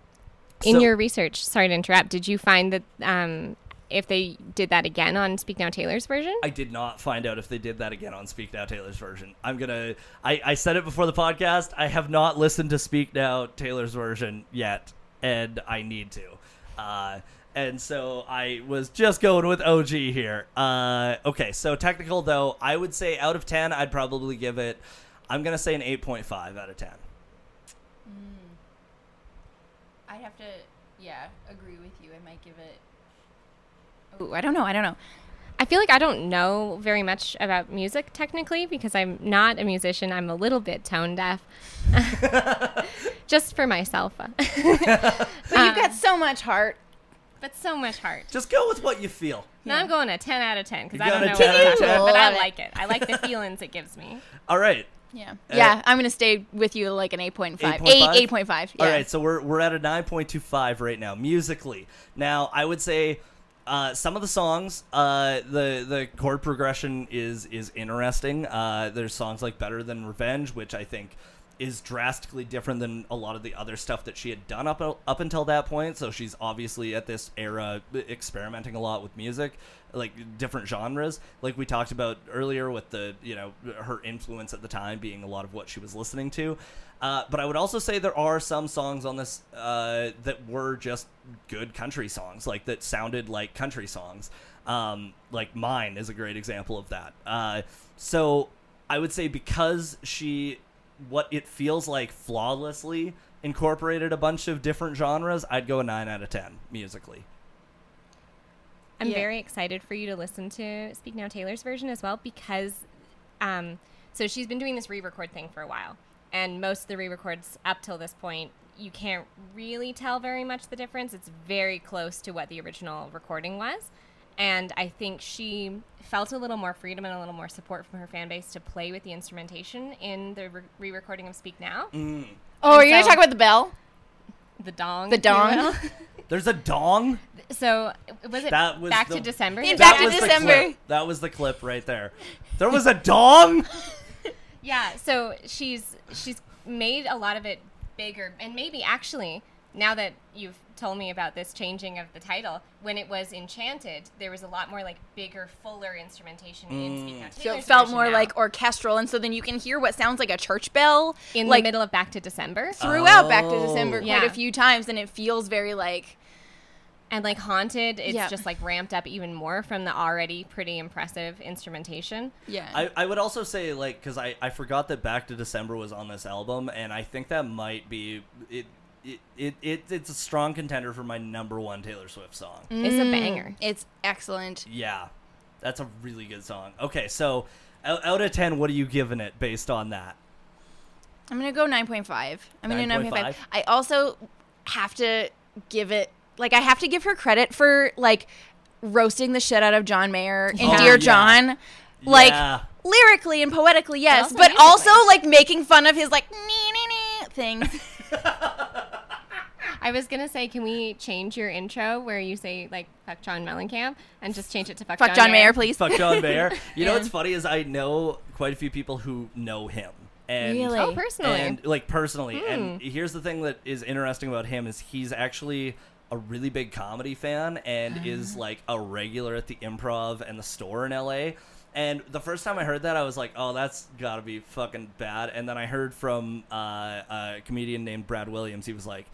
Speaker 2: In
Speaker 1: so-
Speaker 2: your research, sorry to interrupt, did you find that um, if they did that again on Speak Now Taylor's version?
Speaker 1: I did not find out if they did that again on Speak Now Taylor's version. I'm gonna. I, I said it before the podcast. I have not listened to Speak Now Taylor's version yet, and I need to. Uh, and so I was just going with OG here. Uh, okay, so technical though, I would say out of ten, I'd probably give it. I'm gonna say an 8.5 out of 10.
Speaker 7: I'd have to, yeah, agree with you. I might give it.
Speaker 3: Ooh, I don't know. I don't know.
Speaker 2: I feel like I don't know very much about music technically because I'm not a musician. I'm a little bit tone deaf, [LAUGHS] just for myself. [LAUGHS]
Speaker 3: But you've got so much heart.
Speaker 2: but so much heart.
Speaker 1: Just go with what you feel.
Speaker 2: Now I'm going a 10 out of 10 because
Speaker 1: You
Speaker 2: I
Speaker 1: got
Speaker 2: don't
Speaker 1: a
Speaker 2: know
Speaker 1: 10 out
Speaker 2: what I'm
Speaker 1: of
Speaker 2: talking
Speaker 1: 10?
Speaker 2: about, but I
Speaker 3: Love it.
Speaker 2: like it. I like the feelings it gives me.
Speaker 1: All right.
Speaker 3: Yeah.
Speaker 1: Uh,
Speaker 3: yeah, I'm gonna stay with you like an 8.5.
Speaker 1: 8.5?
Speaker 3: 8 8.5. Yeah.
Speaker 1: All right, so we're we're at a nine point two five right now musically. Now I would say uh, some of the songs, uh, the the chord progression is is interesting. Uh, there's songs like "Better Than Revenge," which I think is drastically different than a lot of the other stuff that she had done up up until that point. So she's obviously at this era experimenting a lot with music, like different genres. Like we talked about earlier with the you know her influence at the time being a lot of what she was listening to. Uh, but I would also say there are some songs on this uh, that were just good country songs, like that sounded like country songs. Um, like mine is a great example of that. Uh, so I would say because she, what it feels like flawlessly incorporated a bunch of different genres, I'd go a 9 out of 10 musically.
Speaker 2: I'm
Speaker 3: Yeah.
Speaker 2: very excited for you to listen to Speak Now Taylor's version as well because, um, so she's been doing this re-record thing for a while, and most of the re-records up till this point, you can't really tell very much the difference. It's very close to what the original recording was, and I think she felt a little more freedom and a little more support from her fan base to play with the instrumentation in the re- re-recording of Speak Now,
Speaker 3: Oh, are you gonna
Speaker 2: And so-
Speaker 3: talk about the bell?
Speaker 2: the dong,
Speaker 3: The
Speaker 2: if you will.
Speaker 7: [LAUGHS]
Speaker 3: dong?
Speaker 1: There's a dong.
Speaker 2: so was it
Speaker 1: That was
Speaker 2: back
Speaker 1: the-
Speaker 2: to December?
Speaker 3: In
Speaker 2: The
Speaker 3: Back
Speaker 1: That
Speaker 3: to
Speaker 2: dong?
Speaker 1: was the
Speaker 3: December.
Speaker 1: clip. That was the clip right there. There was a
Speaker 2: [LAUGHS]
Speaker 1: dong.
Speaker 2: Yeah, so she's she's made a lot of it bigger and maybe actually now that you've told me about this changing of the title, when it was Enchanted, there was a lot more like bigger, fuller instrumentation in Speak Now
Speaker 3: So it
Speaker 2: Taylor's
Speaker 3: felt
Speaker 2: version
Speaker 3: more
Speaker 2: now.
Speaker 3: like orchestral, and so then you can hear what sounds like a church bell
Speaker 2: in
Speaker 3: like
Speaker 2: the middle of Back to December
Speaker 3: throughout Back to
Speaker 1: Oh.
Speaker 3: December quite
Speaker 2: Yeah.
Speaker 3: a few times, and it feels very like
Speaker 2: and like Haunted, it's
Speaker 3: Yeah.
Speaker 2: just like ramped up even more from the already pretty impressive instrumentation.
Speaker 3: yeah.
Speaker 1: I, I would also say like because I, I forgot that Back to December was on this album, and I think that might be it. It, it, it it's a strong contender for my number one Taylor Swift song.
Speaker 3: Mm.
Speaker 2: It's a banger.
Speaker 3: it's excellent.
Speaker 1: Yeah, that's a really good song. Okay, so out, out of ten, what are you giving it based on that?
Speaker 3: I'm gonna go 9.5. I'm gonna go 9.5.
Speaker 6: 9.5.
Speaker 3: I also have to give it like I have to give her credit for like roasting the shit out of John Mayer in
Speaker 1: Oh,
Speaker 3: Dear
Speaker 1: yeah.
Speaker 3: John. Like
Speaker 1: Yeah.
Speaker 3: lyrically and poetically, yes,
Speaker 2: also
Speaker 3: but
Speaker 2: musically.
Speaker 3: also like making fun of his like nee nee nee
Speaker 1: [LAUGHS]
Speaker 3: things.
Speaker 2: I was gonna say, can we change your intro where you say like "fuck John Mellencamp" and just change it to "fuck,
Speaker 3: Fuck John Mayer, please.
Speaker 1: Fuck
Speaker 3: [LAUGHS]
Speaker 1: John Mayer. You know what's funny is I know quite a few people who know him. And
Speaker 3: Really?
Speaker 2: Oh, personally. Hmm.
Speaker 1: And like personally, and here's the thing that is interesting about him is he's actually a really big comedy fan and is
Speaker 2: Ah.
Speaker 1: like a regular at the improv and the store in LA. And the first time I heard that, I was like, "Oh, that's gotta be fucking bad." And then I heard from uh, a comedian named Brad Williams. He was like,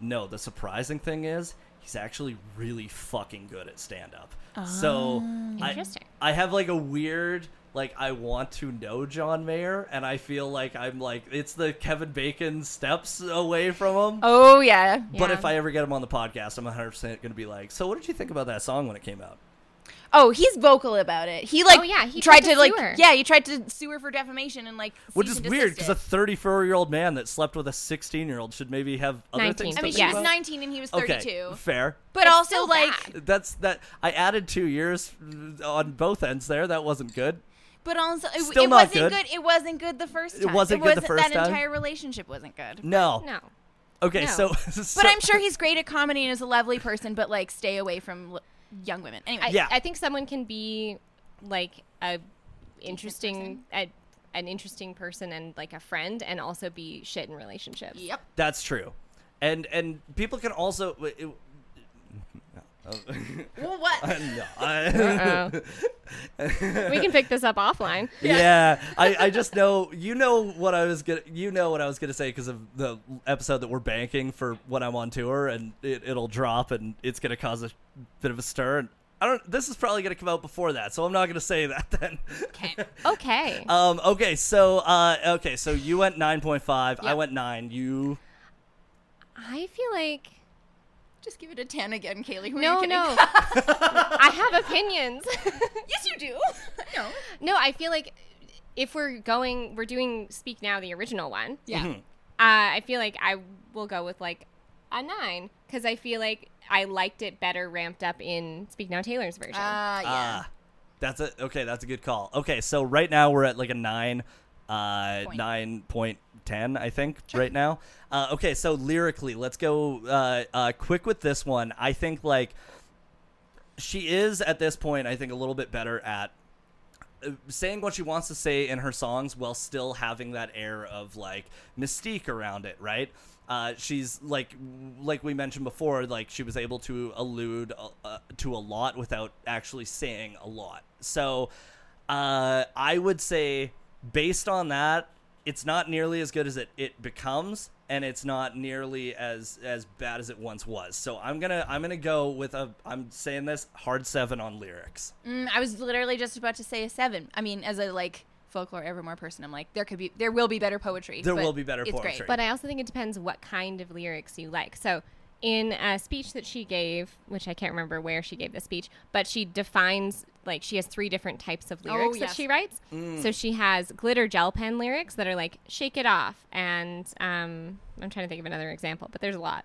Speaker 1: "No, the surprising thing is he's actually really fucking good at stand up." so I-
Speaker 2: Ah. Interesting.
Speaker 1: I have like a weird like I want to know John Mayer and I feel like I'm like it's the Kevin Bacon steps away from him.
Speaker 3: Oh yeah.
Speaker 1: But
Speaker 2: Yeah.
Speaker 1: if I ever get him on the podcast, I'm 100% going to be like, "So what did you think about that song when it came out?"
Speaker 3: Oh, he's vocal about it. He like
Speaker 2: Oh, yeah, he
Speaker 3: tried,
Speaker 2: tried to
Speaker 3: to like
Speaker 2: sue her.
Speaker 3: yeah, he tried to sue her for defamation and like
Speaker 1: Which
Speaker 3: cease
Speaker 1: is
Speaker 3: and
Speaker 1: weird
Speaker 3: desist
Speaker 1: cuz a
Speaker 3: it.
Speaker 1: 34-year-old man that slept with a 16-year-old should maybe have other
Speaker 2: 19.
Speaker 1: things
Speaker 3: I
Speaker 1: to
Speaker 3: mean,
Speaker 1: think
Speaker 3: she was
Speaker 2: Yes.
Speaker 1: about.
Speaker 3: 19 and he was 32.
Speaker 1: Okay, fair.
Speaker 3: But
Speaker 2: It's
Speaker 3: also
Speaker 2: still
Speaker 3: like
Speaker 2: bad.
Speaker 1: That's that I added 2 years on both ends there. That wasn't good.
Speaker 3: But also, it,
Speaker 1: Still
Speaker 3: it
Speaker 1: not
Speaker 3: wasn't
Speaker 1: good.
Speaker 3: good. It wasn't good the first time.
Speaker 1: wasn't good the first
Speaker 3: that
Speaker 1: time.
Speaker 3: entire relationship wasn't good.
Speaker 1: No.
Speaker 2: No.
Speaker 1: Okay,
Speaker 2: No.
Speaker 1: so, [LAUGHS]
Speaker 3: But I'm sure he's great at comedy and is a lovely person. But like, stay away from l- young women. Anyway,
Speaker 2: I,
Speaker 1: Yeah.
Speaker 2: I think someone can be like a interesting a, an interesting person and like a friend and also be shit in relationships.
Speaker 3: yep.
Speaker 1: That's true. And and people can also it- it-
Speaker 3: Well, what?
Speaker 1: no,
Speaker 2: [LAUGHS]
Speaker 1: I,
Speaker 2: Oh. We can pick this up offline.
Speaker 1: yeah, I, I just know you know what I was gonna you know what I was gonna say because of the episode that we're banking for when I'm on tour and it, it'll drop and it's gonna cause a bit of a stir. And I don't. This is probably gonna come out before that, so I'm not gonna say [LAUGHS] that then.
Speaker 2: Okay.
Speaker 1: Um. Okay. So. Uh. Okay. So you went nine point five. I
Speaker 3: Yep.
Speaker 1: went nine. You.
Speaker 2: I feel like
Speaker 3: Just give it a 10 again, Kaylee. Who are you
Speaker 2: no,
Speaker 3: kidding?
Speaker 2: no. I have opinions.
Speaker 3: [LAUGHS]
Speaker 2: [LAUGHS]
Speaker 3: yes, you do. [LAUGHS] no.
Speaker 2: no, I feel like if we're going, we're doing Speak Now, the original one.
Speaker 3: Yeah.
Speaker 2: Uh, I feel like I will go with like a nine because I feel like I liked it better ramped up in Speak Now Taylor's version.
Speaker 3: Ah, yeah.
Speaker 1: Ah, that's a okay. That's a good call. Okay, so right now we're at like a nine, uh,
Speaker 3: Point.
Speaker 1: nine point ten, I think, right now. Uh, okay, so lyrically, let's go uh, uh, quick with this one. I think like she is at this point, I think a little bit better at uh, saying what she wants to say in her songs while still having that air of like mystique around it, right? Uh, she's like, like we mentioned before, like she was able to allude uh, uh, to a lot without actually saying a lot. So, uh, I would say, based on that, it's not nearly as good as it, it becomes, and it's not nearly as as bad as it once was. So I'm gonna I'm gonna go with a I'm saying this hard seven on lyrics.
Speaker 3: Mm, I was literally just about to say a seven. I mean, as a like folklore evermore person, I'm like, there could be, there will be better poetry.
Speaker 1: There
Speaker 3: but
Speaker 1: will be better
Speaker 3: it's great.
Speaker 1: poetry.
Speaker 2: But I also think it depends what kind of lyrics you like. So, in a speech that she gave, which I can't remember where she gave the speech, but she defines like she has three different types of lyrics
Speaker 3: yes.
Speaker 2: that she writes. So she has glitter gel pen lyrics that are like "Shake It Off" and um, I'm trying to think of another example, but there's a lot.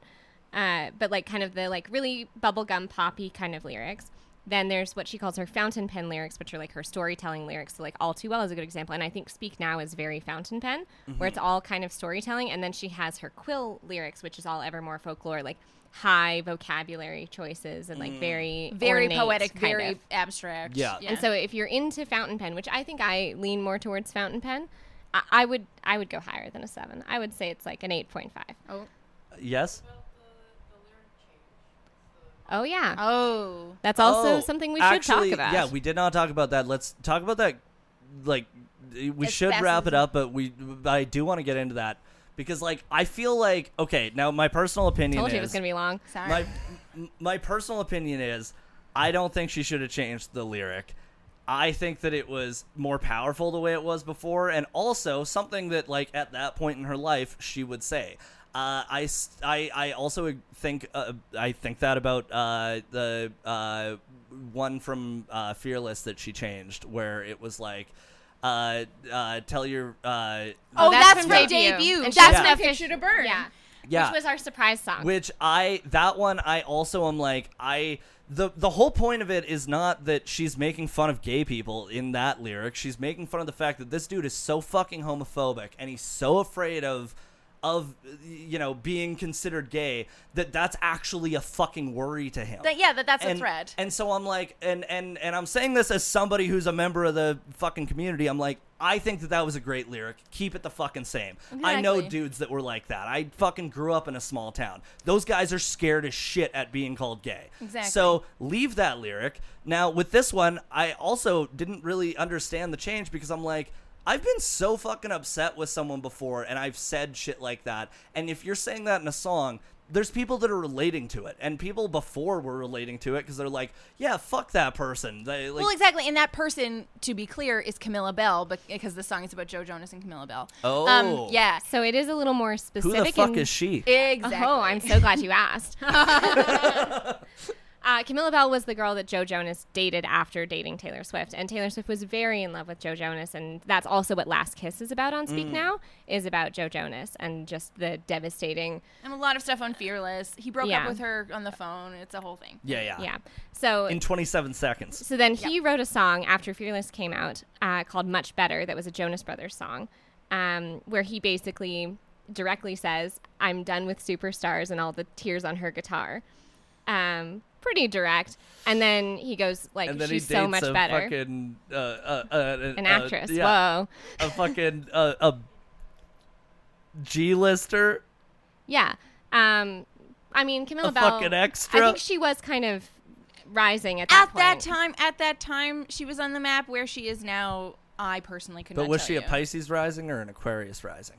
Speaker 2: Uh, but like kind of the like really bubblegum poppy kind of lyrics. Then there's what she calls her fountain pen lyrics, which are like her storytelling lyrics. So like all too well is a good example, and I think Speak Now is very fountain pen, where it's all kind of storytelling. And then she has her quill lyrics, which is all evermore folklore, like high vocabulary choices and like very
Speaker 3: Very
Speaker 2: ornate,
Speaker 3: poetic,
Speaker 2: kind
Speaker 3: very
Speaker 2: of.
Speaker 3: abstract.
Speaker 1: Yeah.
Speaker 3: yeah.
Speaker 2: And so if you're into fountain pen, which I think I lean more towards fountain pen, I, I would I would go higher than a seven. I would say it's like an eight point five.
Speaker 3: oh.
Speaker 1: Yes.
Speaker 2: Oh yeah,
Speaker 3: Oh.
Speaker 2: that's also
Speaker 1: Oh,
Speaker 2: something we
Speaker 1: actually,
Speaker 2: should talk about.
Speaker 1: Yeah, we did not talk about that. Let's talk about that. Like, we
Speaker 3: As
Speaker 1: should
Speaker 3: fast
Speaker 1: wrap
Speaker 3: as
Speaker 1: it up, but we I do want to get into that because like I feel like okay now my personal opinion
Speaker 2: told you
Speaker 1: is
Speaker 2: it was gonna be long.
Speaker 3: Sorry.
Speaker 1: my m- my personal opinion is I don't think she should have changed the lyric. I think that it was more powerful the way it was before, and also something that like at that point in her life she would say. Uh, I, s- I- I also think uh, I think that about uh, the uh, one from uh, Fearless that she changed, where it was like uh, uh, tell your uh,
Speaker 3: Oh,
Speaker 2: that's
Speaker 3: that's, from
Speaker 2: from debut.
Speaker 3: debut.
Speaker 2: And
Speaker 3: That's
Speaker 1: she's
Speaker 3: my
Speaker 1: not
Speaker 3: picture to burn.
Speaker 2: Yeah.
Speaker 1: yeah,
Speaker 2: Which was our surprise song.
Speaker 1: which I that one I also am like I the the whole point of it is not that she's making fun of gay people in that lyric. She's making fun of the fact that this dude is so fucking homophobic and he's so afraid of of you know being considered gay that that's actually a fucking worry to him.
Speaker 3: That, yeah, that that's
Speaker 1: and,
Speaker 3: a thread.
Speaker 1: And so I'm like, and and and I'm saying this as somebody who's a member of the fucking community. I'm like, I think that that was a great lyric. Keep it the fucking same. I know
Speaker 3: Exactly.
Speaker 1: dudes that were like that. I fucking grew up in a small town. Those guys are scared as shit at being called gay.
Speaker 3: Exactly.
Speaker 1: So leave that lyric. Now with this one, I also didn't really understand the change because I'm like. I've been so fucking upset with someone before and I've said shit like that. And if you're saying that in a song, there's people that are relating to it and people before were relating to it because they're like yeah fuck that person they like
Speaker 3: well, exactly. And that person, to be clear, is Camilla Bell bec- because the song is about Joe Jonas and Camilla Bell.
Speaker 1: Oh.
Speaker 3: Um, yeah.
Speaker 2: so it is a little more
Speaker 1: who
Speaker 2: specific.
Speaker 1: the fuck
Speaker 2: and-
Speaker 1: is she
Speaker 3: Exactly.
Speaker 2: Oh, I'm so glad you asked. [LAUGHS] Uh, Camilla Bell was the girl that Joe Jonas dated after dating Taylor Swift, and Taylor Swift was very in love with Joe Jonas, and that's also what Last Kiss is about on Speak Now, is about Joe Jonas and just the devastating.
Speaker 3: And a lot of stuff on Fearless. He broke
Speaker 2: Yeah.
Speaker 3: up with her on the phone. It's a whole thing.
Speaker 1: yeah yeah
Speaker 2: Yeah. So
Speaker 1: in 27 seconds
Speaker 2: So then he wrote a song after Fearless came out uh, called Much Better, that was a Jonas Brothers song, um, where he basically directly says, I'm done with superstars and all the tears on her guitar. Um, pretty direct. And then he goes, like,
Speaker 1: and then
Speaker 2: she's
Speaker 1: he dates
Speaker 2: so much
Speaker 1: a
Speaker 2: better.
Speaker 1: fucking uh, uh, uh,
Speaker 2: An actress.
Speaker 1: yeah,
Speaker 2: Whoa.
Speaker 1: a fucking uh, a g-lister
Speaker 2: Yeah. Um, I mean, Camilla
Speaker 1: A
Speaker 2: Bell.
Speaker 1: fucking extra.
Speaker 2: I think she was kind of rising at that
Speaker 3: At that
Speaker 2: point.
Speaker 3: time, at that time, she was on the map where she is now. I personally could
Speaker 1: but
Speaker 3: not
Speaker 1: was
Speaker 3: tell
Speaker 1: she a
Speaker 3: you.
Speaker 1: pisces rising or an aquarius rising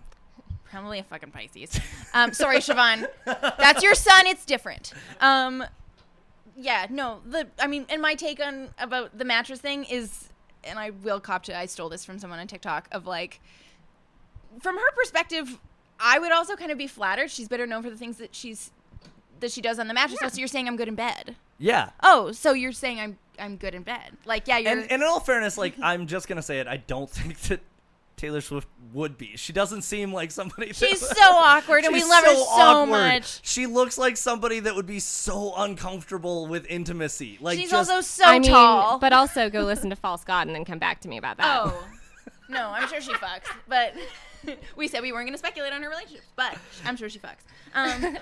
Speaker 3: Probably a fucking Pisces. Um, sorry, Siobhan. That's your son. It's different. Um, yeah, no. The I mean, and my take on about the mattress thing is, and I will cop to. I stole this from someone on TikTok of like, from her perspective, I would also kind of be flattered. She's better known for the things that she's that she does on the mattress. So you're saying I'm good in bed.
Speaker 1: yeah
Speaker 3: Oh, so you're saying I'm I'm good in bed. Like, yeah, you're.
Speaker 1: and, and in all fairness like i'm just gonna say it i don't [LAUGHS] think that taylor swift would be she doesn't seem like somebody that
Speaker 3: She's
Speaker 1: would-
Speaker 3: so awkward, and we
Speaker 1: [LAUGHS] She's
Speaker 3: love her so
Speaker 1: awkward.
Speaker 3: much.
Speaker 1: She looks like somebody that would be so uncomfortable with intimacy. Like
Speaker 3: She's
Speaker 1: just,
Speaker 3: also so
Speaker 2: I mean,
Speaker 3: tall.
Speaker 2: but also go listen to False God and then come back to me about that.
Speaker 3: Oh. [LAUGHS] No, I'm sure she fucks. But [LAUGHS] we said we weren't going to speculate on her relationships, but I'm sure she fucks. Um,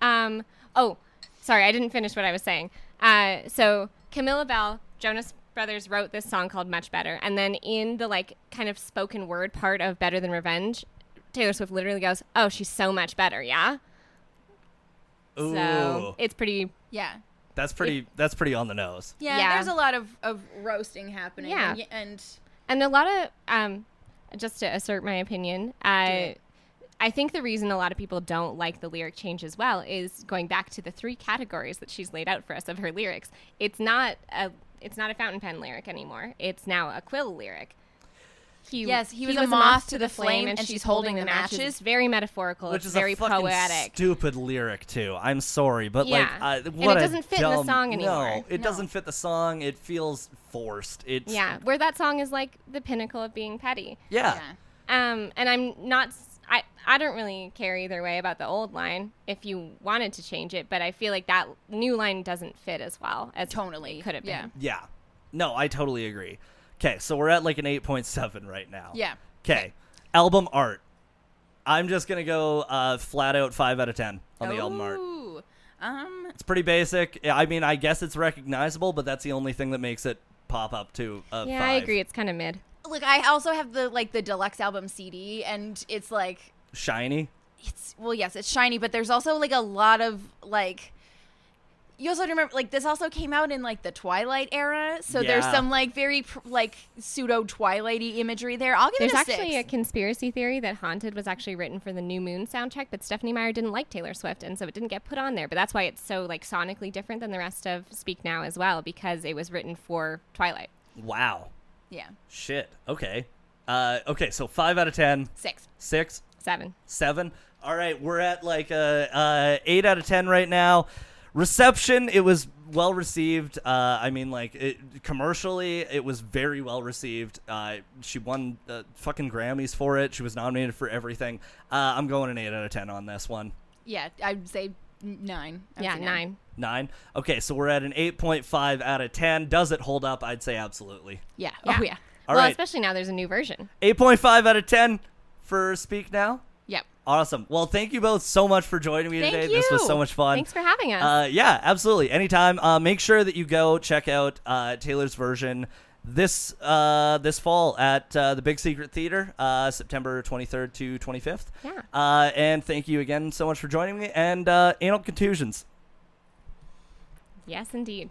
Speaker 2: Um, oh, sorry, I didn't finish what I was saying. Uh, so Camilla Bell, Jonas Brothers wrote this song called Much Better, and then in the like kind of spoken word part of Better Than Revenge, Taylor Swift literally goes, "Oh, she's so much better, yeah."
Speaker 1: Ooh,
Speaker 2: So it's pretty.
Speaker 3: yeah.
Speaker 1: that's pretty. That's pretty on the nose.
Speaker 3: yeah.
Speaker 2: Yeah.
Speaker 3: there's a lot of, of roasting happening.
Speaker 2: Yeah.
Speaker 3: And, and
Speaker 2: And a lot of, um, just to assert my opinion, I, I think the reason a lot of people don't like the lyric change as well is going back to the three categories that she's laid out for us of her lyrics. It's not a, it's not a fountain pen lyric anymore. It's now a quill lyric. He,
Speaker 3: Yes, he was a moth to the flame and she's holding the matches.
Speaker 2: It's very metaphorical.
Speaker 1: Which
Speaker 2: it's
Speaker 1: is
Speaker 2: very
Speaker 1: a fucking
Speaker 2: poetic.
Speaker 1: stupid lyric too. I'm sorry, but
Speaker 2: Yeah.
Speaker 1: like, I,
Speaker 2: And
Speaker 1: what
Speaker 2: it
Speaker 1: a
Speaker 2: doesn't fit in the
Speaker 1: dumb-
Speaker 2: song
Speaker 1: No,
Speaker 2: anymore.
Speaker 1: it doesn't fit the song. It feels forced. It's
Speaker 2: yeah, where that song is like the pinnacle of being petty.
Speaker 1: yeah.
Speaker 3: yeah.
Speaker 2: Um, and I'm not. s- I I don't really care either way about the old line. If you wanted to change it, but I feel like that new line doesn't fit as well as
Speaker 3: Tonally,
Speaker 2: it could have
Speaker 3: yeah.
Speaker 2: been.
Speaker 1: Yeah. No, I totally agree. Okay, so we're at like an 8.7 right now.
Speaker 3: Yeah.
Speaker 1: Okay. Album art. I'm just going to go uh, flat out 5 out of 10 on the album art.
Speaker 3: Ooh. Um,
Speaker 1: It's pretty basic. Yeah, I mean, I guess it's recognizable, but that's the only thing that makes it pop up to a
Speaker 2: Yeah,
Speaker 1: five.
Speaker 2: I agree. It's kind of mid.
Speaker 3: look, I also have the like the deluxe album CD, and it's like
Speaker 1: Shiny.
Speaker 3: it's well yes it's shiny but there's also like a lot of like you also remember like this also came out in like the twilight era so there's
Speaker 1: Yeah.
Speaker 3: some like very pr- like pseudo twilighty imagery there i'll give
Speaker 2: There's
Speaker 3: it a
Speaker 2: actually a
Speaker 3: six
Speaker 2: conspiracy theory that Haunted was actually written for the New Moon soundtrack, but Stephanie Meyer didn't like Taylor Swift, and so it didn't get put on there. But that's why it's so like sonically different than the rest of Speak Now as well, because it was written for Twilight.
Speaker 1: Wow.
Speaker 3: yeah
Speaker 1: Shit. Okay. Uh, okay, so 5 out of 10.
Speaker 3: six
Speaker 1: 6.
Speaker 2: Seven.
Speaker 1: uh, seven. All right, we're at like a, uh eight out of ten right now. reception it was well received uh, i mean like it, commercially it was very well received uh, she won uh, fucking grammys for it she was nominated for everything uh, i'm going an 8 out of 10 on this one
Speaker 3: Yeah, I'd say nine. I would
Speaker 2: yeah,
Speaker 3: say
Speaker 2: nine.
Speaker 1: 9 okay so we're at an 8.5 out of 10 does it hold up i'd say absolutely
Speaker 3: Yeah.
Speaker 2: Yeah.
Speaker 3: Oh yeah.
Speaker 1: All
Speaker 2: well,
Speaker 1: right.
Speaker 2: especially now there's a new version.
Speaker 1: 8.5 out of 10 for speak now
Speaker 3: Yep.
Speaker 1: awesome well thank you both so much for joining me
Speaker 3: Thank
Speaker 1: today this was so
Speaker 3: you.
Speaker 1: much fun
Speaker 2: Thanks for having us.
Speaker 1: Uh, yeah, absolutely. Anytime. Uh, make sure that you go check out uh, Taylor's version this uh, this fall at uh, the Big Secret Theater, uh, September 23rd to 25th.
Speaker 2: Yeah.
Speaker 1: Uh, and thank you again so much for joining me. And uh, anal contusions.
Speaker 2: yes, indeed.